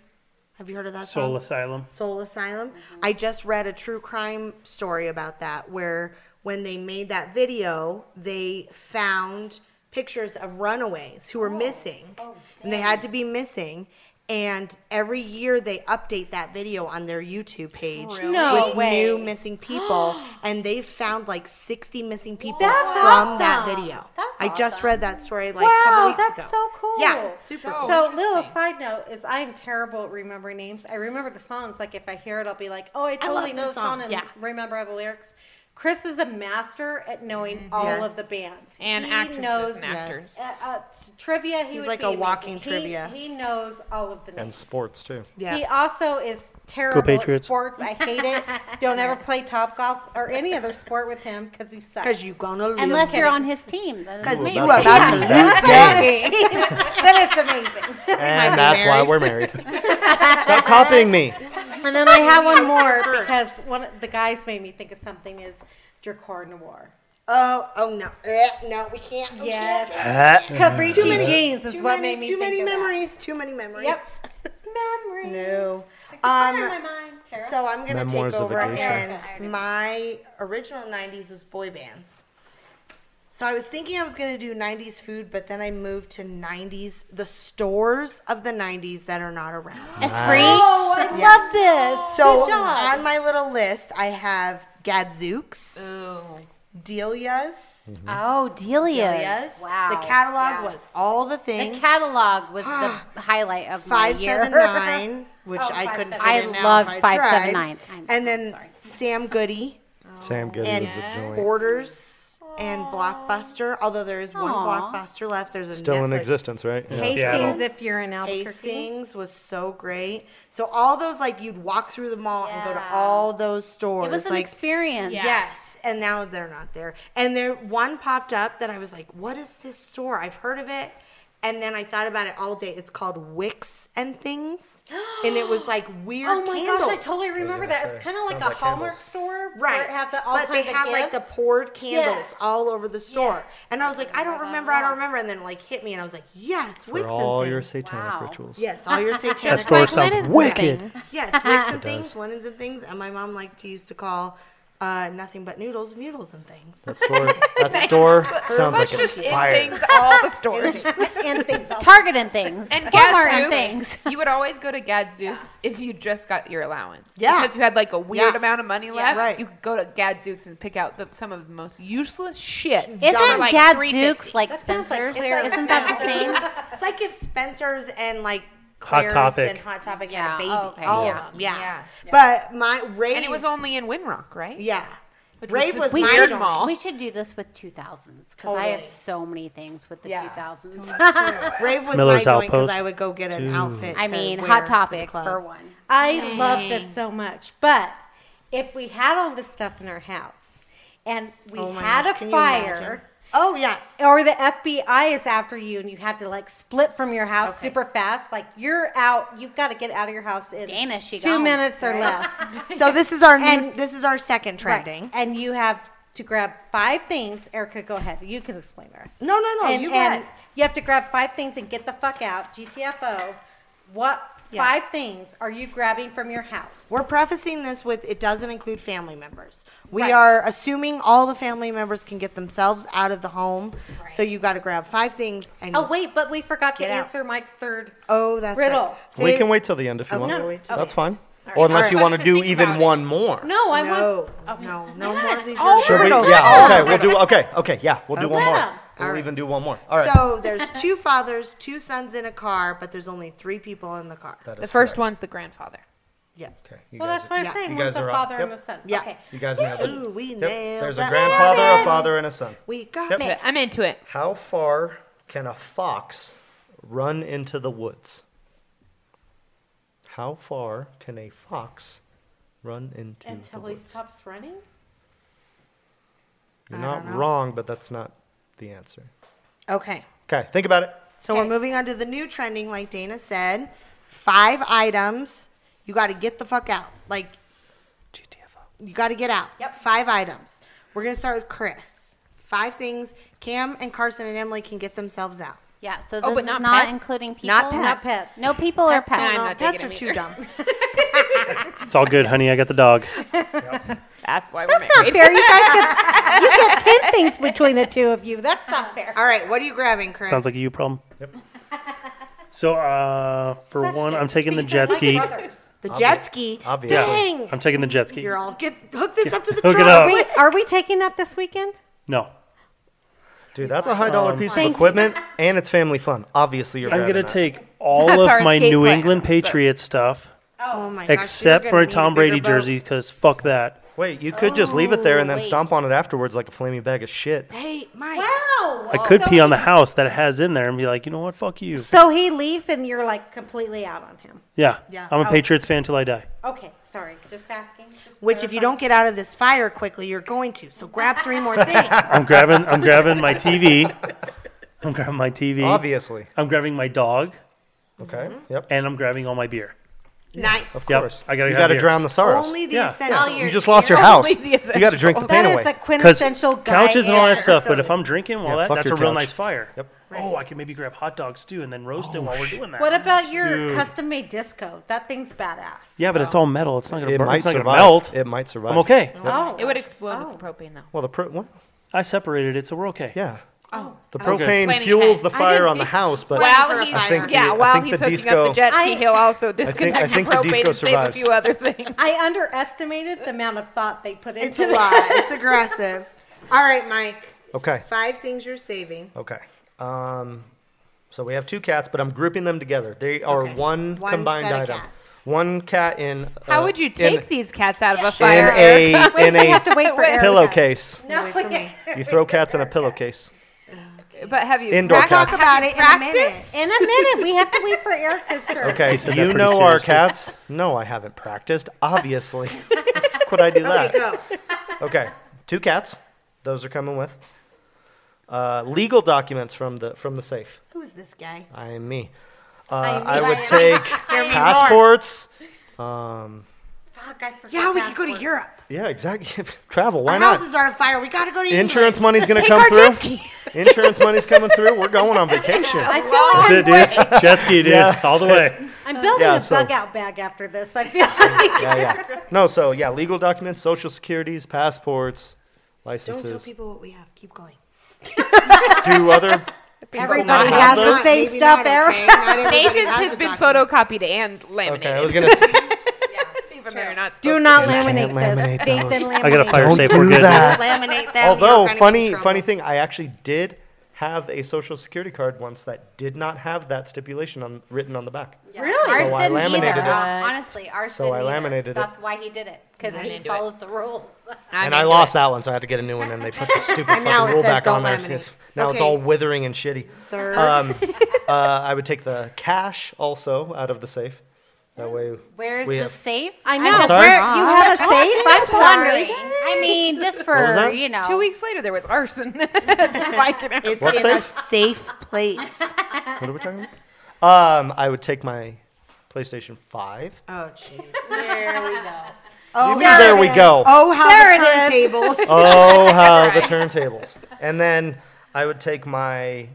[SPEAKER 2] Have you heard of that song?
[SPEAKER 7] Soul Asylum.
[SPEAKER 2] Soul Asylum.
[SPEAKER 6] Mm-hmm.
[SPEAKER 2] I just read a true crime story about that where when they made that video, they
[SPEAKER 6] Oh.
[SPEAKER 2] found pictures of runaways who were missing. and they had to be missing And every year they update that video on their YouTube page
[SPEAKER 6] No
[SPEAKER 2] with
[SPEAKER 6] way.
[SPEAKER 2] new missing people, and they found like 60 missing people
[SPEAKER 6] That's
[SPEAKER 2] from that
[SPEAKER 6] awesome.
[SPEAKER 2] video.
[SPEAKER 5] That's
[SPEAKER 2] I just
[SPEAKER 5] awesome.
[SPEAKER 2] read that story like a couple
[SPEAKER 6] wow,
[SPEAKER 2] weeks
[SPEAKER 6] that's
[SPEAKER 2] ago.
[SPEAKER 6] so cool.
[SPEAKER 2] Yeah, super
[SPEAKER 3] So-
[SPEAKER 2] cool.
[SPEAKER 3] Oh,
[SPEAKER 6] So, little
[SPEAKER 3] interesting.
[SPEAKER 6] side note is I am terrible at remembering names. I remember the songs. Like, if I hear it, I'll be like, oh, I totally
[SPEAKER 2] love
[SPEAKER 6] know
[SPEAKER 2] this
[SPEAKER 6] the song
[SPEAKER 2] song.
[SPEAKER 6] and
[SPEAKER 2] Yeah.
[SPEAKER 6] remember all the lyrics. Chris is a master at knowing all
[SPEAKER 2] Yes.
[SPEAKER 6] of the bands.
[SPEAKER 3] and
[SPEAKER 6] he
[SPEAKER 3] actresses
[SPEAKER 6] knows
[SPEAKER 3] and
[SPEAKER 2] yes.
[SPEAKER 3] actors.
[SPEAKER 6] uh, uh, trivia. He
[SPEAKER 2] He's
[SPEAKER 6] would
[SPEAKER 2] like
[SPEAKER 6] be
[SPEAKER 2] a
[SPEAKER 6] amazing.
[SPEAKER 2] walking
[SPEAKER 6] He-
[SPEAKER 2] trivia.
[SPEAKER 6] He knows all of the names.
[SPEAKER 4] and sports too.
[SPEAKER 2] Yeah.
[SPEAKER 6] He also is terrible at
[SPEAKER 8] Patriots.
[SPEAKER 6] sports. I hate it. Don't ever play top golf or any other sport with him because he sucks.
[SPEAKER 2] Because you gonna lose.
[SPEAKER 5] Unless you're on his team. That is
[SPEAKER 2] Because
[SPEAKER 5] amazing.
[SPEAKER 2] you are about to lose that game.
[SPEAKER 6] then it's amazing.
[SPEAKER 4] And
[SPEAKER 3] be
[SPEAKER 4] that's why
[SPEAKER 3] married.
[SPEAKER 4] we're married. Stop copying me.
[SPEAKER 6] and then I have one more because one of the guys made me think of something is Dracar Noir.
[SPEAKER 2] Oh, oh no, Eh, no, we can't. we
[SPEAKER 6] Yes.
[SPEAKER 2] can't.
[SPEAKER 6] Capricci jeans is
[SPEAKER 2] Too
[SPEAKER 6] what
[SPEAKER 2] many,
[SPEAKER 6] made me
[SPEAKER 2] too
[SPEAKER 6] think
[SPEAKER 2] many
[SPEAKER 6] of that.
[SPEAKER 2] memories. Too many memories.
[SPEAKER 6] Yep. Memories.
[SPEAKER 2] No.
[SPEAKER 6] Like, the fun in
[SPEAKER 2] Um,
[SPEAKER 6] my mind, Tara.
[SPEAKER 2] So I'm gonna
[SPEAKER 8] Memoirs
[SPEAKER 2] take
[SPEAKER 8] of a
[SPEAKER 2] over,
[SPEAKER 8] Geisha.
[SPEAKER 2] and my original '90s was boy bands. So I was thinking I was gonna do '90s food, but then I moved to '90s the stores of the '90s that are not around.
[SPEAKER 5] Esprit.
[SPEAKER 6] oh, I love this.
[SPEAKER 2] So
[SPEAKER 6] Good job.
[SPEAKER 2] on my little list, I have Gadzooks,
[SPEAKER 3] Ooh.
[SPEAKER 2] Delia's.
[SPEAKER 5] Oh, Delia.
[SPEAKER 2] Delia's.
[SPEAKER 5] Wow.
[SPEAKER 2] The catalog
[SPEAKER 5] Yes.
[SPEAKER 2] was all the things. Ah,
[SPEAKER 5] The catalog was the highlight of my
[SPEAKER 2] five
[SPEAKER 5] year.
[SPEAKER 2] seven nine, which
[SPEAKER 6] Oh,
[SPEAKER 2] I couldn't.
[SPEAKER 6] 579.
[SPEAKER 2] Fit
[SPEAKER 5] I
[SPEAKER 2] in now
[SPEAKER 5] loved
[SPEAKER 2] if I
[SPEAKER 5] five seven
[SPEAKER 2] tried.
[SPEAKER 5] nine. I'm-
[SPEAKER 2] And then
[SPEAKER 5] sorry.
[SPEAKER 2] Sam Goody.
[SPEAKER 4] Sam Goody
[SPEAKER 2] And
[SPEAKER 4] is the joint.
[SPEAKER 2] Borders and Blockbuster. Although there is one
[SPEAKER 5] Aw.
[SPEAKER 2] Blockbuster left. There's a
[SPEAKER 4] Still in
[SPEAKER 2] Netflix.
[SPEAKER 4] existence, right? Yeah.
[SPEAKER 6] Hastings, if you're in Albuquerque.
[SPEAKER 2] Hastings was so great. So all those like you'd walk through the mall and go to
[SPEAKER 5] Yeah.
[SPEAKER 2] all those stores.
[SPEAKER 5] it was an
[SPEAKER 2] like
[SPEAKER 5] experience.
[SPEAKER 3] Yeah.
[SPEAKER 2] yes, and now they're not there. And there one popped up that I was like, "What is this store? I've heard of it." And then I thought about it all day. It's called Wicks and Things, and it was like weird.
[SPEAKER 6] Oh my
[SPEAKER 2] candles.
[SPEAKER 6] gosh, I totally remember
[SPEAKER 4] gonna
[SPEAKER 6] that. It's
[SPEAKER 4] say,
[SPEAKER 6] kind of like
[SPEAKER 4] sounds
[SPEAKER 6] a
[SPEAKER 4] like
[SPEAKER 6] Hallmark
[SPEAKER 4] candles.
[SPEAKER 6] store
[SPEAKER 2] Right.
[SPEAKER 6] where it has the, all
[SPEAKER 2] but
[SPEAKER 6] kinds
[SPEAKER 2] they
[SPEAKER 6] of
[SPEAKER 2] had like
[SPEAKER 6] gifts.
[SPEAKER 2] the poured candles
[SPEAKER 6] Yes.
[SPEAKER 2] all over the store.
[SPEAKER 6] Yes.
[SPEAKER 2] And I was like, I don't remember, I don't remember. And then it like hit me and I was like, yes,
[SPEAKER 8] For
[SPEAKER 2] wicks
[SPEAKER 8] all
[SPEAKER 2] and
[SPEAKER 8] your
[SPEAKER 2] things.
[SPEAKER 8] satanic
[SPEAKER 5] Wow.
[SPEAKER 8] rituals.
[SPEAKER 2] yes, all your
[SPEAKER 8] That
[SPEAKER 2] satanic.
[SPEAKER 8] store
[SPEAKER 3] like
[SPEAKER 8] sounds
[SPEAKER 3] linens and
[SPEAKER 8] wicked.
[SPEAKER 3] things.
[SPEAKER 2] yes, wicks and
[SPEAKER 8] It does.
[SPEAKER 2] things, linens and things. And my mom liked to used to call uh, nothing but noodles, noodles and things.
[SPEAKER 4] That store, that store sounds like
[SPEAKER 3] Let's
[SPEAKER 4] it's
[SPEAKER 3] just in
[SPEAKER 4] fire.
[SPEAKER 3] things all the stores.
[SPEAKER 2] And things- and things. all-
[SPEAKER 5] Target and things.
[SPEAKER 3] And
[SPEAKER 5] Walmart
[SPEAKER 3] Gadzooks,
[SPEAKER 5] and things.
[SPEAKER 3] you would always go to Gadzooks if you just got your allowance.
[SPEAKER 2] Yeah.
[SPEAKER 3] Because you had like a weird
[SPEAKER 2] Yeah.
[SPEAKER 3] amount of money left.
[SPEAKER 2] Right.
[SPEAKER 3] You could go to Gadzooks and pick out the, some of the most useless shit.
[SPEAKER 5] Isn't
[SPEAKER 3] like
[SPEAKER 5] Gadzooks like
[SPEAKER 6] That sounds like
[SPEAKER 5] Spencer's?
[SPEAKER 6] Claire's
[SPEAKER 5] Isn't that the
[SPEAKER 6] Spencer's.
[SPEAKER 5] same?
[SPEAKER 2] It's like if Spencer's and like
[SPEAKER 7] Hot
[SPEAKER 2] Claire's
[SPEAKER 7] Topic.
[SPEAKER 2] and Hot Topic
[SPEAKER 5] Yeah,
[SPEAKER 2] had a baby.
[SPEAKER 5] oh, okay,
[SPEAKER 2] All
[SPEAKER 5] yeah.
[SPEAKER 2] of them. Yeah.
[SPEAKER 3] Yeah.
[SPEAKER 2] But my rave.
[SPEAKER 3] And it was only in Windrock, right?
[SPEAKER 2] Yeah.
[SPEAKER 3] Which was
[SPEAKER 2] Rave
[SPEAKER 3] the
[SPEAKER 2] was,
[SPEAKER 5] We
[SPEAKER 2] my
[SPEAKER 3] weird
[SPEAKER 2] joint.
[SPEAKER 3] mall.
[SPEAKER 5] We should do this with 2000s because I
[SPEAKER 2] Totally.
[SPEAKER 5] have so many things with the
[SPEAKER 2] Yeah.
[SPEAKER 5] 2000s.
[SPEAKER 2] Rave was
[SPEAKER 8] Miller's
[SPEAKER 2] my joint because
[SPEAKER 8] Outpost,
[SPEAKER 2] I would go get an
[SPEAKER 8] too.
[SPEAKER 2] outfit.
[SPEAKER 5] I
[SPEAKER 2] to
[SPEAKER 5] mean,
[SPEAKER 2] wear
[SPEAKER 5] Hot
[SPEAKER 2] to the
[SPEAKER 5] Topic
[SPEAKER 2] club.
[SPEAKER 5] for one.
[SPEAKER 6] I love this so much. But if we had all this stuff in our house and we
[SPEAKER 2] Oh my
[SPEAKER 6] had
[SPEAKER 2] gosh,
[SPEAKER 6] a
[SPEAKER 2] can you imagine?
[SPEAKER 6] fire
[SPEAKER 2] Oh yes.
[SPEAKER 6] or the FBI is after you and you had to like split from your house
[SPEAKER 2] Okay.
[SPEAKER 6] super fast, like you're out, you've got to get out of your house in
[SPEAKER 5] Dana, she
[SPEAKER 6] two
[SPEAKER 5] gone,
[SPEAKER 6] minutes or
[SPEAKER 5] right?
[SPEAKER 6] less.
[SPEAKER 2] So this is our new,
[SPEAKER 6] And-
[SPEAKER 2] this is our second
[SPEAKER 6] Right.
[SPEAKER 2] trending.
[SPEAKER 6] And you have to grab five things. Erica, go ahead. You can explain the rest.
[SPEAKER 2] No, no, no.
[SPEAKER 6] and,
[SPEAKER 2] you got
[SPEAKER 6] and
[SPEAKER 2] it.
[SPEAKER 6] you have to grab five things and get the fuck out. GTFO. What
[SPEAKER 2] Yeah.
[SPEAKER 6] five things are you grabbing from your house?
[SPEAKER 2] We're prefacing this with it doesn't include family members. We
[SPEAKER 6] Right.
[SPEAKER 2] are assuming all the family members can get themselves out of the home. So you got to grab five things and
[SPEAKER 6] Oh wait, but we forgot to
[SPEAKER 2] Get out.
[SPEAKER 6] answer Mike's third.
[SPEAKER 2] oh that's right.
[SPEAKER 6] Riddle.
[SPEAKER 2] See,
[SPEAKER 8] We can wait till the end if you
[SPEAKER 2] Oh,
[SPEAKER 8] want.
[SPEAKER 2] no, no,
[SPEAKER 8] That's
[SPEAKER 6] okay.
[SPEAKER 8] fine. Or unless you
[SPEAKER 3] All right.
[SPEAKER 8] want to
[SPEAKER 3] Just
[SPEAKER 8] do
[SPEAKER 3] think
[SPEAKER 8] even
[SPEAKER 3] about it.
[SPEAKER 8] one more.
[SPEAKER 6] No, I
[SPEAKER 2] No,
[SPEAKER 6] want.
[SPEAKER 2] no, no more of these.
[SPEAKER 3] all
[SPEAKER 2] riddles.
[SPEAKER 8] Should we?
[SPEAKER 3] Riddle.
[SPEAKER 8] Yeah. Okay. We'll do. Okay. Okay. Yeah. We'll do one
[SPEAKER 6] Riddle.
[SPEAKER 8] more.
[SPEAKER 2] All
[SPEAKER 8] We'll
[SPEAKER 2] right.
[SPEAKER 8] even do one more. All right.
[SPEAKER 2] So there's two fathers, two sons in a car, but there's only three people in the car.
[SPEAKER 8] That
[SPEAKER 3] The
[SPEAKER 8] is
[SPEAKER 3] first
[SPEAKER 8] correct.
[SPEAKER 3] one's the grandfather.
[SPEAKER 2] Yeah.
[SPEAKER 8] Okay. you
[SPEAKER 6] Well,
[SPEAKER 8] guys-
[SPEAKER 6] that's what I'm
[SPEAKER 2] yeah,
[SPEAKER 6] saying.
[SPEAKER 8] you
[SPEAKER 6] One's
[SPEAKER 8] guys
[SPEAKER 6] the
[SPEAKER 8] are up.
[SPEAKER 6] father and
[SPEAKER 8] Yep.
[SPEAKER 6] the son.
[SPEAKER 2] Yeah.
[SPEAKER 6] Okay.
[SPEAKER 8] You guys nailed it.
[SPEAKER 2] Ooh, we
[SPEAKER 8] Yep,
[SPEAKER 2] nailed
[SPEAKER 8] There's a
[SPEAKER 2] that.
[SPEAKER 8] grandfather, a father, and a son.
[SPEAKER 2] We got
[SPEAKER 8] Yep.
[SPEAKER 2] it.
[SPEAKER 3] But I'm into it.
[SPEAKER 8] How far can a fox run into the woods? How far can a fox run into the
[SPEAKER 6] Until he
[SPEAKER 8] woods?
[SPEAKER 6] stops running.
[SPEAKER 8] You're
[SPEAKER 2] I
[SPEAKER 8] not
[SPEAKER 2] don't know.
[SPEAKER 8] wrong, but that's not the answer.
[SPEAKER 6] Okay.
[SPEAKER 8] Okay, think about it.
[SPEAKER 2] So we're moving on to the new trending, like Dana said. Five items. You got to get the fuck out. Like, you got to get out.
[SPEAKER 6] Yep.
[SPEAKER 2] Five items. We're going to start with Chris. Five things Cam and Carson and Emily can get themselves out.
[SPEAKER 5] Yeah, so this
[SPEAKER 3] Oh, but
[SPEAKER 5] is
[SPEAKER 3] not
[SPEAKER 5] not,
[SPEAKER 3] pets?
[SPEAKER 5] including people.
[SPEAKER 2] Not
[SPEAKER 6] Not pets.
[SPEAKER 5] No people or
[SPEAKER 2] Pets,
[SPEAKER 5] pets.
[SPEAKER 2] don't
[SPEAKER 3] I'm
[SPEAKER 2] know.
[SPEAKER 3] not
[SPEAKER 2] Pets
[SPEAKER 3] taking
[SPEAKER 2] are
[SPEAKER 3] them
[SPEAKER 2] too
[SPEAKER 3] either.
[SPEAKER 2] dumb.
[SPEAKER 7] It's all good, honey. I got the dog.
[SPEAKER 3] That's why we're married.
[SPEAKER 6] Fair. You guys get, you get ten things between the two of you. That's not fair.
[SPEAKER 2] All right, what are you grabbing, Chris?
[SPEAKER 7] Sounds like a you problem. So uh, for
[SPEAKER 6] Such
[SPEAKER 7] one, I'm
[SPEAKER 6] dicks.
[SPEAKER 7] taking the
[SPEAKER 6] Like
[SPEAKER 7] jet ski.
[SPEAKER 6] brothers.
[SPEAKER 2] The jet ski.
[SPEAKER 4] obviously.
[SPEAKER 2] Dang.
[SPEAKER 7] I'm taking the jet ski.
[SPEAKER 2] You're all get hook this up to the
[SPEAKER 7] Hook it
[SPEAKER 2] truck.
[SPEAKER 7] up.
[SPEAKER 6] Wait, are we taking that this weekend?
[SPEAKER 7] No,
[SPEAKER 4] Dude, that's a high dollar piece of
[SPEAKER 6] Thank-
[SPEAKER 4] equipment, and it's family fun. Obviously, you're.
[SPEAKER 7] I'm
[SPEAKER 4] grabbing
[SPEAKER 7] gonna
[SPEAKER 4] that.
[SPEAKER 7] take all
[SPEAKER 3] That's our
[SPEAKER 7] of my
[SPEAKER 3] escape
[SPEAKER 7] New
[SPEAKER 3] plan,
[SPEAKER 7] England
[SPEAKER 3] so-
[SPEAKER 7] Patriots stuff
[SPEAKER 2] Oh my gosh.
[SPEAKER 7] except
[SPEAKER 2] you're
[SPEAKER 7] for
[SPEAKER 2] gonna
[SPEAKER 7] a
[SPEAKER 2] need
[SPEAKER 7] Tom
[SPEAKER 2] bigger
[SPEAKER 7] Brady
[SPEAKER 2] boat.
[SPEAKER 7] jersey because fuck that.
[SPEAKER 4] Wait, you could just leave it there and then
[SPEAKER 5] Oh, wait.
[SPEAKER 4] stomp on it afterwards like a flaming bag of shit.
[SPEAKER 2] Hey, Mike.
[SPEAKER 6] Wow.
[SPEAKER 7] I could pee on the house that it has in there and be like, you know what, fuck you.
[SPEAKER 6] So he leaves and you're like completely out on him.
[SPEAKER 7] Yeah,
[SPEAKER 2] Yeah.
[SPEAKER 7] I'm a
[SPEAKER 6] Oh.
[SPEAKER 7] Patriots fan till I die.
[SPEAKER 6] Okay, sorry. Just asking. just
[SPEAKER 2] Which, if you
[SPEAKER 6] clarifying.
[SPEAKER 2] don't get out of this fire quickly, you're going to. So grab three more things.
[SPEAKER 7] I'm grabbing, I'm grabbing my TV. I'm grabbing my TV.
[SPEAKER 4] Obviously.
[SPEAKER 7] I'm grabbing my dog,
[SPEAKER 4] Okay.
[SPEAKER 2] Mm-hmm.
[SPEAKER 4] Yep.
[SPEAKER 7] and I'm grabbing all my beer.
[SPEAKER 2] nice.
[SPEAKER 4] Of
[SPEAKER 7] Yep,
[SPEAKER 4] course.
[SPEAKER 7] I gotta
[SPEAKER 4] you
[SPEAKER 7] have
[SPEAKER 4] got to
[SPEAKER 7] beer.
[SPEAKER 4] drown the sorrows.
[SPEAKER 2] Only the
[SPEAKER 7] Yeah.
[SPEAKER 2] essential.
[SPEAKER 4] you just lost your house.
[SPEAKER 3] Only the
[SPEAKER 4] You got to drink the pain
[SPEAKER 6] That is
[SPEAKER 4] away.
[SPEAKER 6] a
[SPEAKER 7] Because
[SPEAKER 6] quintessential guy
[SPEAKER 7] couches and all that
[SPEAKER 6] answer.
[SPEAKER 7] stuff, but if I'm drinking, well,
[SPEAKER 4] Yeah,
[SPEAKER 7] that,
[SPEAKER 4] fuck
[SPEAKER 7] that's a
[SPEAKER 4] your
[SPEAKER 7] real
[SPEAKER 4] couch.
[SPEAKER 7] nice fire.
[SPEAKER 4] Yep.
[SPEAKER 7] Oh, I can maybe grab hot dogs too, and then roast it while we're doing that.
[SPEAKER 6] What about your
[SPEAKER 7] Dude.
[SPEAKER 6] custom-made disco? That thing's badass.
[SPEAKER 7] yeah, but it's all metal. It's not gonna
[SPEAKER 4] It
[SPEAKER 7] burn.
[SPEAKER 4] might
[SPEAKER 7] It's not
[SPEAKER 4] survive.
[SPEAKER 7] gonna melt.
[SPEAKER 4] It might survive.
[SPEAKER 7] I'm okay.
[SPEAKER 6] Oh,
[SPEAKER 3] It would explode with the
[SPEAKER 6] Oh.
[SPEAKER 3] propane, though.
[SPEAKER 4] Well, the pro- well,
[SPEAKER 7] I separated it, so we're okay.
[SPEAKER 4] yeah. Oh. The
[SPEAKER 7] Okay.
[SPEAKER 4] propane
[SPEAKER 3] Planning
[SPEAKER 4] fuels
[SPEAKER 3] ahead.
[SPEAKER 4] the
[SPEAKER 3] I
[SPEAKER 4] fire
[SPEAKER 6] didn't
[SPEAKER 4] on the
[SPEAKER 6] think-
[SPEAKER 4] house, but
[SPEAKER 2] Wow.
[SPEAKER 3] While
[SPEAKER 2] for
[SPEAKER 3] he's,
[SPEAKER 2] I think
[SPEAKER 3] yeah,
[SPEAKER 4] the- I
[SPEAKER 3] while
[SPEAKER 4] think
[SPEAKER 3] he's
[SPEAKER 4] the
[SPEAKER 3] hooking up the
[SPEAKER 4] disco-
[SPEAKER 3] jet ski,
[SPEAKER 6] I-
[SPEAKER 3] he'll also
[SPEAKER 4] think-
[SPEAKER 3] disconnect
[SPEAKER 4] I think
[SPEAKER 3] the
[SPEAKER 4] the disco
[SPEAKER 3] propane and save a
[SPEAKER 4] survives.
[SPEAKER 3] few other things.
[SPEAKER 6] I underestimated the amount of thought they put
[SPEAKER 2] It's
[SPEAKER 6] into
[SPEAKER 2] a
[SPEAKER 6] that.
[SPEAKER 2] lot. It's aggressive. All right, Mike.
[SPEAKER 4] okay.
[SPEAKER 2] Five things you're saving.
[SPEAKER 4] Okay. Um, so we have two cats, but I'm grouping them together. They are
[SPEAKER 2] Okay.
[SPEAKER 4] one,
[SPEAKER 2] One
[SPEAKER 4] combined
[SPEAKER 2] set of
[SPEAKER 4] item.
[SPEAKER 2] cats.
[SPEAKER 4] One cat in.
[SPEAKER 3] How
[SPEAKER 4] uh,
[SPEAKER 3] would you
[SPEAKER 4] in-
[SPEAKER 3] take these cats out of a
[SPEAKER 4] in,
[SPEAKER 3] fire?
[SPEAKER 4] a in
[SPEAKER 6] We have to
[SPEAKER 4] a
[SPEAKER 6] wait for Erica.
[SPEAKER 4] pillowcase?
[SPEAKER 6] No,
[SPEAKER 2] Wait for me.
[SPEAKER 4] You throw cats in a pillowcase.
[SPEAKER 3] But have you
[SPEAKER 4] Indoor
[SPEAKER 3] practiced-
[SPEAKER 4] cats.
[SPEAKER 3] have
[SPEAKER 2] Talk about
[SPEAKER 3] you
[SPEAKER 2] it in a minute.
[SPEAKER 3] practiced?
[SPEAKER 6] In a minute, we have to wait for Erica's turn.
[SPEAKER 4] Okay,
[SPEAKER 7] said that
[SPEAKER 4] you
[SPEAKER 7] pretty
[SPEAKER 4] know our
[SPEAKER 7] seriously.
[SPEAKER 4] cats. No, I haven't practiced. Obviously, How could I do that?
[SPEAKER 2] Okay, go.
[SPEAKER 4] Okay, two cats. Those are coming with. Uh, legal documents from the from the safe.
[SPEAKER 2] Who's this guy?
[SPEAKER 4] I am me. Uh,
[SPEAKER 6] am
[SPEAKER 4] I
[SPEAKER 6] me.
[SPEAKER 4] would take passports. Um,
[SPEAKER 6] Fuck, I forgot
[SPEAKER 2] Yeah, we could go to
[SPEAKER 6] passwords.
[SPEAKER 2] Europe.
[SPEAKER 4] yeah, exactly. Travel. Why
[SPEAKER 2] Our
[SPEAKER 4] not?
[SPEAKER 2] houses are on fire. We got to go to England.
[SPEAKER 4] Insurance money's gonna come through. Insurance money's coming through. We're going on vacation.
[SPEAKER 6] I feel like
[SPEAKER 7] That's
[SPEAKER 6] I'm,
[SPEAKER 7] it, dude. jet ski, dude.
[SPEAKER 4] Yeah.
[SPEAKER 7] All the way.
[SPEAKER 6] I'm building
[SPEAKER 4] Yeah,
[SPEAKER 6] a
[SPEAKER 4] so-
[SPEAKER 6] bug out bag after this. I feel like
[SPEAKER 4] Yeah, yeah. No, so yeah, legal documents, social securities, passports,
[SPEAKER 2] Don't tell
[SPEAKER 4] licenses.
[SPEAKER 2] people what we have. Keep going.
[SPEAKER 4] Do other
[SPEAKER 6] everybody
[SPEAKER 4] not
[SPEAKER 6] has
[SPEAKER 4] those?
[SPEAKER 6] the same
[SPEAKER 2] Maybe
[SPEAKER 6] stuff,
[SPEAKER 2] not, okay?
[SPEAKER 6] Erica.
[SPEAKER 2] Not everybody
[SPEAKER 3] Nathan's
[SPEAKER 2] has
[SPEAKER 3] has
[SPEAKER 2] a
[SPEAKER 3] been
[SPEAKER 2] document.
[SPEAKER 3] photocopied and laminated.
[SPEAKER 4] Okay, I was gonna say.
[SPEAKER 3] Even though you're not
[SPEAKER 6] Do
[SPEAKER 3] supposed
[SPEAKER 6] not
[SPEAKER 3] to.
[SPEAKER 6] laminate this.
[SPEAKER 4] laminate
[SPEAKER 6] Nathan
[SPEAKER 4] those.
[SPEAKER 6] laminate.
[SPEAKER 7] I got a fire
[SPEAKER 4] Don't
[SPEAKER 7] safe.
[SPEAKER 4] do
[SPEAKER 7] We're good.
[SPEAKER 4] that.
[SPEAKER 2] Laminate them.
[SPEAKER 4] Although
[SPEAKER 2] you're gonna be in
[SPEAKER 4] funny,
[SPEAKER 2] trouble.
[SPEAKER 4] funny thing, I actually did have a social security card once that did not have that stipulation on written on the back.
[SPEAKER 5] Really? Ours
[SPEAKER 4] So I
[SPEAKER 5] didn't
[SPEAKER 4] laminated
[SPEAKER 5] either. Um,
[SPEAKER 4] it.
[SPEAKER 5] Honestly, ours
[SPEAKER 4] So
[SPEAKER 5] didn't
[SPEAKER 4] I
[SPEAKER 5] either.
[SPEAKER 4] laminated it.
[SPEAKER 5] That's why he did it, because
[SPEAKER 3] I'm
[SPEAKER 5] he
[SPEAKER 3] into it.
[SPEAKER 5] follows the rules.
[SPEAKER 3] I'm
[SPEAKER 4] and I
[SPEAKER 3] into
[SPEAKER 4] lost
[SPEAKER 3] it.
[SPEAKER 4] that one, so I had to get a new one. And they put the stupid
[SPEAKER 2] And now
[SPEAKER 4] fucking
[SPEAKER 2] it
[SPEAKER 4] rule
[SPEAKER 2] says
[SPEAKER 4] back on
[SPEAKER 2] don't
[SPEAKER 4] there.
[SPEAKER 2] laminate.
[SPEAKER 4] Now it's
[SPEAKER 2] Okay.
[SPEAKER 4] all withering and shitty.
[SPEAKER 2] Third.
[SPEAKER 4] Um, uh, I would take the cash also out of the safe. That way,
[SPEAKER 5] Where's
[SPEAKER 4] We
[SPEAKER 5] the
[SPEAKER 4] have-
[SPEAKER 5] safe?
[SPEAKER 6] I
[SPEAKER 5] I'm
[SPEAKER 6] know.
[SPEAKER 5] just-
[SPEAKER 4] sorry?
[SPEAKER 6] Where, you have a safe? I'm
[SPEAKER 5] I'm
[SPEAKER 6] sorry.
[SPEAKER 5] wondering. I mean, just
[SPEAKER 4] was
[SPEAKER 5] for
[SPEAKER 4] that?
[SPEAKER 5] you know.
[SPEAKER 3] Two weeks later, there was arson. Mike and Eric.
[SPEAKER 2] It's
[SPEAKER 4] What's
[SPEAKER 2] in
[SPEAKER 4] safe?
[SPEAKER 2] a safe place.
[SPEAKER 4] what are we talking about? Um, I would take my PlayStation 5.
[SPEAKER 2] Oh, jeez.
[SPEAKER 5] There we go.
[SPEAKER 2] Oh,
[SPEAKER 4] there,
[SPEAKER 2] there
[SPEAKER 4] we go.
[SPEAKER 2] Oh, how
[SPEAKER 6] There
[SPEAKER 2] the
[SPEAKER 6] it is.
[SPEAKER 2] turntables.
[SPEAKER 4] Oh, how the turntables. And then I would take my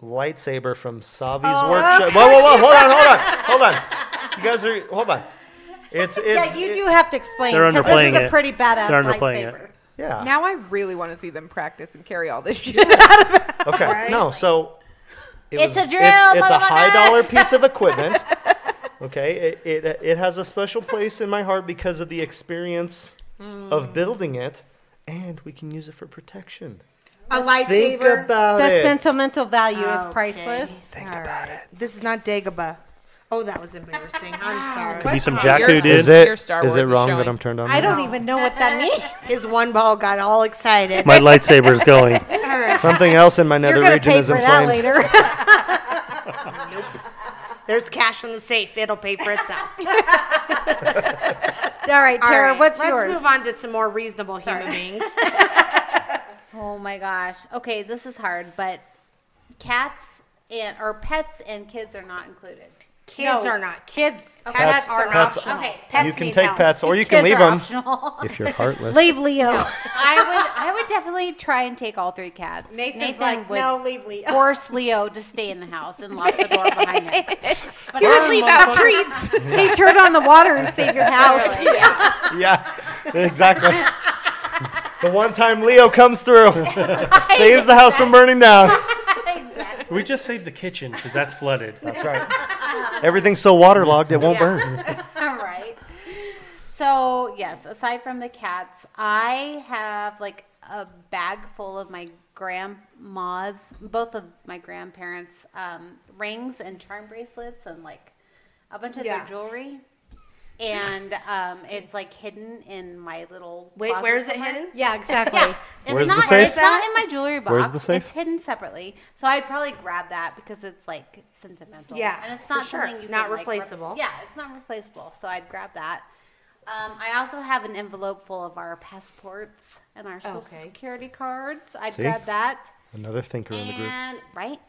[SPEAKER 4] lightsaber from Savi's workshop. Whoa, whoa, whoa. Hold on, hold on. Hold on. You guys are, hold on. It's, it's,
[SPEAKER 6] Yeah, you
[SPEAKER 4] it-
[SPEAKER 6] do have to explain
[SPEAKER 7] They're
[SPEAKER 6] because this
[SPEAKER 7] underplaying
[SPEAKER 6] is a
[SPEAKER 7] it.
[SPEAKER 6] pretty badass
[SPEAKER 7] They're underplaying it.
[SPEAKER 6] lightsaber.
[SPEAKER 4] yeah.
[SPEAKER 3] Now I really want to see them practice and carry all this shit.
[SPEAKER 4] Okay. No, so it
[SPEAKER 5] It's a drill,
[SPEAKER 4] It's, it's a
[SPEAKER 5] motherfuckers.
[SPEAKER 4] high dollar piece of equipment. Okay. It, it it has a special place in my heart because of the experience of building it, and we can use it for protection.
[SPEAKER 2] A lightsaber.
[SPEAKER 4] Think about
[SPEAKER 6] The
[SPEAKER 4] it.
[SPEAKER 6] sentimental value
[SPEAKER 2] Okay.
[SPEAKER 6] is priceless.
[SPEAKER 2] Think about it. This is not Dagobah. Oh, that was embarrassing.
[SPEAKER 6] Ah,
[SPEAKER 2] I'm sorry.
[SPEAKER 7] Could be some
[SPEAKER 3] You're-
[SPEAKER 7] Jakku,
[SPEAKER 4] Is
[SPEAKER 7] dude.
[SPEAKER 4] it
[SPEAKER 3] Your
[SPEAKER 4] is
[SPEAKER 3] Star Wars
[SPEAKER 4] it
[SPEAKER 3] is
[SPEAKER 4] wrong that
[SPEAKER 3] showing.
[SPEAKER 4] I'm turned on?
[SPEAKER 6] I
[SPEAKER 4] now?
[SPEAKER 6] don't even know what that means.
[SPEAKER 2] His one ball got all excited.
[SPEAKER 7] My lightsaber is going.
[SPEAKER 2] All right.
[SPEAKER 4] Something else in my nether
[SPEAKER 6] You're gonna
[SPEAKER 4] region
[SPEAKER 6] pay
[SPEAKER 4] is
[SPEAKER 6] for that
[SPEAKER 4] inflamed.
[SPEAKER 6] later.
[SPEAKER 2] There's cash in the safe. It'll pay for itself.
[SPEAKER 6] All right,
[SPEAKER 2] All
[SPEAKER 6] Tara,
[SPEAKER 2] right,
[SPEAKER 6] what's
[SPEAKER 2] let's
[SPEAKER 6] yours?
[SPEAKER 2] move on to some more reasonable human beings.
[SPEAKER 5] Oh my gosh. Okay, this is hard, but cats and or pets and kids are not included.
[SPEAKER 2] Kids
[SPEAKER 6] No,
[SPEAKER 2] are not.
[SPEAKER 6] Kids,
[SPEAKER 5] Okay.
[SPEAKER 2] Pets
[SPEAKER 5] Pets
[SPEAKER 2] are
[SPEAKER 4] pets-
[SPEAKER 2] optional.
[SPEAKER 5] Okay,
[SPEAKER 4] You
[SPEAKER 5] pets
[SPEAKER 4] can
[SPEAKER 5] need
[SPEAKER 4] take
[SPEAKER 5] help.
[SPEAKER 4] pets, or you
[SPEAKER 5] Kids
[SPEAKER 4] can leave
[SPEAKER 5] are
[SPEAKER 4] 'em.
[SPEAKER 5] optional.
[SPEAKER 4] If you're heartless.
[SPEAKER 6] leave Leo.
[SPEAKER 5] I would I would definitely try and take all three cats.
[SPEAKER 2] Nathan's
[SPEAKER 5] Nathan
[SPEAKER 2] like,
[SPEAKER 5] would
[SPEAKER 2] no, leave Leo.
[SPEAKER 5] force Leo to stay in the house and lock the door behind him. But
[SPEAKER 3] you
[SPEAKER 5] I
[SPEAKER 3] would leave out treats.
[SPEAKER 6] He turned on the water and saved your house.
[SPEAKER 4] yeah, exactly. the one time Leo comes through, saves the house from burning down.
[SPEAKER 5] exactly.
[SPEAKER 7] We just saved the kitchen because that's flooded.
[SPEAKER 8] That's right. Everything's so waterlogged it won't
[SPEAKER 5] Yeah.
[SPEAKER 8] burn.
[SPEAKER 5] All right. So, yes, aside from the cats, I have like a bag full of my grandma's, both of my grandparents' um, rings and charm bracelets and like a bunch of
[SPEAKER 2] Yeah.
[SPEAKER 5] their jewelry. And um, it's like hidden in my little.
[SPEAKER 2] Wait,
[SPEAKER 5] closet
[SPEAKER 2] where is it
[SPEAKER 5] somewhere.
[SPEAKER 2] hidden?
[SPEAKER 6] Yeah, exactly.
[SPEAKER 5] Yeah, it's
[SPEAKER 8] Where's the
[SPEAKER 5] not.
[SPEAKER 8] safe?
[SPEAKER 5] It's not in my jewelry box.
[SPEAKER 8] Where's the safe?
[SPEAKER 5] It's hidden separately, so I'd probably grab that because it's like sentimental.
[SPEAKER 2] Yeah,
[SPEAKER 5] and it's
[SPEAKER 2] for
[SPEAKER 5] not
[SPEAKER 2] sure.
[SPEAKER 5] something you
[SPEAKER 2] Not
[SPEAKER 5] can, like, re-
[SPEAKER 2] replaceable.
[SPEAKER 5] yeah, it's not replaceable, so I'd grab that. Um, I also have an envelope full of our passports and our social
[SPEAKER 2] Okay.
[SPEAKER 5] security cards. I'd
[SPEAKER 8] See?
[SPEAKER 5] grab that.
[SPEAKER 8] Another thinker in the group.
[SPEAKER 5] And right,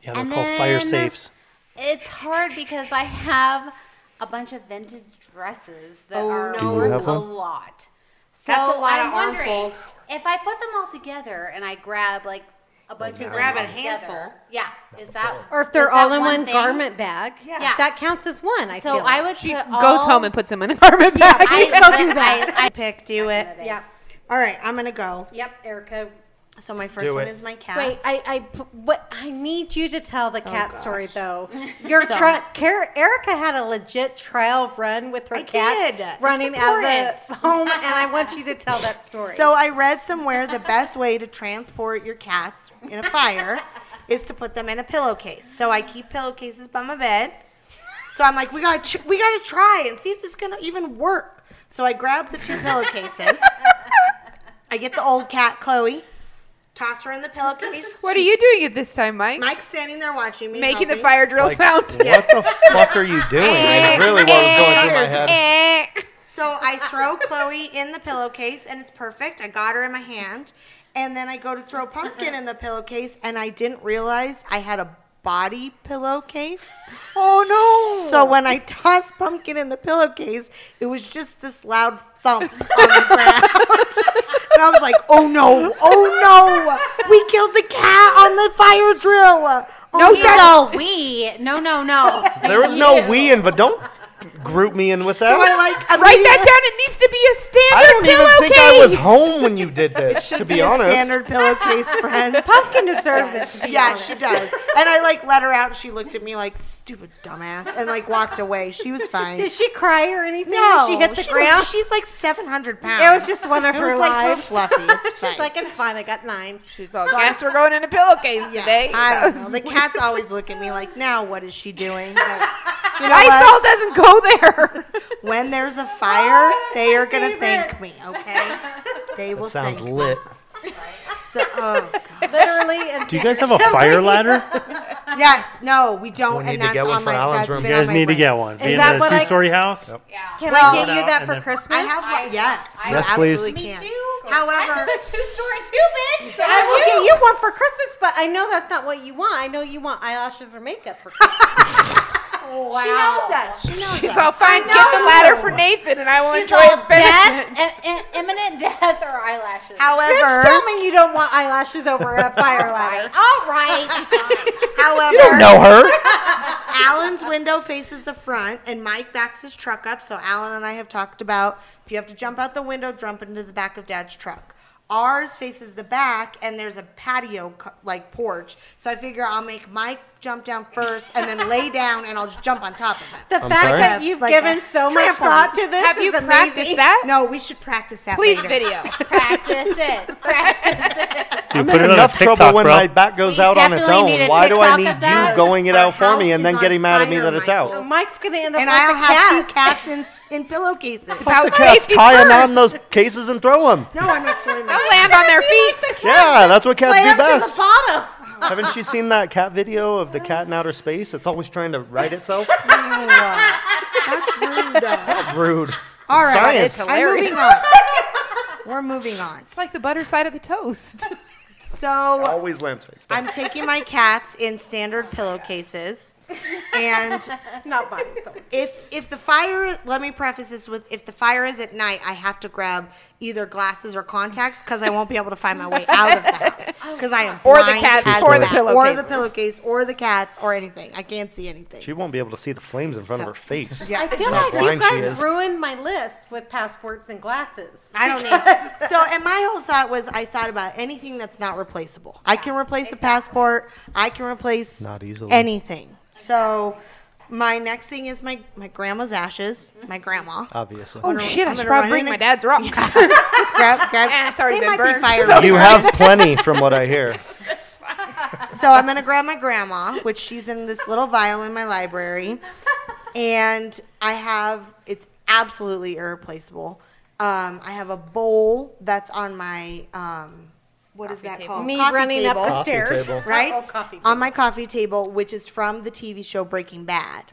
[SPEAKER 7] Yeah, they're
[SPEAKER 5] And
[SPEAKER 7] called fire
[SPEAKER 5] then-
[SPEAKER 7] safes.
[SPEAKER 5] it's hard because I have a bunch of vintage dresses that
[SPEAKER 2] Oh,
[SPEAKER 5] are
[SPEAKER 2] no. Do you
[SPEAKER 5] worth
[SPEAKER 8] have
[SPEAKER 5] a
[SPEAKER 8] one?
[SPEAKER 5] lot.
[SPEAKER 2] That's
[SPEAKER 5] So
[SPEAKER 2] a lot
[SPEAKER 5] I'm
[SPEAKER 2] of
[SPEAKER 5] wondering
[SPEAKER 2] armfuls.
[SPEAKER 5] If I put them all together and I grab like a bunch of them
[SPEAKER 2] Grab a
[SPEAKER 5] all together-
[SPEAKER 2] handful.
[SPEAKER 5] yeah, is that
[SPEAKER 6] Or if they're
[SPEAKER 5] is that
[SPEAKER 6] all in one,
[SPEAKER 5] thing?
[SPEAKER 6] garment bag,
[SPEAKER 2] Yeah.
[SPEAKER 5] Yeah.
[SPEAKER 6] that counts as one. I
[SPEAKER 5] So
[SPEAKER 6] feel
[SPEAKER 5] I
[SPEAKER 6] like.
[SPEAKER 5] would
[SPEAKER 3] She
[SPEAKER 5] put
[SPEAKER 3] goes
[SPEAKER 5] all-
[SPEAKER 3] home and puts them in a garbage bag.
[SPEAKER 5] I,
[SPEAKER 6] go do
[SPEAKER 5] I-
[SPEAKER 6] that.
[SPEAKER 5] I-
[SPEAKER 2] Pick, do it.
[SPEAKER 5] I-
[SPEAKER 6] Yep.
[SPEAKER 2] All right, I'm gonna go.
[SPEAKER 6] Yep. Erica.
[SPEAKER 2] So my first
[SPEAKER 8] Do
[SPEAKER 2] one
[SPEAKER 8] it.
[SPEAKER 2] is my cat.
[SPEAKER 6] Wait, I, I, p- what, I need you to tell the cat
[SPEAKER 2] Oh, gosh.
[SPEAKER 6] story though. Your
[SPEAKER 2] So-
[SPEAKER 6] tri- Car- Erica had a legit trial run with her
[SPEAKER 2] I
[SPEAKER 6] cat
[SPEAKER 2] did. It's
[SPEAKER 6] running out of the
[SPEAKER 2] important.
[SPEAKER 6] home, and I want you to tell that story.
[SPEAKER 2] So I read somewhere the best way to transport your cats in a fire is to put them in a pillowcase. So I keep pillowcases by my bed. So I'm like, we got to we got to try and see if this is gonna even work. So I grab the two pillowcases. I get the old cat Chloe, toss her in the pillowcase.
[SPEAKER 3] what are you doing at this time, Mike?
[SPEAKER 2] Mike's standing there watching me,
[SPEAKER 3] Making a
[SPEAKER 2] helping.
[SPEAKER 3] fire drill
[SPEAKER 8] Like,
[SPEAKER 3] sound.
[SPEAKER 8] What the fuck are you doing? That's really what was going through my head.
[SPEAKER 2] So I throw Chloe in the pillowcase and it's perfect. I got her in my hand. And then I go to throw Pumpkin in the pillowcase and I didn't realize I had a body pillowcase. Oh no. So when I tossed Pumpkin in the pillowcase, it was just this loud thump on the ground. and I was like, oh no, oh no. We killed the cat on the fire drill. Oh,
[SPEAKER 5] No, no, we. No, no, no.
[SPEAKER 8] There was no we in, but don't group me in with
[SPEAKER 2] So I
[SPEAKER 8] that.
[SPEAKER 2] like I'm
[SPEAKER 3] Write that down. It needs to be a
[SPEAKER 8] I
[SPEAKER 3] standard
[SPEAKER 8] don't even think I was
[SPEAKER 3] pillowcase.
[SPEAKER 8] home when you did this, to
[SPEAKER 2] Should
[SPEAKER 8] be
[SPEAKER 2] be a
[SPEAKER 8] honest.
[SPEAKER 2] standard pillowcase, friends.
[SPEAKER 6] Pumpkin deserves it. To be
[SPEAKER 2] yeah,
[SPEAKER 6] honest.
[SPEAKER 2] she does. And I like let her out. And she looked at me like stupid dumbass, and like walked away. She was fine.
[SPEAKER 6] Did she cry or anything? when
[SPEAKER 2] no,
[SPEAKER 6] she hit the
[SPEAKER 2] was-
[SPEAKER 6] ground.
[SPEAKER 2] she's like seven hundred pounds.
[SPEAKER 6] it was just one of
[SPEAKER 2] It
[SPEAKER 6] her
[SPEAKER 2] was like
[SPEAKER 6] lives.
[SPEAKER 2] so fluffy. It's fine.
[SPEAKER 6] She's like, it's fine. I got nine.
[SPEAKER 3] She's all, guess we're going in a pillowcase
[SPEAKER 2] Yeah,
[SPEAKER 3] today.
[SPEAKER 2] I don't know. The cats always look at me like, now what is she doing? But you know
[SPEAKER 3] Lysol
[SPEAKER 2] what?
[SPEAKER 3] doesn't go there.
[SPEAKER 2] When there's a fire,
[SPEAKER 6] Oh,
[SPEAKER 2] they are gonna thank me. Okay, they will
[SPEAKER 8] That sounds
[SPEAKER 2] thank
[SPEAKER 8] lit.
[SPEAKER 2] me. So, oh God.
[SPEAKER 6] Literally, and
[SPEAKER 7] Do you guys have a fire ladder?
[SPEAKER 2] Yes, no, we don't.
[SPEAKER 8] We need
[SPEAKER 2] and
[SPEAKER 8] to
[SPEAKER 2] that's
[SPEAKER 8] get one
[SPEAKER 2] on
[SPEAKER 8] for
[SPEAKER 2] my.
[SPEAKER 8] Alan's
[SPEAKER 2] that's
[SPEAKER 8] room.
[SPEAKER 2] been
[SPEAKER 7] You guys
[SPEAKER 2] on my
[SPEAKER 7] need to
[SPEAKER 2] brain.
[SPEAKER 7] get one. Being in
[SPEAKER 6] that
[SPEAKER 7] a
[SPEAKER 6] what I-
[SPEAKER 7] two-story house.
[SPEAKER 5] Yeah.
[SPEAKER 6] can
[SPEAKER 2] Well,
[SPEAKER 6] I get you
[SPEAKER 7] out
[SPEAKER 6] that
[SPEAKER 7] and
[SPEAKER 6] for
[SPEAKER 7] then-
[SPEAKER 6] Christmas?
[SPEAKER 2] I have one. Yes, you
[SPEAKER 8] Yes, please.
[SPEAKER 2] absolutely
[SPEAKER 5] Me
[SPEAKER 2] can.
[SPEAKER 5] too.
[SPEAKER 2] However,
[SPEAKER 5] I'm a two-story too, bitch. So
[SPEAKER 6] I will
[SPEAKER 5] are
[SPEAKER 6] get
[SPEAKER 5] you.
[SPEAKER 6] you one for Christmas, but I know that's not what you want. I know you want eyelashes or makeup for Christmas.
[SPEAKER 2] She knows us. She knows
[SPEAKER 3] She's
[SPEAKER 2] us.
[SPEAKER 3] all fine. Get the ladder for Nathan, and I will
[SPEAKER 5] She's
[SPEAKER 3] enjoy
[SPEAKER 5] all
[SPEAKER 3] its benefits.
[SPEAKER 5] death, e- e- imminent death, or eyelashes.
[SPEAKER 6] Bitch,
[SPEAKER 2] However,
[SPEAKER 6] tell me you don't want eyelashes over a fire ladder.
[SPEAKER 5] All right.
[SPEAKER 2] however,
[SPEAKER 8] Know her?
[SPEAKER 2] Alan's window faces the front, and Mike backs his truck up. So Alan and I have talked about if you have to jump out the window, jump into the back of Dad's truck. Ours faces the back, and there's a patio co- like porch. So I figure I'll make Mike jump down first, and then lay down, and I'll just jump on top of him.
[SPEAKER 6] The
[SPEAKER 8] I'm
[SPEAKER 6] fact
[SPEAKER 8] sorry?
[SPEAKER 6] that you've
[SPEAKER 2] Like
[SPEAKER 6] given
[SPEAKER 2] a
[SPEAKER 6] so much
[SPEAKER 2] trampoline.
[SPEAKER 6] thought to this
[SPEAKER 3] Have
[SPEAKER 6] is
[SPEAKER 3] you
[SPEAKER 6] amazing.
[SPEAKER 3] practiced that?
[SPEAKER 2] No, we should practice that.
[SPEAKER 3] Please
[SPEAKER 2] later.
[SPEAKER 3] video.
[SPEAKER 5] Practice it. Practice it.
[SPEAKER 7] Dude,
[SPEAKER 8] I'm
[SPEAKER 7] put
[SPEAKER 8] in
[SPEAKER 7] it on a
[SPEAKER 8] enough
[SPEAKER 7] TikTok,
[SPEAKER 8] trouble when
[SPEAKER 7] bro.
[SPEAKER 8] my back goes
[SPEAKER 5] We
[SPEAKER 8] out on its
[SPEAKER 5] definitely need
[SPEAKER 8] own.
[SPEAKER 5] a
[SPEAKER 8] Why do I
[SPEAKER 5] TikTok
[SPEAKER 8] need
[SPEAKER 5] of that.
[SPEAKER 8] you going it
[SPEAKER 2] Our
[SPEAKER 8] out for me
[SPEAKER 2] house
[SPEAKER 8] and
[SPEAKER 2] is
[SPEAKER 8] then
[SPEAKER 2] on
[SPEAKER 8] getting mad at me
[SPEAKER 2] fire,
[SPEAKER 8] that it's
[SPEAKER 2] Michael.
[SPEAKER 6] Oh,
[SPEAKER 8] out?
[SPEAKER 6] Mike's gonna end up
[SPEAKER 2] And
[SPEAKER 6] like
[SPEAKER 2] I'll
[SPEAKER 6] a
[SPEAKER 2] have
[SPEAKER 6] cat.
[SPEAKER 2] two cats in, in pillowcases.
[SPEAKER 3] About
[SPEAKER 8] The cats
[SPEAKER 3] safety
[SPEAKER 8] tie a
[SPEAKER 3] first.
[SPEAKER 8] knot in those cases and throw them.
[SPEAKER 2] No, I'm not throwing
[SPEAKER 3] They'll
[SPEAKER 2] my
[SPEAKER 3] land on their feet.
[SPEAKER 8] Yeah, that's what cats do
[SPEAKER 6] Slammed to the
[SPEAKER 8] best.
[SPEAKER 6] bottom.
[SPEAKER 8] Haven't you seen that cat video of the cat in outer space? It's always trying to right itself.
[SPEAKER 2] That's rude.
[SPEAKER 8] Rude.
[SPEAKER 2] All right.
[SPEAKER 8] Science.
[SPEAKER 3] it's-
[SPEAKER 2] I'm
[SPEAKER 3] Hilarious.
[SPEAKER 2] moving on. We're moving on.
[SPEAKER 3] It's like the butter side of the toast.
[SPEAKER 2] So
[SPEAKER 8] Always lands face. down.
[SPEAKER 2] I'm taking my cats in standard pillowcases. and
[SPEAKER 6] Not mine. though.
[SPEAKER 2] if if the fire let me preface this with if the fire is at night i have to grab either glasses or contacts because i won't be able to find my way out of the house because i am
[SPEAKER 3] Oh, Or the
[SPEAKER 2] blind
[SPEAKER 3] cats,
[SPEAKER 2] as
[SPEAKER 3] or the
[SPEAKER 2] a bat. or the
[SPEAKER 3] pillowcases.
[SPEAKER 2] pillowcase or the cats or anything i can't see anything
[SPEAKER 8] She won't be able to see the flames in front of her face.
[SPEAKER 6] I feel
[SPEAKER 8] how
[SPEAKER 6] like you
[SPEAKER 8] blind she
[SPEAKER 6] guys
[SPEAKER 8] is.
[SPEAKER 6] ruined my list with passports and glasses.
[SPEAKER 2] I don't need. So, and my whole thought was, I thought about anything that's not replaceable. I can replace a passport. I can replace
[SPEAKER 8] Not easily.
[SPEAKER 2] anything. So, my next thing is my my grandma's ashes. My grandma.
[SPEAKER 8] Obviously.
[SPEAKER 3] Oh shit! I
[SPEAKER 2] I'm
[SPEAKER 3] should
[SPEAKER 2] gonna run
[SPEAKER 3] probably bring
[SPEAKER 2] in
[SPEAKER 3] my
[SPEAKER 2] and-
[SPEAKER 3] dad's rocks.
[SPEAKER 2] grab, grab.
[SPEAKER 3] Eh, it's
[SPEAKER 2] they
[SPEAKER 3] already been
[SPEAKER 2] might
[SPEAKER 3] burned.
[SPEAKER 2] be fire.
[SPEAKER 8] You have plenty from what I hear.
[SPEAKER 2] so I'm gonna grab my grandma, which she's in this little vial in my library, and I have it's absolutely irreplaceable. Um, I have a bowl that's on my um, what is
[SPEAKER 3] Coffee
[SPEAKER 2] that
[SPEAKER 3] table.
[SPEAKER 2] called?
[SPEAKER 6] Me
[SPEAKER 2] Coffee
[SPEAKER 6] running
[SPEAKER 2] table.
[SPEAKER 6] up the
[SPEAKER 8] Coffee
[SPEAKER 6] stairs.
[SPEAKER 8] table.
[SPEAKER 2] right
[SPEAKER 6] Oh, coffee
[SPEAKER 2] on my coffee table, which is from the TV show Breaking Bad.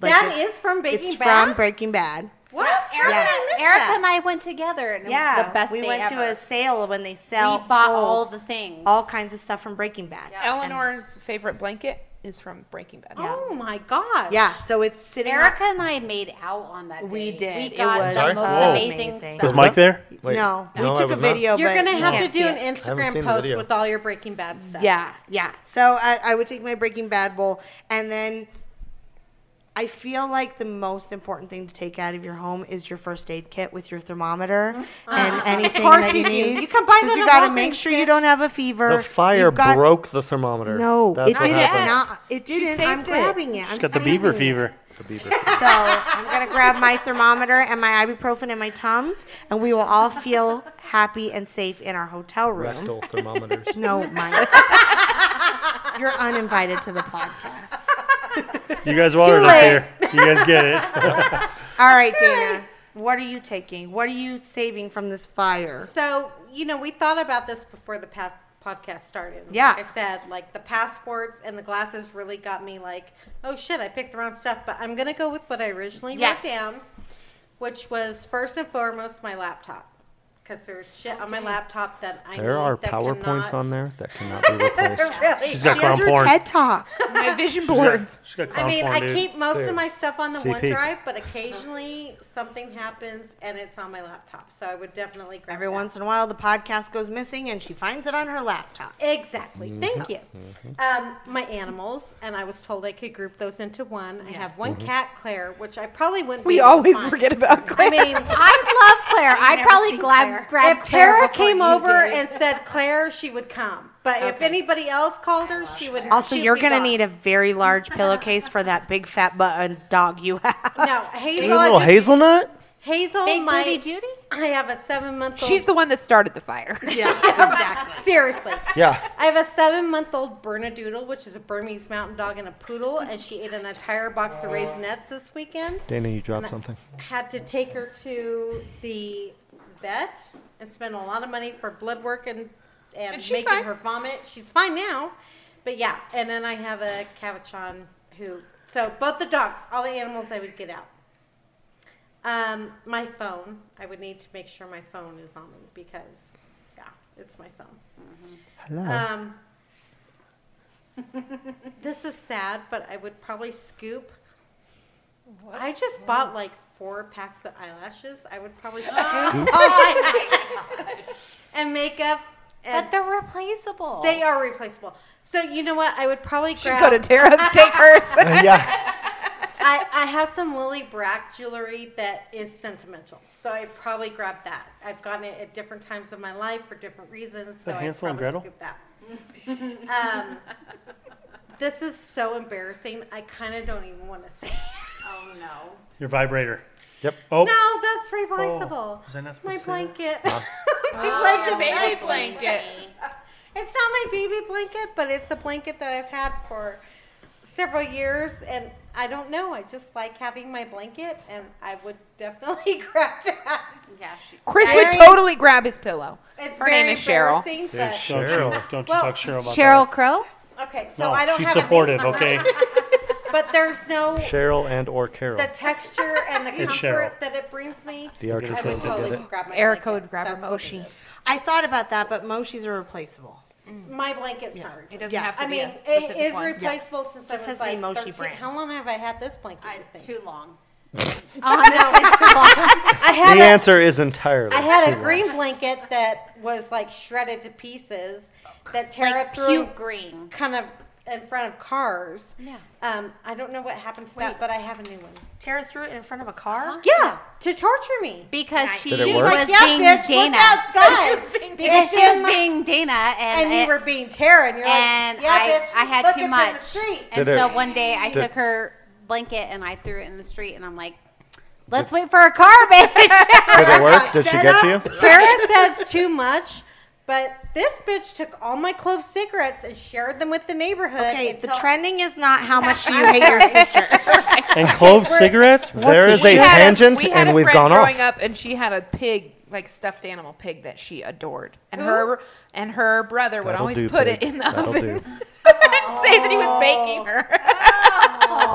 [SPEAKER 2] Like,
[SPEAKER 6] that
[SPEAKER 2] it's-
[SPEAKER 6] is from Baking
[SPEAKER 2] it's
[SPEAKER 6] Bad.
[SPEAKER 2] from Breaking Bad.
[SPEAKER 6] what?
[SPEAKER 5] Erica,
[SPEAKER 2] Yeah. I missed
[SPEAKER 5] Erica
[SPEAKER 2] that.
[SPEAKER 5] and I went together, and it was the best
[SPEAKER 2] we
[SPEAKER 5] day
[SPEAKER 2] went
[SPEAKER 5] ever.
[SPEAKER 2] to a sale when they sell
[SPEAKER 5] we bought
[SPEAKER 2] sold
[SPEAKER 5] all the things.
[SPEAKER 2] all kinds of stuff from Breaking Bad.
[SPEAKER 3] Eleanor's favorite blanket is from Breaking Bad.
[SPEAKER 6] Oh my god.
[SPEAKER 2] Yeah, so it's sitting.
[SPEAKER 5] Erica and I made out on that
[SPEAKER 2] We
[SPEAKER 5] day.
[SPEAKER 2] did.
[SPEAKER 5] We
[SPEAKER 2] It
[SPEAKER 5] got
[SPEAKER 2] was
[SPEAKER 5] the
[SPEAKER 8] Sorry?
[SPEAKER 5] most
[SPEAKER 8] Whoa.
[SPEAKER 5] amazing,
[SPEAKER 2] amazing.
[SPEAKER 5] stuff.
[SPEAKER 7] Was Mike there?
[SPEAKER 8] Wait,
[SPEAKER 2] no,
[SPEAKER 8] no, I
[SPEAKER 2] we took a
[SPEAKER 8] was not.
[SPEAKER 2] video.
[SPEAKER 6] You're
[SPEAKER 2] but
[SPEAKER 6] gonna
[SPEAKER 2] you
[SPEAKER 6] have to
[SPEAKER 2] can't
[SPEAKER 6] do
[SPEAKER 2] see
[SPEAKER 6] an
[SPEAKER 8] haven't
[SPEAKER 2] it.
[SPEAKER 8] seen
[SPEAKER 6] Instagram
[SPEAKER 8] the
[SPEAKER 6] post
[SPEAKER 8] video.
[SPEAKER 6] with all your Breaking Bad stuff.
[SPEAKER 2] Yeah, yeah. So I, I would take my Breaking Bad bowl, and then I feel like the most important thing to take out of your home is your first aid kit with your thermometer and anything
[SPEAKER 6] Mm-hmm. course
[SPEAKER 2] that you,
[SPEAKER 6] you do.
[SPEAKER 2] need.
[SPEAKER 6] You can buy
[SPEAKER 2] Because
[SPEAKER 6] the
[SPEAKER 2] you gotta
[SPEAKER 6] revolving
[SPEAKER 2] make sure you don't have a fever.
[SPEAKER 8] The fire
[SPEAKER 2] You've got-
[SPEAKER 8] broke the thermometer.
[SPEAKER 2] No,
[SPEAKER 8] That's
[SPEAKER 2] it
[SPEAKER 8] what
[SPEAKER 2] didn't.
[SPEAKER 8] happened.
[SPEAKER 2] Not, it
[SPEAKER 3] She
[SPEAKER 2] didn't. I'm
[SPEAKER 3] saved it.
[SPEAKER 2] grabbing it.
[SPEAKER 7] She's
[SPEAKER 2] I'm
[SPEAKER 7] got the
[SPEAKER 2] saving
[SPEAKER 7] Bieber
[SPEAKER 2] it.
[SPEAKER 7] fever.
[SPEAKER 8] The beaver.
[SPEAKER 2] So I'm gonna grab my thermometer and my ibuprofen and my tums, and we will all feel happy and safe in our hotel room.
[SPEAKER 8] Rectal thermometers.
[SPEAKER 2] No, Mike. You're uninvited to the podcast.
[SPEAKER 7] You guys want it up
[SPEAKER 2] late.
[SPEAKER 7] there. You guys get it.
[SPEAKER 2] All right, Dana. What are you taking? What are you saving from this fire?
[SPEAKER 6] So, you know, we thought about this before the past podcast started. And
[SPEAKER 2] Yeah.
[SPEAKER 6] Like I said, like the passports and the glasses really got me like, oh shit, I picked the wrong stuff. But I'm going to go with what I originally
[SPEAKER 2] Yes.
[SPEAKER 6] wrote down, which was first and foremost my laptop. Because there's shit on my laptop that I
[SPEAKER 8] There
[SPEAKER 6] need
[SPEAKER 8] are
[SPEAKER 6] that
[SPEAKER 8] PowerPoints
[SPEAKER 6] cannot-
[SPEAKER 8] on there that cannot be replaced.
[SPEAKER 7] She's got
[SPEAKER 2] she has
[SPEAKER 7] clown
[SPEAKER 2] her
[SPEAKER 7] porn.
[SPEAKER 2] TED talk.
[SPEAKER 3] My vision
[SPEAKER 7] She's got,
[SPEAKER 3] boards.
[SPEAKER 7] she's got clown
[SPEAKER 6] I mean,
[SPEAKER 7] porn,
[SPEAKER 6] I
[SPEAKER 7] dude.
[SPEAKER 6] keep most
[SPEAKER 8] Dude.
[SPEAKER 6] of my stuff on the
[SPEAKER 8] CP.
[SPEAKER 6] OneDrive, but occasionally something happens and it's on my laptop. So I would definitely grab
[SPEAKER 2] Every
[SPEAKER 6] that.
[SPEAKER 2] once in a while, the podcast goes missing, and she finds it on her laptop.
[SPEAKER 6] Exactly. Thank you. Um, my animals, and I was told I could group those into one. I have one cat, Claire, which I probably wouldn't. be
[SPEAKER 3] We
[SPEAKER 6] able to
[SPEAKER 3] always
[SPEAKER 6] find.
[SPEAKER 3] forget about
[SPEAKER 6] I
[SPEAKER 3] Claire.
[SPEAKER 5] I
[SPEAKER 6] mean,
[SPEAKER 5] love Claire. I'd
[SPEAKER 2] never
[SPEAKER 5] probably
[SPEAKER 2] seen Claire.
[SPEAKER 5] grab grab
[SPEAKER 6] if Tara
[SPEAKER 5] before
[SPEAKER 6] came
[SPEAKER 5] you
[SPEAKER 6] over
[SPEAKER 5] did.
[SPEAKER 6] and said Claire, she would come. But if anybody else called her, she would.
[SPEAKER 2] Also,
[SPEAKER 6] she'd
[SPEAKER 2] you're
[SPEAKER 6] be
[SPEAKER 2] gonna
[SPEAKER 6] gone.
[SPEAKER 2] need a very large pillowcase for that big fat button dog you have.
[SPEAKER 6] No,
[SPEAKER 8] Is
[SPEAKER 6] Hazel.
[SPEAKER 8] it a little
[SPEAKER 6] I just-
[SPEAKER 8] hazelnut?
[SPEAKER 6] Hazel,
[SPEAKER 5] Big
[SPEAKER 6] my
[SPEAKER 5] Booty Judy.
[SPEAKER 6] I have a seven-month-old.
[SPEAKER 3] She's the one that started the fire.
[SPEAKER 6] seriously.
[SPEAKER 8] Yeah.
[SPEAKER 6] I have a seven-month-old Bernedoodle, which is a Burmese mountain dog and a poodle, and she ate an entire box of raisinets this weekend.
[SPEAKER 8] Dana, you dropped something.
[SPEAKER 6] had to take her to the vet and spend a lot of money for blood work and, and,
[SPEAKER 3] And she's
[SPEAKER 6] making
[SPEAKER 3] fine.
[SPEAKER 6] her vomit. She's fine now. But yeah, and then I have a Cavachon who, so both the dogs, all the animals I would get out. Um, my phone, I would need to make sure my phone is on me because, yeah, it's my phone.
[SPEAKER 8] Hello.
[SPEAKER 6] Um, this is sad, but I would probably scoop. I just bought like four packs of eyelashes. I would probably scoop and makeup.
[SPEAKER 5] But
[SPEAKER 6] And
[SPEAKER 5] they're replaceable.
[SPEAKER 6] they are replaceable. So you know what? I would probably
[SPEAKER 3] Should
[SPEAKER 6] grab.
[SPEAKER 3] go to Tara's, take hers.
[SPEAKER 8] Uh, yeah.
[SPEAKER 6] I, I have some Lily Brack jewelry that is sentimental. So I probably grab that. I've gotten it at different times of my life for different reasons. So
[SPEAKER 7] The
[SPEAKER 6] I
[SPEAKER 7] Hansel and
[SPEAKER 6] probably
[SPEAKER 7] Gretel?
[SPEAKER 6] scoop that. um, this is so embarrassing. I kind of don't even want to say.
[SPEAKER 5] Oh no.
[SPEAKER 7] Your vibrator.
[SPEAKER 8] Yep.
[SPEAKER 7] Oh,
[SPEAKER 6] No, that's replaceable.
[SPEAKER 7] is that not supposed
[SPEAKER 6] my
[SPEAKER 7] to say that?
[SPEAKER 6] blanket. my
[SPEAKER 3] your
[SPEAKER 6] blanket.
[SPEAKER 3] Oh, baby
[SPEAKER 6] that's-
[SPEAKER 3] blanket.
[SPEAKER 6] It's not my baby blanket, but it's a blanket that I've had for several years, and I don't know. I just like having my blanket, and I would definitely grab that.
[SPEAKER 5] Yeah, she's
[SPEAKER 3] Chris
[SPEAKER 6] Very-
[SPEAKER 3] would totally grab his pillow.
[SPEAKER 6] It's
[SPEAKER 3] Her
[SPEAKER 6] very
[SPEAKER 3] name is Cheryl.
[SPEAKER 6] embarrassing,
[SPEAKER 8] There's
[SPEAKER 6] but-
[SPEAKER 7] Don't you,
[SPEAKER 8] Cheryl.
[SPEAKER 7] don't you
[SPEAKER 6] Well,
[SPEAKER 7] talk Cheryl about
[SPEAKER 5] Cheryl
[SPEAKER 7] that.
[SPEAKER 5] Crow.
[SPEAKER 6] okay, so
[SPEAKER 7] No,
[SPEAKER 6] I don't
[SPEAKER 7] she's
[SPEAKER 6] have a name.
[SPEAKER 7] supportive, okay?
[SPEAKER 6] but there's no
[SPEAKER 8] Cheryl and or Carol.
[SPEAKER 6] the texture and the
[SPEAKER 7] It's
[SPEAKER 6] comfort
[SPEAKER 7] Cheryl.
[SPEAKER 6] that it brings me.
[SPEAKER 8] The Archer
[SPEAKER 6] I
[SPEAKER 8] twins
[SPEAKER 6] would
[SPEAKER 8] that did
[SPEAKER 6] totally
[SPEAKER 8] it.
[SPEAKER 6] grab my
[SPEAKER 3] Erica
[SPEAKER 6] blanket.
[SPEAKER 3] would grab her
[SPEAKER 6] That's what it
[SPEAKER 3] Moshi.
[SPEAKER 6] is.
[SPEAKER 2] I thought about that, but Moshis are replaceable.
[SPEAKER 6] my blanket's
[SPEAKER 2] Yeah.
[SPEAKER 6] not
[SPEAKER 3] It
[SPEAKER 6] replaceable.
[SPEAKER 3] doesn't
[SPEAKER 2] Yeah.
[SPEAKER 3] have to
[SPEAKER 6] I
[SPEAKER 3] be
[SPEAKER 6] mean,
[SPEAKER 3] a
[SPEAKER 6] it
[SPEAKER 3] specific
[SPEAKER 6] is
[SPEAKER 3] one.
[SPEAKER 6] replaceable since I
[SPEAKER 2] Just has
[SPEAKER 6] was
[SPEAKER 2] to be
[SPEAKER 6] like
[SPEAKER 2] Moshi
[SPEAKER 6] 13.
[SPEAKER 2] brand.
[SPEAKER 6] How long have I had this blanket?
[SPEAKER 5] I,
[SPEAKER 6] you think?
[SPEAKER 5] too long.
[SPEAKER 6] Oh, no, it's too long. I had
[SPEAKER 8] The
[SPEAKER 6] a-
[SPEAKER 8] answer is entirely.
[SPEAKER 6] I had a
[SPEAKER 8] too
[SPEAKER 6] green blanket that was like shredded to pieces that Tara
[SPEAKER 5] like
[SPEAKER 6] threw
[SPEAKER 5] puke green.
[SPEAKER 6] kind of in front of cars.
[SPEAKER 5] Yeah.
[SPEAKER 6] Um, I don't know what happened to that,
[SPEAKER 2] Wait.
[SPEAKER 6] but I have a new one.
[SPEAKER 2] Tara threw it in front of a car.
[SPEAKER 6] Yeah, to torture me.
[SPEAKER 5] Because she
[SPEAKER 8] Did it
[SPEAKER 5] was
[SPEAKER 8] work?
[SPEAKER 6] Like, yeah,
[SPEAKER 5] being
[SPEAKER 6] bitch,
[SPEAKER 5] Dana.
[SPEAKER 6] look outside.
[SPEAKER 5] Because she
[SPEAKER 6] It's in
[SPEAKER 5] was
[SPEAKER 6] my-
[SPEAKER 5] being Dana, and,
[SPEAKER 6] and you were being Tara, and you're
[SPEAKER 5] and
[SPEAKER 6] like, yeah,
[SPEAKER 5] I-
[SPEAKER 6] bitch,
[SPEAKER 5] I had
[SPEAKER 6] look,
[SPEAKER 5] too
[SPEAKER 6] it's In
[SPEAKER 5] much.
[SPEAKER 6] the street.
[SPEAKER 5] and
[SPEAKER 8] Did
[SPEAKER 5] so
[SPEAKER 8] it-
[SPEAKER 5] one day I
[SPEAKER 8] did-
[SPEAKER 5] took her blanket and I threw it in the street, and I'm like, "Let's wait for a car, bitch."
[SPEAKER 8] Did it work? Did she get to you?
[SPEAKER 6] Tara says too much, but this bitch took all my clove cigarettes and shared them with the neighborhood.
[SPEAKER 2] Okay, the
[SPEAKER 6] until-
[SPEAKER 2] trending is not how much you hate your sister.
[SPEAKER 7] And clove cigarettes? What
[SPEAKER 8] There
[SPEAKER 7] the
[SPEAKER 8] is
[SPEAKER 7] shit?
[SPEAKER 8] a-
[SPEAKER 3] had
[SPEAKER 8] tangent
[SPEAKER 3] we had
[SPEAKER 8] and
[SPEAKER 3] a
[SPEAKER 8] we've
[SPEAKER 3] friend
[SPEAKER 8] gone off.
[SPEAKER 3] growing up, and she had a pig, like stuffed animal pig, that she adored, and her and her brother would
[SPEAKER 8] That'll
[SPEAKER 3] always
[SPEAKER 8] do,
[SPEAKER 3] put
[SPEAKER 8] pig.
[SPEAKER 3] it in the
[SPEAKER 8] That'll
[SPEAKER 3] oven
[SPEAKER 8] do.
[SPEAKER 3] and say that he was baking her.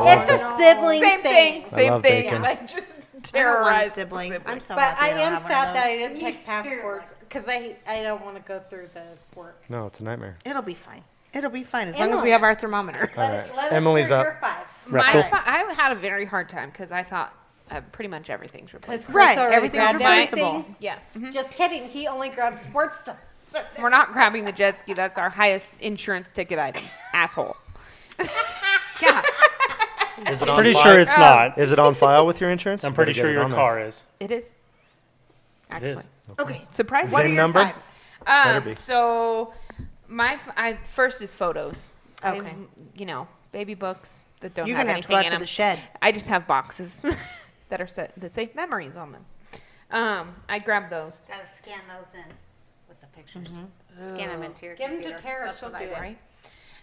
[SPEAKER 6] It's a
[SPEAKER 5] Oh.
[SPEAKER 6] sibling
[SPEAKER 3] same thing,
[SPEAKER 8] I
[SPEAKER 3] same
[SPEAKER 8] love
[SPEAKER 3] thing.
[SPEAKER 8] bacon.
[SPEAKER 3] Like
[SPEAKER 2] I don't
[SPEAKER 3] just
[SPEAKER 2] want a
[SPEAKER 3] terrorized
[SPEAKER 2] sibling. I'm so
[SPEAKER 6] But
[SPEAKER 2] happy
[SPEAKER 6] I
[SPEAKER 2] I, don't
[SPEAKER 6] am
[SPEAKER 2] have one
[SPEAKER 6] sad
[SPEAKER 2] of
[SPEAKER 6] that
[SPEAKER 2] those.
[SPEAKER 6] I didn't pick passports because I I don't want to go through the work.
[SPEAKER 8] No, it's a nightmare.
[SPEAKER 2] It'll be fine. It'll be fine as long as we have our thermometer.
[SPEAKER 8] All
[SPEAKER 6] Let-
[SPEAKER 8] right.
[SPEAKER 6] let us
[SPEAKER 8] Emily's
[SPEAKER 6] hear
[SPEAKER 8] up.
[SPEAKER 6] your five.
[SPEAKER 3] My,
[SPEAKER 8] Cool.
[SPEAKER 3] I had a very hard time because I thought uh, pretty much everything's replaced.
[SPEAKER 6] Chris
[SPEAKER 2] Right,
[SPEAKER 6] already
[SPEAKER 2] everything's
[SPEAKER 6] grabbed everything.
[SPEAKER 2] replaceable. Mm-hmm.
[SPEAKER 3] Yeah,
[SPEAKER 6] Just kidding. He only grabs sports stuff. So-
[SPEAKER 3] we're not grabbing the jet ski. That's our highest insurance ticket item. Asshole.
[SPEAKER 2] Yeah.
[SPEAKER 8] Is it
[SPEAKER 7] I'm pretty sure it's not.
[SPEAKER 8] Is it on file with your insurance?
[SPEAKER 7] I'm pretty
[SPEAKER 8] Better get
[SPEAKER 7] sure
[SPEAKER 8] it
[SPEAKER 7] your
[SPEAKER 8] on there.
[SPEAKER 7] car is.
[SPEAKER 3] It is
[SPEAKER 7] It
[SPEAKER 3] actually
[SPEAKER 7] is.
[SPEAKER 2] Okay.
[SPEAKER 3] surprising.
[SPEAKER 2] What are
[SPEAKER 8] VIN
[SPEAKER 2] your
[SPEAKER 8] number?
[SPEAKER 2] five?
[SPEAKER 3] Um,
[SPEAKER 8] be.
[SPEAKER 3] So, my f I first is photos. I-
[SPEAKER 2] Okay.
[SPEAKER 3] you know, baby books that don't
[SPEAKER 2] You're
[SPEAKER 3] have
[SPEAKER 2] gonna have to
[SPEAKER 3] anything
[SPEAKER 2] go out
[SPEAKER 3] in
[SPEAKER 2] to
[SPEAKER 3] them.
[SPEAKER 2] the shed.
[SPEAKER 3] I just have boxes that are set that say memories on them. Um, I grab those.
[SPEAKER 5] Gotta scan those in with the pictures.
[SPEAKER 8] Mm-hmm.
[SPEAKER 5] Scan them into your
[SPEAKER 6] Give them
[SPEAKER 5] computer.
[SPEAKER 6] to Tara. She'll do
[SPEAKER 3] Right.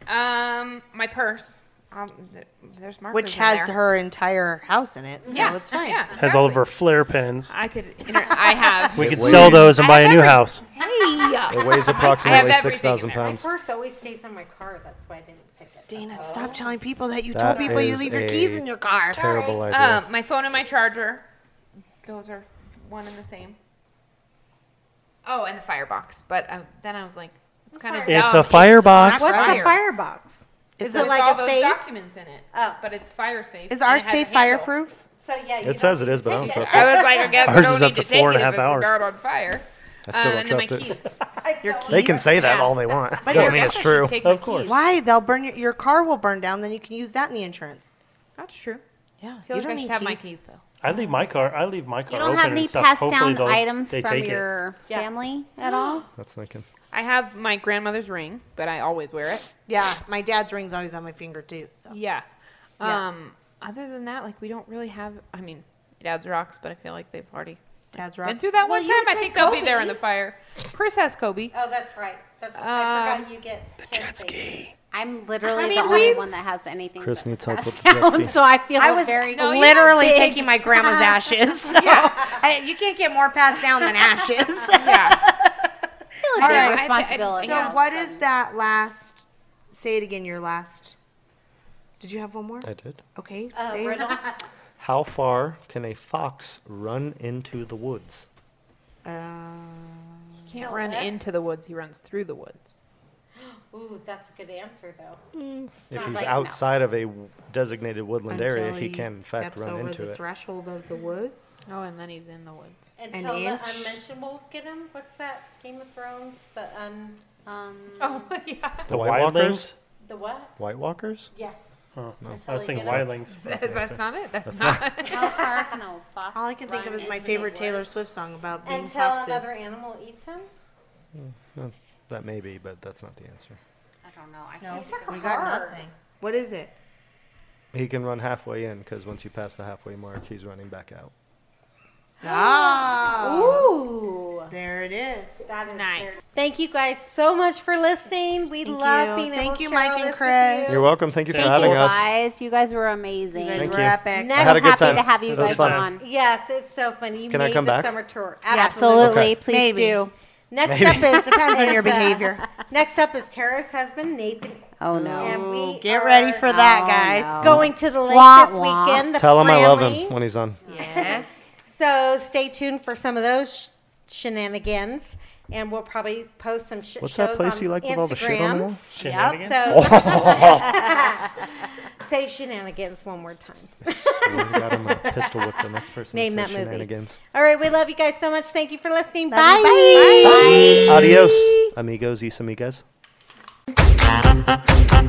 [SPEAKER 6] it.
[SPEAKER 3] Um, my purse. Um, th- there's markers
[SPEAKER 2] Which
[SPEAKER 3] in
[SPEAKER 2] has
[SPEAKER 3] there.
[SPEAKER 2] her entire house in it, so
[SPEAKER 3] yeah,
[SPEAKER 2] it's fine.
[SPEAKER 3] Yeah,
[SPEAKER 7] Has all of our flare pens.
[SPEAKER 3] I could. Inter- I have.
[SPEAKER 7] We
[SPEAKER 8] It
[SPEAKER 7] could
[SPEAKER 8] weighs-
[SPEAKER 7] sell those and
[SPEAKER 3] I
[SPEAKER 7] buy a
[SPEAKER 3] have
[SPEAKER 7] new
[SPEAKER 3] every-
[SPEAKER 7] house.
[SPEAKER 3] Hey.
[SPEAKER 8] It weighs approximately
[SPEAKER 3] everything in
[SPEAKER 8] six thousand
[SPEAKER 3] there.
[SPEAKER 6] My
[SPEAKER 8] pounds.
[SPEAKER 6] purse always stays on my car. That's why I didn't pick it.
[SPEAKER 2] Dana, stop telling people that you
[SPEAKER 8] That
[SPEAKER 2] told people you
[SPEAKER 8] is
[SPEAKER 2] leave your
[SPEAKER 8] a
[SPEAKER 2] keys in your car.
[SPEAKER 8] Terrible idea.
[SPEAKER 3] Um, my phone and my charger. Those are one and the same. Oh, and the firebox. But um, then I was like, it's kind of
[SPEAKER 6] Fire-
[SPEAKER 7] It's
[SPEAKER 3] dumb.
[SPEAKER 7] a firebox.
[SPEAKER 3] not
[SPEAKER 6] What's the
[SPEAKER 3] fire.
[SPEAKER 6] firebox?
[SPEAKER 2] It's
[SPEAKER 6] Is
[SPEAKER 2] a-
[SPEAKER 6] it
[SPEAKER 3] With
[SPEAKER 6] like
[SPEAKER 3] all
[SPEAKER 6] a
[SPEAKER 3] those
[SPEAKER 6] safe?
[SPEAKER 3] documents in it.
[SPEAKER 6] Oh.
[SPEAKER 3] But it's fire safe.
[SPEAKER 2] Is
[SPEAKER 3] and
[SPEAKER 2] our
[SPEAKER 3] it has a
[SPEAKER 2] safe
[SPEAKER 3] handle.
[SPEAKER 2] fireproof?
[SPEAKER 6] So yeah, you
[SPEAKER 8] It says
[SPEAKER 6] don't
[SPEAKER 8] it is, but I don't
[SPEAKER 6] take
[SPEAKER 8] trust
[SPEAKER 6] it.
[SPEAKER 3] I was like, I guess I
[SPEAKER 7] Ours
[SPEAKER 3] don't
[SPEAKER 7] is
[SPEAKER 3] need
[SPEAKER 7] up to
[SPEAKER 3] to take
[SPEAKER 7] four and
[SPEAKER 3] it
[SPEAKER 7] a half
[SPEAKER 3] if it's
[SPEAKER 7] hours.
[SPEAKER 3] a guard on fire.
[SPEAKER 8] I still
[SPEAKER 3] Uh,
[SPEAKER 8] don't
[SPEAKER 3] and then my
[SPEAKER 8] trust it.
[SPEAKER 3] keys.
[SPEAKER 6] I
[SPEAKER 2] Your
[SPEAKER 6] still-
[SPEAKER 8] They can say that
[SPEAKER 3] Yeah.
[SPEAKER 8] all they want.
[SPEAKER 2] But
[SPEAKER 8] Doesn't
[SPEAKER 2] I
[SPEAKER 8] mean
[SPEAKER 2] guess
[SPEAKER 8] it's true.
[SPEAKER 3] Take my
[SPEAKER 7] Of course.
[SPEAKER 3] keys.
[SPEAKER 2] Why? They'll burn your, your car will burn down, then you can use that in the insurance.
[SPEAKER 3] That's true.
[SPEAKER 2] Yeah.
[SPEAKER 3] I
[SPEAKER 2] you
[SPEAKER 3] feel like
[SPEAKER 2] don't
[SPEAKER 3] I should
[SPEAKER 2] need
[SPEAKER 3] have my
[SPEAKER 2] keys.
[SPEAKER 3] keys though.
[SPEAKER 7] I leave my car. I leave my car
[SPEAKER 5] You don't
[SPEAKER 7] open
[SPEAKER 5] have any
[SPEAKER 7] and stuff.
[SPEAKER 5] passed down
[SPEAKER 7] Hopefully they'll-
[SPEAKER 5] items
[SPEAKER 7] they
[SPEAKER 5] from
[SPEAKER 7] take it.
[SPEAKER 5] your
[SPEAKER 6] Yeah.
[SPEAKER 5] family at all?
[SPEAKER 8] That's thinking.
[SPEAKER 3] I have my grandmother's ring, but I always wear it.
[SPEAKER 2] Yeah, my dad's ring's always on my finger too. So
[SPEAKER 3] Yeah.
[SPEAKER 2] Yeah.
[SPEAKER 3] Um, other than that, like we don't really have. I mean, dad's rocks, but I feel like they've already
[SPEAKER 2] dad's
[SPEAKER 3] been
[SPEAKER 2] rocks.
[SPEAKER 3] through that
[SPEAKER 6] Well,
[SPEAKER 3] one
[SPEAKER 6] you
[SPEAKER 3] time. I
[SPEAKER 6] take
[SPEAKER 3] think they'll be
[SPEAKER 6] Kobe.
[SPEAKER 3] there in the fire. Chris has Kobe.
[SPEAKER 6] Oh, that's right. That's I
[SPEAKER 3] Um,
[SPEAKER 6] forgot you get the jet ski.
[SPEAKER 5] I'm literally
[SPEAKER 3] I
[SPEAKER 5] the
[SPEAKER 3] mean,
[SPEAKER 5] only
[SPEAKER 3] we-
[SPEAKER 5] one that has anything.
[SPEAKER 8] Chris
[SPEAKER 5] that
[SPEAKER 8] needs
[SPEAKER 5] was
[SPEAKER 8] help with
[SPEAKER 5] passed
[SPEAKER 8] the jet
[SPEAKER 5] down,
[SPEAKER 8] ski.
[SPEAKER 5] so I feel
[SPEAKER 6] I was-
[SPEAKER 5] very.
[SPEAKER 3] No, you have
[SPEAKER 2] Literally
[SPEAKER 3] big-
[SPEAKER 2] taking my grandma's ashes. So
[SPEAKER 3] Yeah.
[SPEAKER 2] I- you can't get more passed down than ashes.
[SPEAKER 3] Yeah.
[SPEAKER 5] I
[SPEAKER 3] All
[SPEAKER 5] feel a
[SPEAKER 3] right,
[SPEAKER 5] big
[SPEAKER 3] I- I-
[SPEAKER 5] responsibility.
[SPEAKER 2] so
[SPEAKER 3] Yeah.
[SPEAKER 2] what is that last? Say it again. Your last. Did you have one more?
[SPEAKER 8] I did.
[SPEAKER 2] Okay.
[SPEAKER 6] Uh,
[SPEAKER 2] say it.
[SPEAKER 6] riddle.
[SPEAKER 8] How far can a fox run into the woods?
[SPEAKER 2] Um,
[SPEAKER 3] Can't
[SPEAKER 6] So
[SPEAKER 3] run
[SPEAKER 6] that's-
[SPEAKER 3] into the woods. He runs through the woods.
[SPEAKER 6] Ooh, that's a good answer though.
[SPEAKER 8] If
[SPEAKER 5] Sounds
[SPEAKER 8] he's
[SPEAKER 5] like no.
[SPEAKER 8] outside of a w- designated woodland area,
[SPEAKER 2] until
[SPEAKER 8] he can in fact
[SPEAKER 2] steps
[SPEAKER 8] run
[SPEAKER 2] over
[SPEAKER 8] into
[SPEAKER 2] the
[SPEAKER 8] it.
[SPEAKER 2] threshold of the woods.
[SPEAKER 3] Oh, and then he's in the woods.
[SPEAKER 6] Until the
[SPEAKER 2] inch.
[SPEAKER 6] unmentionables get him. What's that? Game of Thrones. The un.
[SPEAKER 5] Um,
[SPEAKER 3] Oh yeah.
[SPEAKER 8] The
[SPEAKER 7] The
[SPEAKER 8] White Walkers?
[SPEAKER 7] wildlings.
[SPEAKER 6] The what?
[SPEAKER 8] White Walkers?
[SPEAKER 6] Yes.
[SPEAKER 7] Oh,
[SPEAKER 8] No.
[SPEAKER 7] I was thinking
[SPEAKER 6] Totally
[SPEAKER 7] wildlings.
[SPEAKER 3] That's not it. That's, not.
[SPEAKER 5] how far can a fox
[SPEAKER 2] All I can think of
[SPEAKER 5] run
[SPEAKER 2] is my
[SPEAKER 5] into the
[SPEAKER 2] favorite Taylor
[SPEAKER 5] woods?
[SPEAKER 2] Swift song about being
[SPEAKER 6] Until
[SPEAKER 2] foxes.
[SPEAKER 6] another animal eats him.
[SPEAKER 8] That may be, but that's not the answer.
[SPEAKER 5] I don't know. I
[SPEAKER 6] No.
[SPEAKER 5] can't think of
[SPEAKER 2] we
[SPEAKER 5] it.
[SPEAKER 2] got
[SPEAKER 6] Hard.
[SPEAKER 2] nothing. What is it?
[SPEAKER 8] He can run halfway in because once you pass the halfway mark, he's running back out.
[SPEAKER 2] Ah,
[SPEAKER 6] Ooh.
[SPEAKER 2] there it is.
[SPEAKER 6] That is
[SPEAKER 3] Nice.
[SPEAKER 6] very- Thank you guys so much for listening. We
[SPEAKER 2] Thank
[SPEAKER 6] love
[SPEAKER 2] you.
[SPEAKER 6] being
[SPEAKER 2] Thank
[SPEAKER 6] able to
[SPEAKER 2] you,
[SPEAKER 6] share
[SPEAKER 2] Mike
[SPEAKER 6] all
[SPEAKER 2] and
[SPEAKER 6] this with
[SPEAKER 2] Chris.
[SPEAKER 6] you.
[SPEAKER 8] You're welcome. Thank you for
[SPEAKER 7] Thank
[SPEAKER 8] having
[SPEAKER 5] you
[SPEAKER 8] us.
[SPEAKER 5] guys. You guys were
[SPEAKER 2] You
[SPEAKER 5] amazing.
[SPEAKER 2] guys
[SPEAKER 8] Thank
[SPEAKER 2] were
[SPEAKER 8] you.
[SPEAKER 2] epic.
[SPEAKER 8] I had a
[SPEAKER 5] I'm
[SPEAKER 8] good
[SPEAKER 5] happy
[SPEAKER 8] time.
[SPEAKER 5] to have you
[SPEAKER 8] It was
[SPEAKER 5] guys
[SPEAKER 7] fun.
[SPEAKER 5] on.
[SPEAKER 6] Yes, it's so funny. You
[SPEAKER 8] Can I
[SPEAKER 6] made
[SPEAKER 8] come
[SPEAKER 6] the
[SPEAKER 8] back?
[SPEAKER 6] summer tour.
[SPEAKER 5] Absolutely.
[SPEAKER 8] Okay.
[SPEAKER 5] Please
[SPEAKER 2] Maybe.
[SPEAKER 5] do.
[SPEAKER 6] Next
[SPEAKER 8] Maybe.
[SPEAKER 6] up is
[SPEAKER 2] Depends on your
[SPEAKER 6] is, uh,
[SPEAKER 2] behavior.
[SPEAKER 6] Next up is Tara's husband Nathan,
[SPEAKER 5] Oh no.
[SPEAKER 6] and we
[SPEAKER 2] Get ready
[SPEAKER 6] are
[SPEAKER 2] for that,
[SPEAKER 5] Oh,
[SPEAKER 2] guys.
[SPEAKER 5] no.
[SPEAKER 6] going to the lake
[SPEAKER 5] Wah,
[SPEAKER 6] this
[SPEAKER 5] wah.
[SPEAKER 6] weekend. The
[SPEAKER 8] Tell him I love
[SPEAKER 6] family.
[SPEAKER 8] him when he's on.
[SPEAKER 2] Yes.
[SPEAKER 6] So stay tuned for some of those shenanigans, and we'll probably post some shit
[SPEAKER 4] What's
[SPEAKER 6] shows
[SPEAKER 4] that place
[SPEAKER 6] on
[SPEAKER 4] you like
[SPEAKER 6] Instagram.
[SPEAKER 4] with all the shit on the wall?
[SPEAKER 7] Shenanigans?
[SPEAKER 6] Yep, so say shenanigans one more time.
[SPEAKER 4] Swear to God, I'm gonna pistol whip the next person.
[SPEAKER 6] Name
[SPEAKER 4] that
[SPEAKER 6] that
[SPEAKER 4] says
[SPEAKER 6] movie.
[SPEAKER 4] shenanigans.
[SPEAKER 6] All right, we love you guys so much. Thank you for listening.
[SPEAKER 1] Love you.
[SPEAKER 6] Bye.
[SPEAKER 4] Adios, amigos y amigas.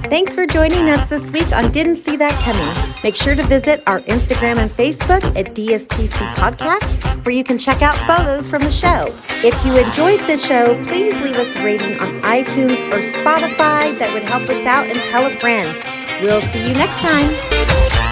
[SPEAKER 1] Thanks for joining us this week on Didn't See That Coming. Make sure to visit our Instagram and Facebook at DSTC Podcast, where you can check out photos from the show. If you enjoyed the show, please leave us a rating on iTunes or Spotify. That would help us out and tell a friend. We'll see you next time.